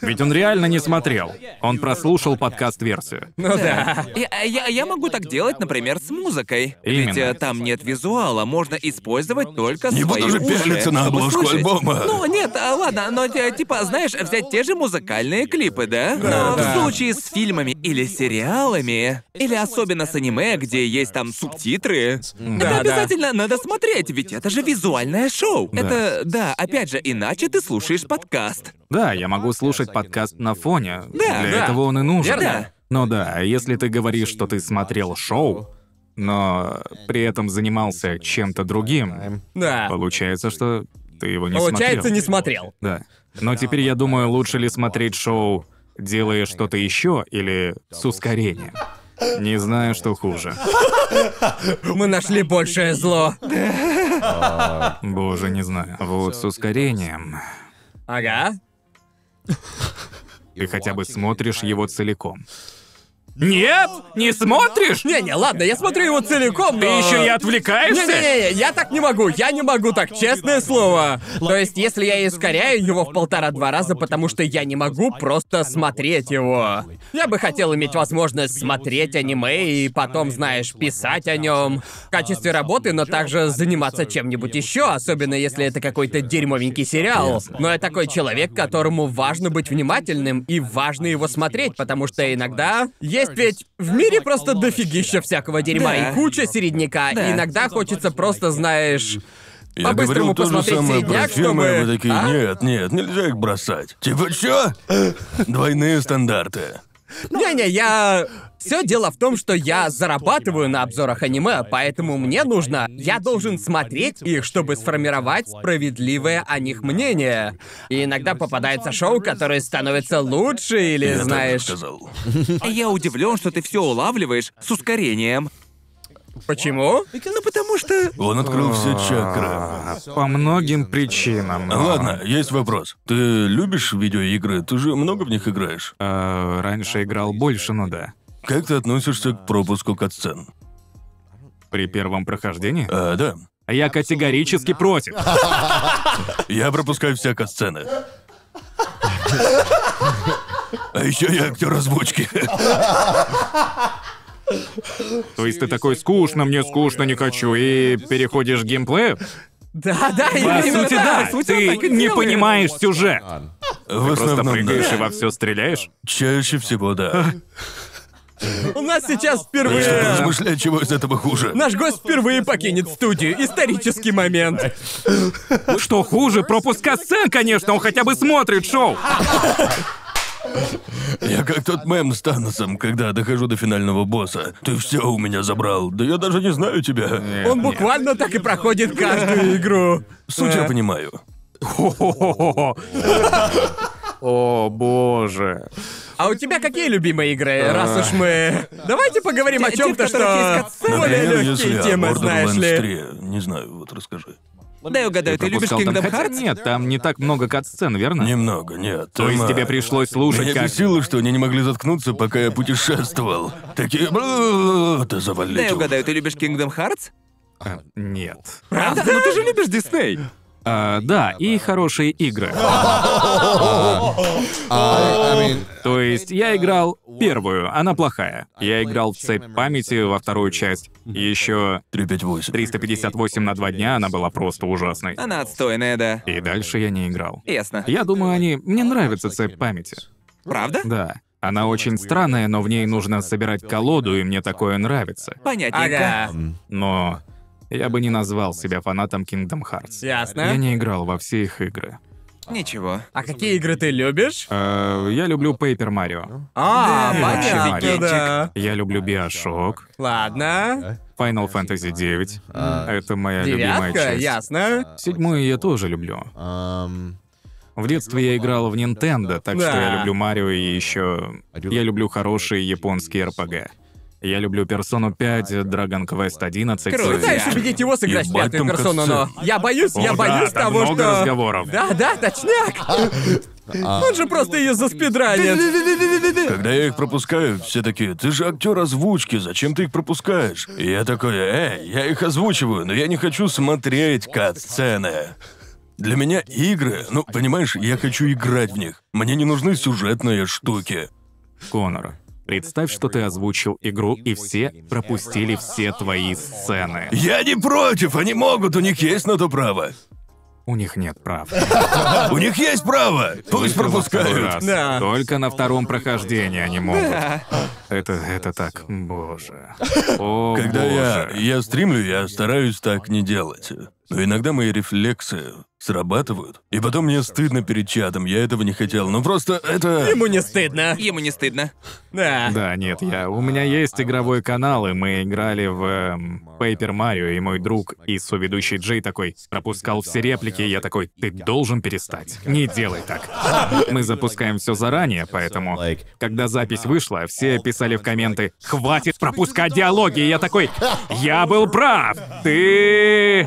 Ведь он реально не смотрел. Он прослушал подкаст-версию. Ну да. Я, а я- я могу так делать, например, с музыкой. Ведь Именно. э, там нет визуала, можно использовать только Не свои буду же уши, пялиться на чтобы обложку слушать. альбома. Ну, нет, а, ладно, но э, типа, знаешь, взять те же музыкальные клипы, да? но да. в случае с фильмами или сериалами, или особенно с аниме, где есть там субтитры, это Да, да. обязательно надо смотреть, ведь это же визуальное шоу. Да. Это, да, опять же, иначе ты слушаешь подкаст. Да, я могу слушать подкаст на фоне. Да, Для да. этого он и нужен. Верно. Ну да, а если ты говоришь, что ты смотрел шоу, но при этом занимался чем-то другим, Да. получается, что ты его не Получается, смотрел. не смотрел. Да. Но теперь я думаю, лучше ли смотреть шоу, делая что-то еще или с ускорением. Не знаю, что хуже. Мы нашли большее зло. Боже, не знаю. Вот с ускорением. Ага. Ты хотя бы смотришь его целиком. Нет! Не смотришь? Не-не, ладно, я смотрю его целиком, Ты но- еще и отвлекаешься? Не-не-не, я так не могу, я не могу так, честное слово. То есть, если я и ускоряю его в полтора-два раза, потому что я не могу просто смотреть его. Я бы хотел иметь возможность смотреть аниме и потом, знаешь, писать о нем в качестве работы, но также заниматься чем-нибудь еще, особенно если это какой-то дерьмовенький сериал. Но я такой человек, которому важно быть внимательным и важно его смотреть, потому что иногда есть ведь в мире просто дофигища всякого дерьма Да. и куча середняка, Да. и иногда хочется просто, знаешь, Я говорил по-быстрому то же посмотреть самое про середняк, фильмы, а вы чтобы- такие, А? нет, нет, нельзя их бросать. Типа, чё? Двойные стандарты. Не-не, я... Все дело в том, что я зарабатываю на обзорах аниме, поэтому мне нужно... Я должен смотреть их, чтобы сформировать справедливое о них мнение. И иногда попадается шоу, которое становится лучше или, Я так знаешь... сказал. Я удивлен, что ты все улавливаешь с ускорением. Почему? Ну потому что Он открыл все чакры. По многим причинам. но, Ладно, есть вопрос. Ты любишь видеоигры? Ты же много в них играешь. э, раньше играл больше, ну да. Как ты относишься к пропуску катсцен? При первом прохождении. А, да. Я категорически против. Я пропускаю все катсцены. А еще я актер озвучки. То есть ты такой скучно, мне скучно, не хочу, и переходишь к геймплею? Да-да, По именно сути, да, так. Звучит ты так и не делает. понимаешь сюжет. В Просто основном, прыгаешь и да. во все стреляешь. Чаще всего, да. У нас сейчас Я впервые... Э. что-то размышляю, чего из этого хуже. Наш гость впервые покинет студию. Исторический момент. Что хуже, пропуска сцен, конечно, он хотя бы смотрит шоу. Я как тот мем с Таносом, когда дохожу до финального босса. Ты все у меня забрал. Да я даже не знаю тебя. Он буквально так и проходит каждую игру. Суть Э. я понимаю. Хо-хо-хо-хо. О, боже. А у тебя какие любимые игры, раз уж мы... Давайте поговорим о Те, в чем-то, которых что... есть катсцены. Более если легкие темы, знаешь Borderlands ли. 3. Не знаю, вот расскажи. Дай угадаю, ты любишь Пропускал там- Kingdom Хотя Hearts? Нет, там не так много катсцен, верно? Немного, нет. То есть там, тебе а, пришлось слушать, Меня как... бесило, что они не могли заткнуться, пока я путешествовал. Такие... «Бла-бла-бла-бла», Ты Дай завалил. угадаю, ты любишь Kingdom Hearts? А, Нет. Правда? Ну ты же любишь Дисней. А, да, и хорошие игры. А, I, I mean, То есть я играл первую, она плохая. Я играл в цепь памяти во вторую часть. Еще 358. 358 на два дня она была просто ужасной. Она отстойная, да. И дальше я не играл. Ясно. Я думаю, они... Мне нравится цепь памяти. Правда? Да. Она очень странная, но в ней нужно собирать колоду, и мне такое нравится. Понятненько. Ага, Но я бы не назвал себя фанатом Kingdom Hearts. Я ясно. не играл во все их игры. Ничего. А какие игры ты любишь? Э, я люблю Paper Mario. А, Да, понятно, вообще да. Я люблю Bioshock. Ладно. Final Fantasy 9. Это моя любимая Девятка, часть. ясно. Седьмую я тоже люблю. um, В детстве я играл в Nintendo, так что я Да. люблю Марио и еще... Я люблю хорошие японские РПГ. Я люблю Персону 5, Dragon Quest 11. Круто. Зодиак. Пытаюсь убедить его сыграть Ебать пятую там персону, но... катсцена. Я боюсь, я О, да, боюсь там того, много что... разговоров. Да, да, точняк. Он же просто ее заспидранит. Когда я их пропускаю, все такие, ты же актер озвучки, зачем ты их пропускаешь? И я такой, эй, я их озвучиваю, но я не хочу смотреть кат-сцены. Для меня игры, ну, понимаешь, я хочу играть в них. Мне не нужны сюжетные штуки. Конор, представь, что ты озвучил игру, и все пропустили все твои сцены. Я не против, они могут, у них есть на то право. У них нет прав. У них есть право, пусть Второй пропускают. раз. Да. Только на втором прохождении они могут. Это, это так, боже. О, Когда я, боже. я стримлю, я стараюсь так не делать. Но иногда мои рефлексы срабатывают. И потом мне стыдно перед чатом, я этого не хотел. Ну просто это... Ему не стыдно. Ему не стыдно. Да. Да, нет, я. У меня есть игровой канал, и мы играли в эм, Paper Mario, и мой друг и соведущий Джей такой пропускал все реплики, и я такой, ты должен перестать. Не делай так. Мы запускаем все заранее, поэтому, когда запись вышла, все писали в комменты, хватит пропускать диалоги, и я такой, я был прав, ты...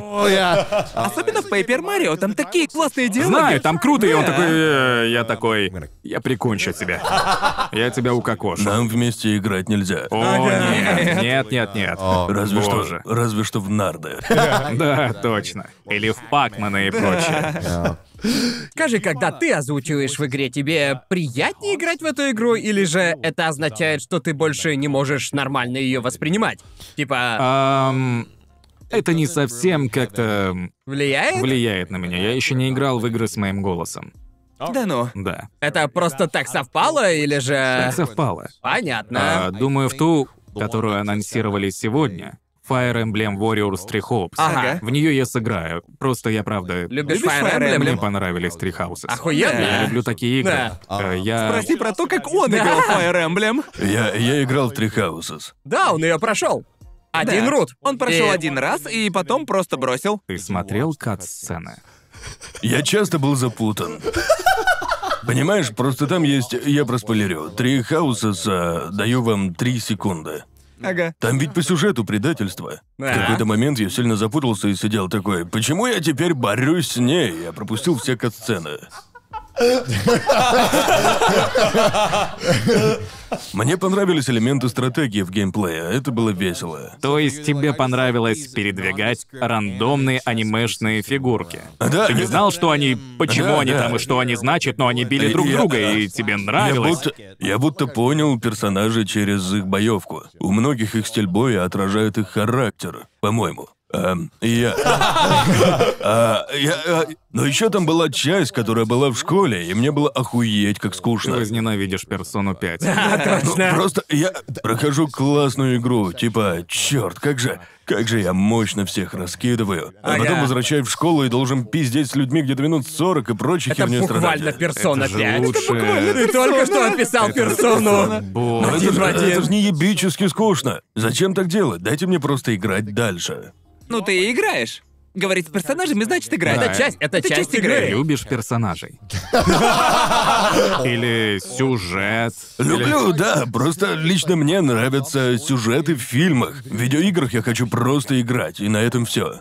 Особенно в Paper Mario, там такие классные диалоги. Знаю, там круто, и он такой, «Э, я такой, я прикончу тебя. Я тебя укокошу. Нам вместе играть нельзя. О, нет, нет, нет, нет. разве боже. что, разве что в нарды. Да, точно. Или в Пакмана и прочее. Скажи, когда ты озвучиваешь в игре, тебе приятнее играть в эту игру, или же это означает, что ты больше не можешь нормально ее воспринимать? А. Типа, Ам, Это не совсем как-то влияет? влияет на меня. Я еще не играл в игры с моим голосом. Да ну. Да. Это просто так совпало, или же... Так совпало. А, Понятно. Думаю, в ту, которую анонсировали сегодня. Fire Emblem Warriors Three Hopes. Ага. В нее я сыграю. Просто я правда. Любишь любишь Fire Fire Мне Emblem? Emblem? понравились Three Houses. Охуенно. Я люблю такие игры. Да. Э, А. Я. Спроси про то, как он играл в Fire Emblem. Я, я играл в Три Хаусес. Да, он ее прошел. Один Да. рут. Он прошел И- один раз и потом просто бросил. Ты смотрел кат-сцены? Я часто был запутан. Понимаешь, просто там есть... Я проспойлерю. Три Хаусеса даю вам три секунды. Ага. Там ведь по сюжету предательство. Да. В какой-то момент я сильно запутался и сидел такой, почему я теперь борюсь с ней? Я пропустил все катсцены. Мне понравились элементы стратегии в геймплее, это было весело. То есть тебе понравилось передвигать рандомные анимешные фигурки? Да, Ты не я- знал, что они, почему Да, они да. там и что они значат, но они били Да, друг Э, я- друга, и тебе Я нравилось. будто, я будто понял персонажей через их боевку. У многих их стиль боя отражает их характер, по-моему. Эм, и я... А, я, а, Но еще там была часть, которая была в школе, и мне было охуеть, как Ты скучно. возненавидишь персону 5. Ну, просто я прохожу классную игру, типа, черт, как же, как же я мощно всех раскидываю, а Ага. потом возвращаюсь в школу и должен пиздеть с людьми где-то минут 40 и прочей Это херней буквально страдать. персона Это же 5. лучше. Ты только что описал персону. Но Боже. это, же- один в А это один. же не ебически скучно. Зачем так делать? Дайте мне просто играть дальше. Ну ты и играешь. Говорить с персонажами значит играть. Это часть, это Это часть часть игры. игры. Любишь персонажей? Или сюжет? Люблю, да, просто лично мне нравятся сюжеты в фильмах. В видеоиграх я хочу просто играть, и на этом все.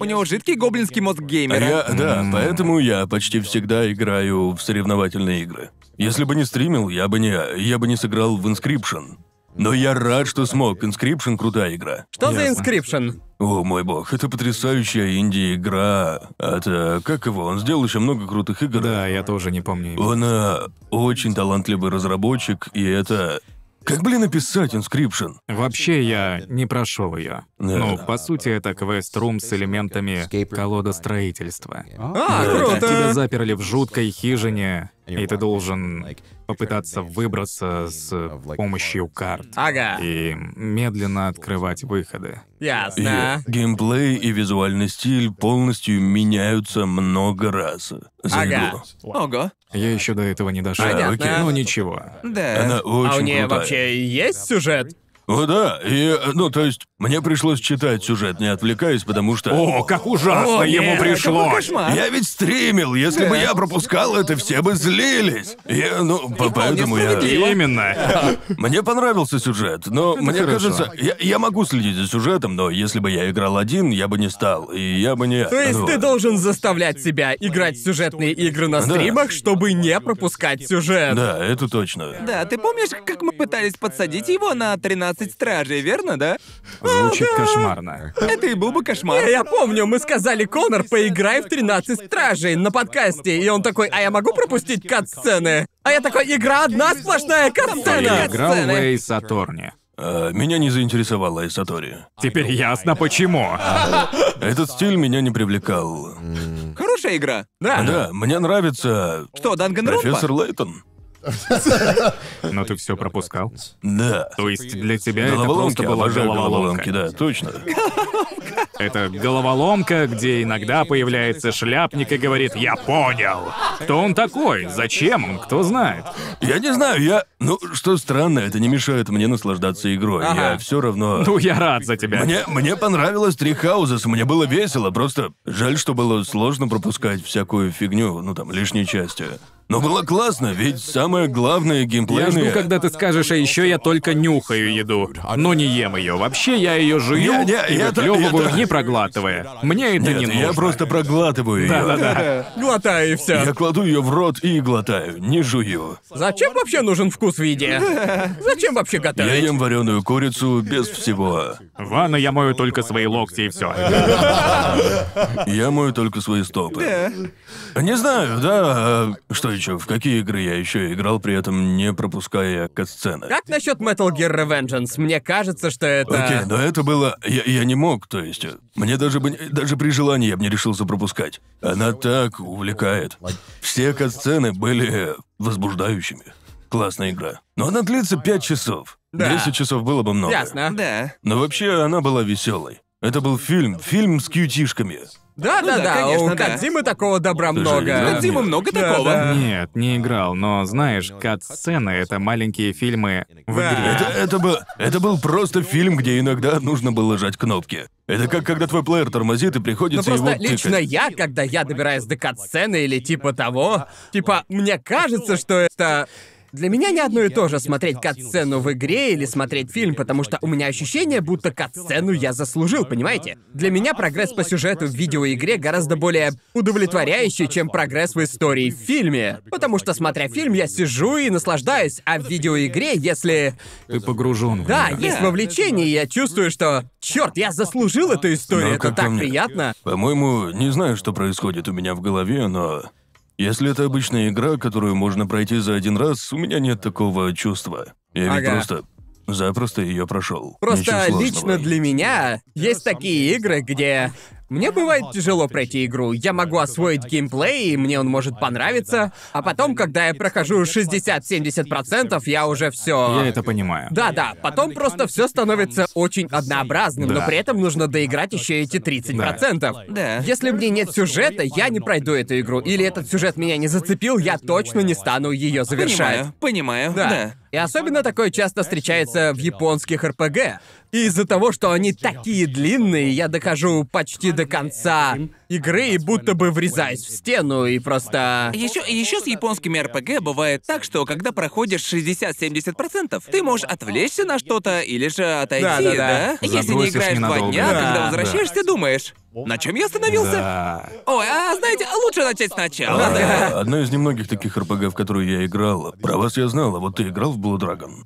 У него жидкий гоблинский мозг геймера. Я, да, поэтому я почти всегда играю в соревновательные игры. Если бы не стримил, я бы не, я бы не сыграл в Inscription. Но я рад, что смог. Inscription крутая игра. Что за инскрипшн? О мой бог, это потрясающая инди-игра. Это как его? Он сделал еще много крутых игр. Да, я тоже не помню. имя. Он э, очень талантливый разработчик, и это... Как, блин, написать Inscription? Вообще я не прошел ее. Да. Ну, по сути, это квест-рум с элементами колода строительства. А, Тебя круто. заперли в жуткой хижине, и ты должен попытаться выбраться с помощью карт. Ага, И медленно открывать выходы. И ясно. геймплей и визуальный стиль полностью меняются много раз за Ага. игру. Ого. Я еще до этого не дошел. Понятно. Ну ничего. Да. Она очень А у нее крутая. вообще есть сюжет? О, да, и, э, ну, то есть, мне пришлось читать сюжет, не отвлекаясь, потому что... О, как ужасно О, ему нет, какой пришлось! кошмар. Я ведь стримил, если бы я пропускал это, все бы злились. Я, ну, по- поэтому я... Именно. Мне понравился сюжет, но мне хорошо. кажется, я, я могу следить за сюжетом, но если бы я играл один, я бы не стал, и я бы не... То есть ну, ты должен заставлять себя играть в сюжетные игры на Да. стримах, чтобы не пропускать сюжет. Да, это точно. Да, ты помнишь, как мы пытались подсадить его на 13 стражей, верно, да? Звучит кошмарно. Это и был бы кошмар. А, Я помню, мы сказали, Конор, поиграй в 13 стражей на подкасте. И он такой, а я могу пропустить кат-сцены? А я такой, игра одна сплошная Я кат-сцена. играл в Сцены. Эйс Аторни. А, меня не заинтересовала Эсатори. Теперь ясно почему. Этот стиль меня не привлекал. Хорошая игра. Да, мне нравится Что, Данганронпа? профессор Лейтон. Но ты все пропускал. Да. То есть для тебя это Головоломки, просто была обожаю головоломка. головоломки, да, точно. Это головоломка, где иногда появляется шляпник и говорит «Я понял». Кто он такой? Зачем он? Кто знает? Я не знаю, я... Ну, что странно, это не мешает мне наслаждаться игрой. Ага. Я все равно... Ну, я рад за тебя. Мне, мне понравилось три хаузес, мне было весело, просто жаль, что было сложно пропускать всякую фигню, ну там, лишние части. Но было классно, ведь самое главное Я геймплейное... жду, когда ты скажешь, а еще я только нюхаю еду, но не ем ее. Вообще я ее жую Не, не, и это- выплевываю, это- не проглатывая. Мне это Нет, не я нужно. просто проглатываю ее. Да-да-да. Глотай Ну, а и все. Я кладу ее в рот и глотаю, не жую. Зачем вообще нужен вкус в еде? Зачем вообще Я готовить? ем вареную курицу без всего. В Ванну я мою только свои локти и все. Я мою только свои стопы. Не знаю, да. а Что еще? В какие игры я еще играл, при этом не пропуская катсцены? Как насчет Metal Gear Revengeance? Мне кажется, что это... Окей, но это было... Я, я не мог, то есть... э, Мне даже бы... не- Даже при желании я бы не решился пропускать. Она так увлекает. Все катсцены были возбуждающими. Классная игра. Но она длится 5 часов. Да. 10 часов было бы много. Ясно. Да. Но вообще она была веселой. Это был фильм, фильм с кьютишками. Да, да, Ну да, да, у конечно, да. Кадзимы такого добра Ты же много. играл? Тут Дима Нет. много Да, такого. да. Нет, не играл, но знаешь, кат-сцены — это маленькие фильмы в Да. игре. Это, это, был, это был просто фильм, где иногда нужно было жать кнопки. Это как когда твой плеер тормозит и Ну приходится его просто тыкать. лично я, когда я добираюсь до кат-сцены или типа того, типа, мне кажется, что это... Для меня не одно и то же смотреть кат-сцену в игре или смотреть фильм, потому что у меня ощущение, будто кат-сцену я заслужил, понимаете? Для меня прогресс по сюжету в видеоигре гораздо более удовлетворяющий, чем прогресс в истории в фильме. Потому что, смотря фильм, я сижу и наслаждаюсь, а в видеоигре, если... Ты погружен в Да, неё. есть вовлечение, и я чувствую, что... Черт, я заслужил эту историю, Но это как по так мне, приятно. По-моему, не знаю, что происходит у меня в голове, но... Если это обычная игра, которую можно пройти за один раз, у меня нет такого чувства. Я ведь Ага. просто... Запросто ее прошел. Просто Ничего лично сложного. для меня есть такие игры, где мне бывает тяжело пройти игру. Я могу освоить геймплей, и мне он может понравиться. А потом, когда я прохожу 60-70%, я уже Я все. это понимаю. Да, да, потом просто все становится очень однообразным, но Да. при этом нужно доиграть еще эти 30%. Да. Если мне нет сюжета, я не пройду эту игру. Или этот сюжет меня не зацепил, я точно не стану ее завершать. Понимаю, понимаю, Да. да. И особенно такое часто встречается в японских РПГ. И из-за того, что они такие длинные, я дохожу почти до конца игры и будто бы врезаюсь в стену и просто... Еще, еще с японскими РПГ бывает так, что когда проходишь 60-70%, ты можешь отвлечься на что-то или же отойти, Да, да? да, да. Если не Забросишь играешь два ненадолго. дня, Да, когда да. возвращаешься, думаешь, на чем я остановился? Да. Ой, а знаете, лучше начать сначала. да. А, Одна из немногих таких РПГ, в которую я играл. Про вас я знал, а вот ты играл в Blue Dragon.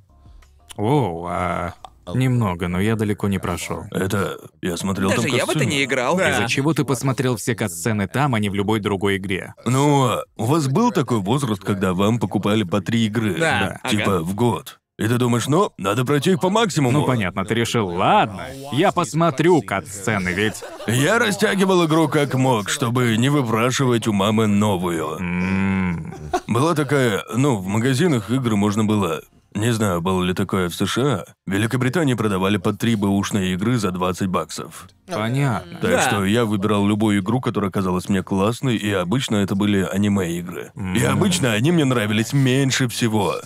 Оу, а... Немного, но я далеко не прошел. Это... Я смотрел Даже там я в это катсцены. не играл. Из-за чего ты посмотрел все кат-сцены там, а не в любой другой игре? Ну, а у вас был такой возраст, когда вам покупали по три игры? Да. Да. Типа в год. И ты думаешь, ну, надо пройти их по максимуму. Ну понятно, ты решил, ладно, я посмотрю кат-сцены, ведь... Я растягивал игру как мог, чтобы не выпрашивать у мамы новую. м, Была такая, ну, в магазинах игры можно было... Не знаю, было ли такое в США. В Великобритании продавали по три бэушные игры за 20 баксов. Понятно. Так Да. что я выбирал любую игру, которая казалась мне классной, и обычно это были аниме-игры. И обычно они мне нравились меньше всего.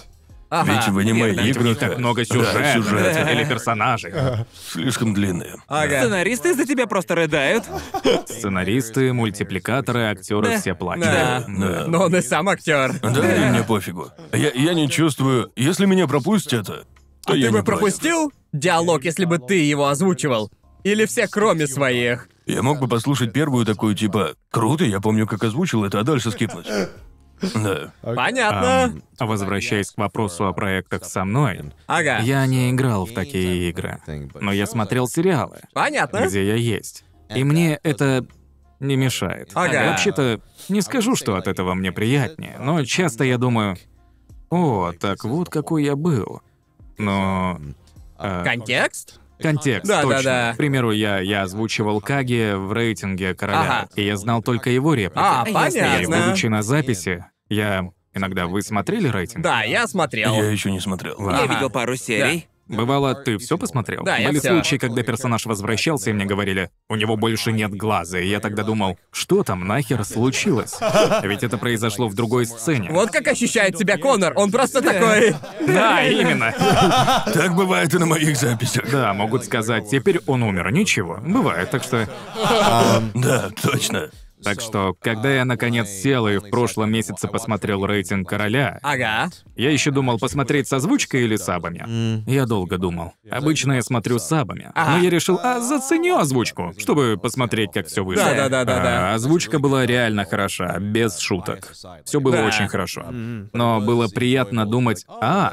Ага. Ведь в аниме Там игры не так много сюжета, или персонажей. слишком длинные. Ага. Сценаристы из-за тебя просто рыдают. Сценаристы, мультипликаторы, актеры Да. все плачут. Да. Да. Но он и сам актер. Да, и мне пофигу. Я, я не чувствую. Если меня пропустят, то А я ты не бы против. пропустил диалог, если бы ты его озвучивал? Или все, кроме своих? Я мог бы послушать первую такую типа круто, я помню, как озвучил это, а дальше скипнуть. Да. Понятно. Возвращаясь к вопросу о проектах со мной, Ага. я не играл в такие игры, но я смотрел сериалы, Понятно. где я есть. И мне это не мешает. Ага. Вообще-то, не скажу, что от этого мне приятнее, но часто я думаю, о, так вот какой я был. Но... э, Контекст? Контекст, Да, да, точно. да. К примеру, я, я озвучивал Каги в рейтинге короля, Ага. и я знал только его реплики. А, Ясно, и понятно. будучи на записи, я... Иногда вы смотрели рейтинг? Да, я смотрел. Я еще не смотрел. Я Ага. видел пару серий. Бывало, ты все посмотрел? Да, я Были всё. случаи, когда персонаж возвращался, и мне говорили, у него больше нет глаза, и я тогда думал, что там нахер случилось? Ведь это произошло в другой сцене. Вот как ощущает себя Конор. Он просто такой... Да, именно. Так бывает и на моих записях. Да, могут сказать, теперь он умер. Ничего, бывает. Так что Да, точно. Так что, когда я наконец сел и в прошлом месяце посмотрел рейтинг короля, Ага. я еще думал посмотреть с озвучкой или сабами. Я долго думал. Обычно я смотрю с сабами. Но я решил, а заценю озвучку, чтобы посмотреть, как все вышло. Да-да-да-да-да. А Озвучка была реально хороша, без шуток. Все было Да. очень хорошо. Но было приятно думать, а,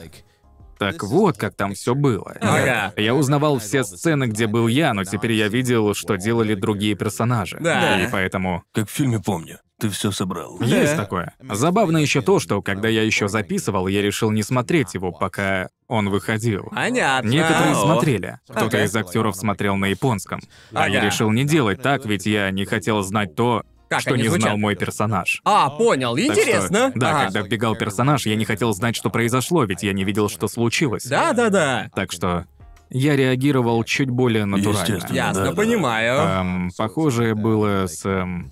так вот, как там все было. Ага. Я узнавал все сцены, где был я, но теперь я видел, что делали другие персонажи. Да. И поэтому Как в фильме помню. Ты все собрал. есть такое. Забавно еще то, что когда я еще записывал, я решил не смотреть его, пока он выходил. Понятно. Некоторые Ау. смотрели. Кто-то из актеров смотрел на японском. А я Ага. решил не делать так, ведь я не хотел знать то, Как что они не звучат? знал мой персонаж. А, понял. Так что- Интересно. да, Ага. когда вбегал персонаж, я не хотел знать, что произошло, ведь я не видел, что случилось. Да-да-да. Так что я реагировал чуть более натурально. Естественно. Ясно, Да-да-да. понимаю. Эм, похожее было с... эм,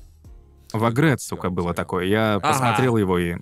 Вагрет, сука, было такое. Я посмотрел его и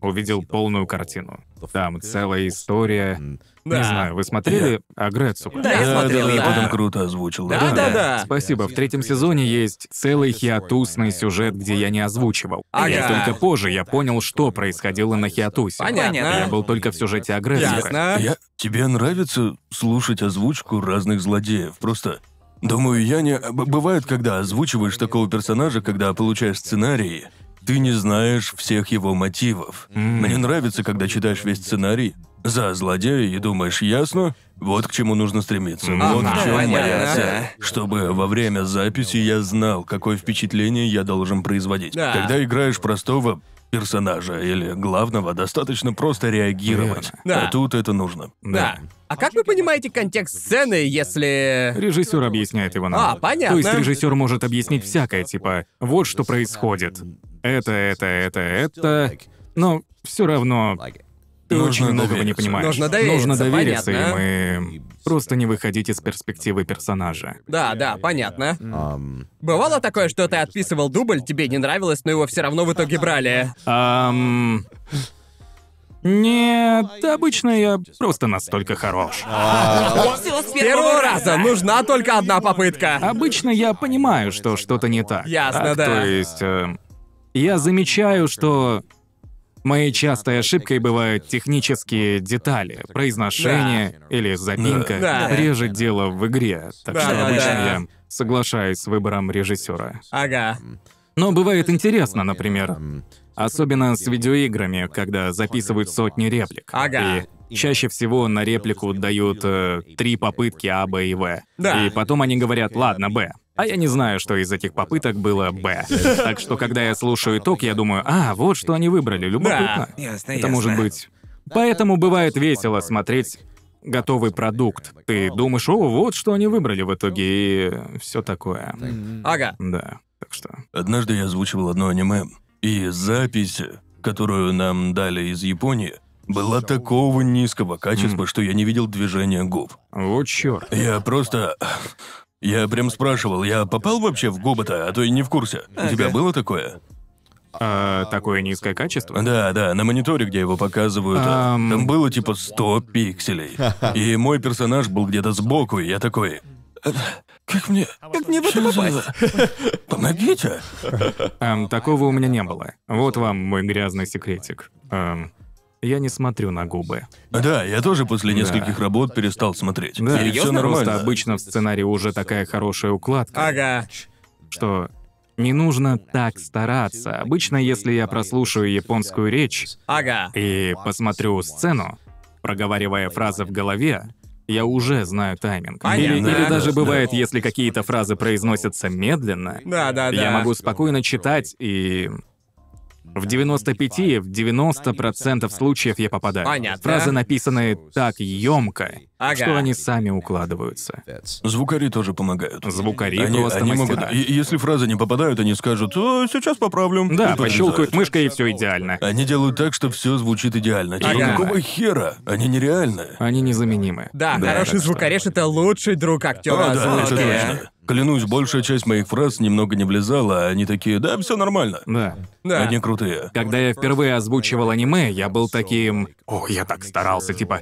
увидел полную картину. Там целая история. Да. Не знаю, вы смотрели Агрет, сука? Да, я смотрел, да, да. потом круто озвучил. Да, да, да. Спасибо. В третьем сезоне есть целый хиатусный сюжет, где я не озвучивал. Ага. И только позже я понял, что происходило на хиатусе. Понятно. Я был только в сюжете Агрет, сука. Ясно. Я... Тебе нравится слушать озвучку разных злодеев? Просто... Думаю, я не... б- Бывает, когда озвучиваешь такого персонажа, когда получаешь сценарий, ты не знаешь всех его мотивов. Мне нравится, когда читаешь весь сценарий за злодея и думаешь, ясно, вот к чему нужно стремиться, вот Ага, в чем моя понятно. цель. Чтобы во время записи я знал, какое впечатление я должен производить. Да. Когда играешь простого персонажа или главного, достаточно просто реагировать. Да. А тут это нужно. Да. А как вы понимаете контекст сцены, если... Режиссер объясняет его нам. А, понятно. То есть режиссер может объяснить всякое, типа, вот что происходит. Это, это, это, это. Но все равно ты Нужно очень многого не довериться. понимаешь. Нужно довериться, Нужно довериться, понятно. и мы просто не выходить из перспективы персонажа. Да, да, понятно. Um, Бывало такое, что ты отписывал дубль, тебе не нравилось, но его все равно в итоге брали. Ам... Нет, обычно я просто настолько хорош. Все с Первого раза нужна только одна попытка. Обычно я понимаю, что что-то не так. Ясно, Так, да. То есть эм, я замечаю, что моей частой ошибкой бывают технические детали, произношение или запинка. Да. Да. Реже дело в игре, так Да, что да, обычно да. я соглашаюсь с выбором режиссера. Ага. Но бывает интересно, например, особенно с видеоиграми, когда записывают сотни реплик. Ага. И чаще всего на реплику дают э, три попытки А, Б и В. Да. И потом они говорят, ладно, Б. А я не знаю, что из этих попыток было Б. Так что, когда я слушаю итог, я думаю, а, вот что они выбрали, любопытно. Ясно, Это ясно. может быть. Поэтому бывает весело смотреть готовый продукт. Ты думаешь, о, вот что они выбрали в итоге, и все такое. Ага. Да. Так что. Однажды я озвучивал одно аниме, и запись, которую нам дали из Японии, была такого низкого качества, что я не видел движения губ. Вот черт. Я просто... Я прям спрашивал, я попал вообще в губы-то, а то и не в курсе. У тебя было такое? А, такое низкое качество? Да, да, на мониторе, где его показывают, а, Ам. там было типа 100 пикселей. И мой персонаж был где-то сбоку, и я такой... «Э, Как мне... Как мне в это попасть? Помогите! Ам, такого у меня не было. Вот вам мой грязный секретик. Ам, я не смотрю на губы. Да, я тоже после нескольких работ перестал смотреть. Да, и все серьёзно? нормально. Просто а обычно в сценарии уже такая хорошая укладка, Ага. что не нужно так стараться. Обычно, если я прослушаю японскую речь, Ага. и посмотрю сцену, проговаривая фразы в голове, я уже знаю тайминг. Или, Понятно. или Да, даже да. бывает, если какие-то фразы произносятся медленно, Да, да, да. я могу спокойно читать и... В 95, в 90% случаев я попадаю. Понятно. Фразы написаны так емко, Ага. что они сами укладываются. Звукари тоже помогают. Звукари Они, просто они мастера. могут... и- Если фразы не попадают, они скажут, «О, сейчас Ну, поправлю. Да, И пощелкают подрезают. мышкой, и все идеально. Они делают так, что все звучит идеально. Типа, Ага. какого хера? Они нереальные. Они незаменимы. Да, хороший так что- звукореж это лучший друг актера А, да, это озвучки. точно. Клянусь, большая часть моих фраз немного не влезала, а они такие, да, все нормально. Да. Да. Они крутые. Когда я впервые озвучивал аниме, я был таким... О, я так старался, типа,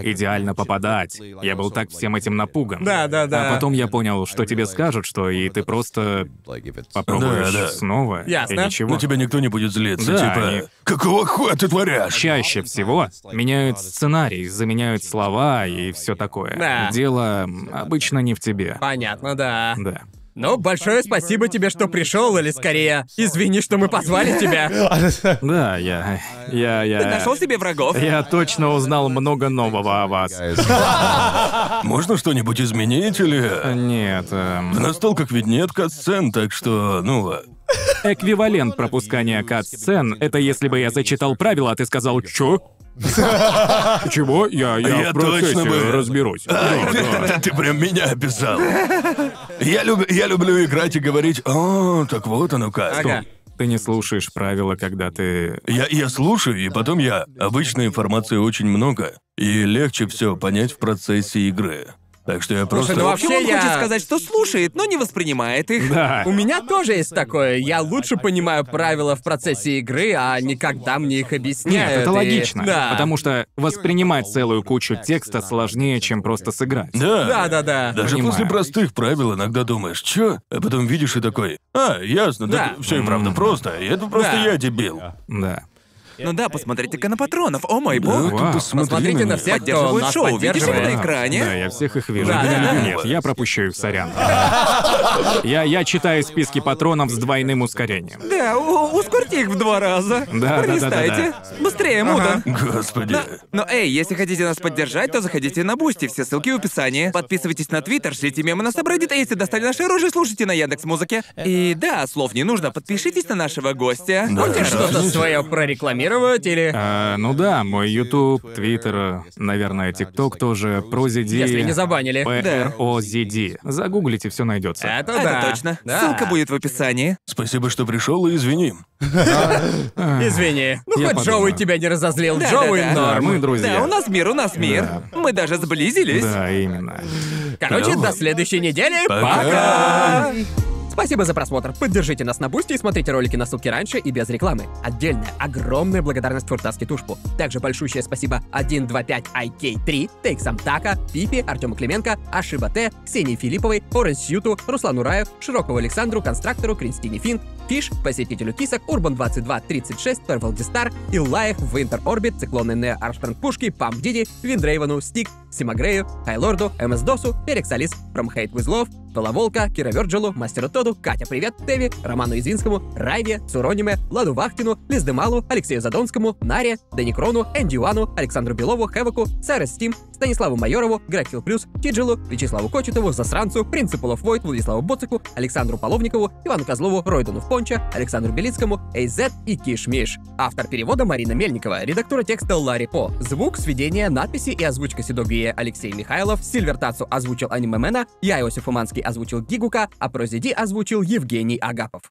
идеально попадать. Я был так всем этим напуган. Да, да, да. А потом я понял, что тебе скажут, что и ты просто попробуешь Да, Ну, типа, да. снова. и Ясно. ничего. На тебя никто не будет злиться, Да, типа, они- какого хуя ты творишь? Чаще всего меняют сценарий, заменяют слова и все такое. Да. Дело м, обычно не в тебе. Понятно, да. Да. Ну, большое спасибо тебе, что пришел, или скорее, извини, что мы позвали тебя. Да, я... Я... я... Ты нашел себе типа? врагов? Я точно узнал много нового о вас. А. Можно что-нибудь изменить или... Нет, эм, В настолках ведь нет катсцен, так что, ну... а, Эквивалент пропускания кат-сцен — это если бы я зачитал правила, а ты сказал «Чё?» Чего? Я, я, Я в процессе точно бы- А, разберусь. Ну, Ну, Да, да. ну, Ты прям меня описал. Я, люб- я люблю играть и говорить, о, так вот оно как. Ага. Ты не слушаешь правила, когда ты... Я, я слушаю, и потом я... Обычной информации очень много, и легче все понять в процессе игры. Так что я просто... ну вообще- Почему он я- хочет сказать, что слушает, но не воспринимает их? Да. У меня тоже есть такое. Я лучше понимаю правила в процессе игры, а не когда мне их Нет, объясняют. это и- логично. Да. Потому что воспринимать целую кучу текста сложнее, чем просто сыграть. Да. Да, да, да. Даже Понимаю. после простых правил иногда думаешь, чё? А потом видишь и такой, а, ясно, Да. все и правда просто, и это просто Да. я дебил. Да. Ну да, посмотрите-ка на патронов, о мой Ну? бог. Вау. Посмотрите на всех, кто Поддерживают нас шоу, видишь его на поддерживает. экране? Да, я всех их вижу. Да, да, да. Нет, я пропущу их, сорян. Я, я читаю списки патронов с двойным ускорением. Да, у- ускорьте их в два раза. да, да, да, Пролистайте. Быстрее, Мудан. Господи. Но, эй, если хотите нас поддержать, то заходите на Бусти, все ссылки в описании. Подписывайтесь на Твиттер, шлите мемы на Subreddit, а если достали наши рожи, слушайте на Яндекс Музыке. И да, слов не нужно, подпишитесь на нашего гостя. Да. Хочешь что-то? Что-то свое прорекламировать или... А, ну да, мой YouTube, Twitter, наверное, TikTok тоже, ProZD. Если не забанили. э, PROZD. Загуглите, все найдется. Это А, Это да. точно. Да. Ссылка будет в описании. Спасибо, что пришел, и извини. Извини. Ну Я хоть подумаю. Джоуи тебя не разозлил. Да, Джоуи да, да. Да, норм. мы друзья. Да, у нас мир, у нас мир. Да. Мы даже сблизились. Да, именно. Короче, Клёво. до следующей недели. Пока. Спасибо за просмотр. Поддержите нас на Бусти и смотрите ролики на ссылке раньше и без рекламы. Отдельная огромная благодарность Фуртаске Тушпу. Также большущее спасибо 125IK3, Тейксам Така, Пипи, Артему Клименко, Ашиба Т, Ксении Филипповой, Оранж Сьюту, Руслану Раев, Широкову Александру, Констрактору, Кристине Финн, Фиш, Посетителю Кисок, Урбан 2236, Торвал Дистар, Иллаев, Винтер Орбит, Циклоны Нео Армстронг Пушки, Пам Диди, Виндрейвану, Стик, Симагрею, Хайлорду, МС Досу, Феликс Алис, From Hate With Love, Пола Волка, Кира Вёрджелу, Мастеру Тоду, Катя Привет, Теви, Роману Извинскому, Райве, Цурониме, Ладу Вахтину, Лиздемалу, Алексею Задонскому, Наре, Деникрону, Энди Уану, Александру Белову, Хеваку, Сара Стим, Станиславу Майорову, Грегхил Плюс, Тиджилу, Вячеславу Кочетову, Засранцу, Принципу Лов Войт, Владиславу Боцику, Александру Половникову, Ивану Козлову, Ройдену в Понча, Александру Белицкому, Эйзет и Киш Миш. Автор перевода Марина Мельникова, редактора текста Ларри По. Звук, сведения, надписи и озвучка Седогие Алексей Михайлов, Сильвер Тацу озвучил Анимемена, я, Иосиф Уманский, озвучил Гигука, а Прозиди озвучил Евгений Агапов.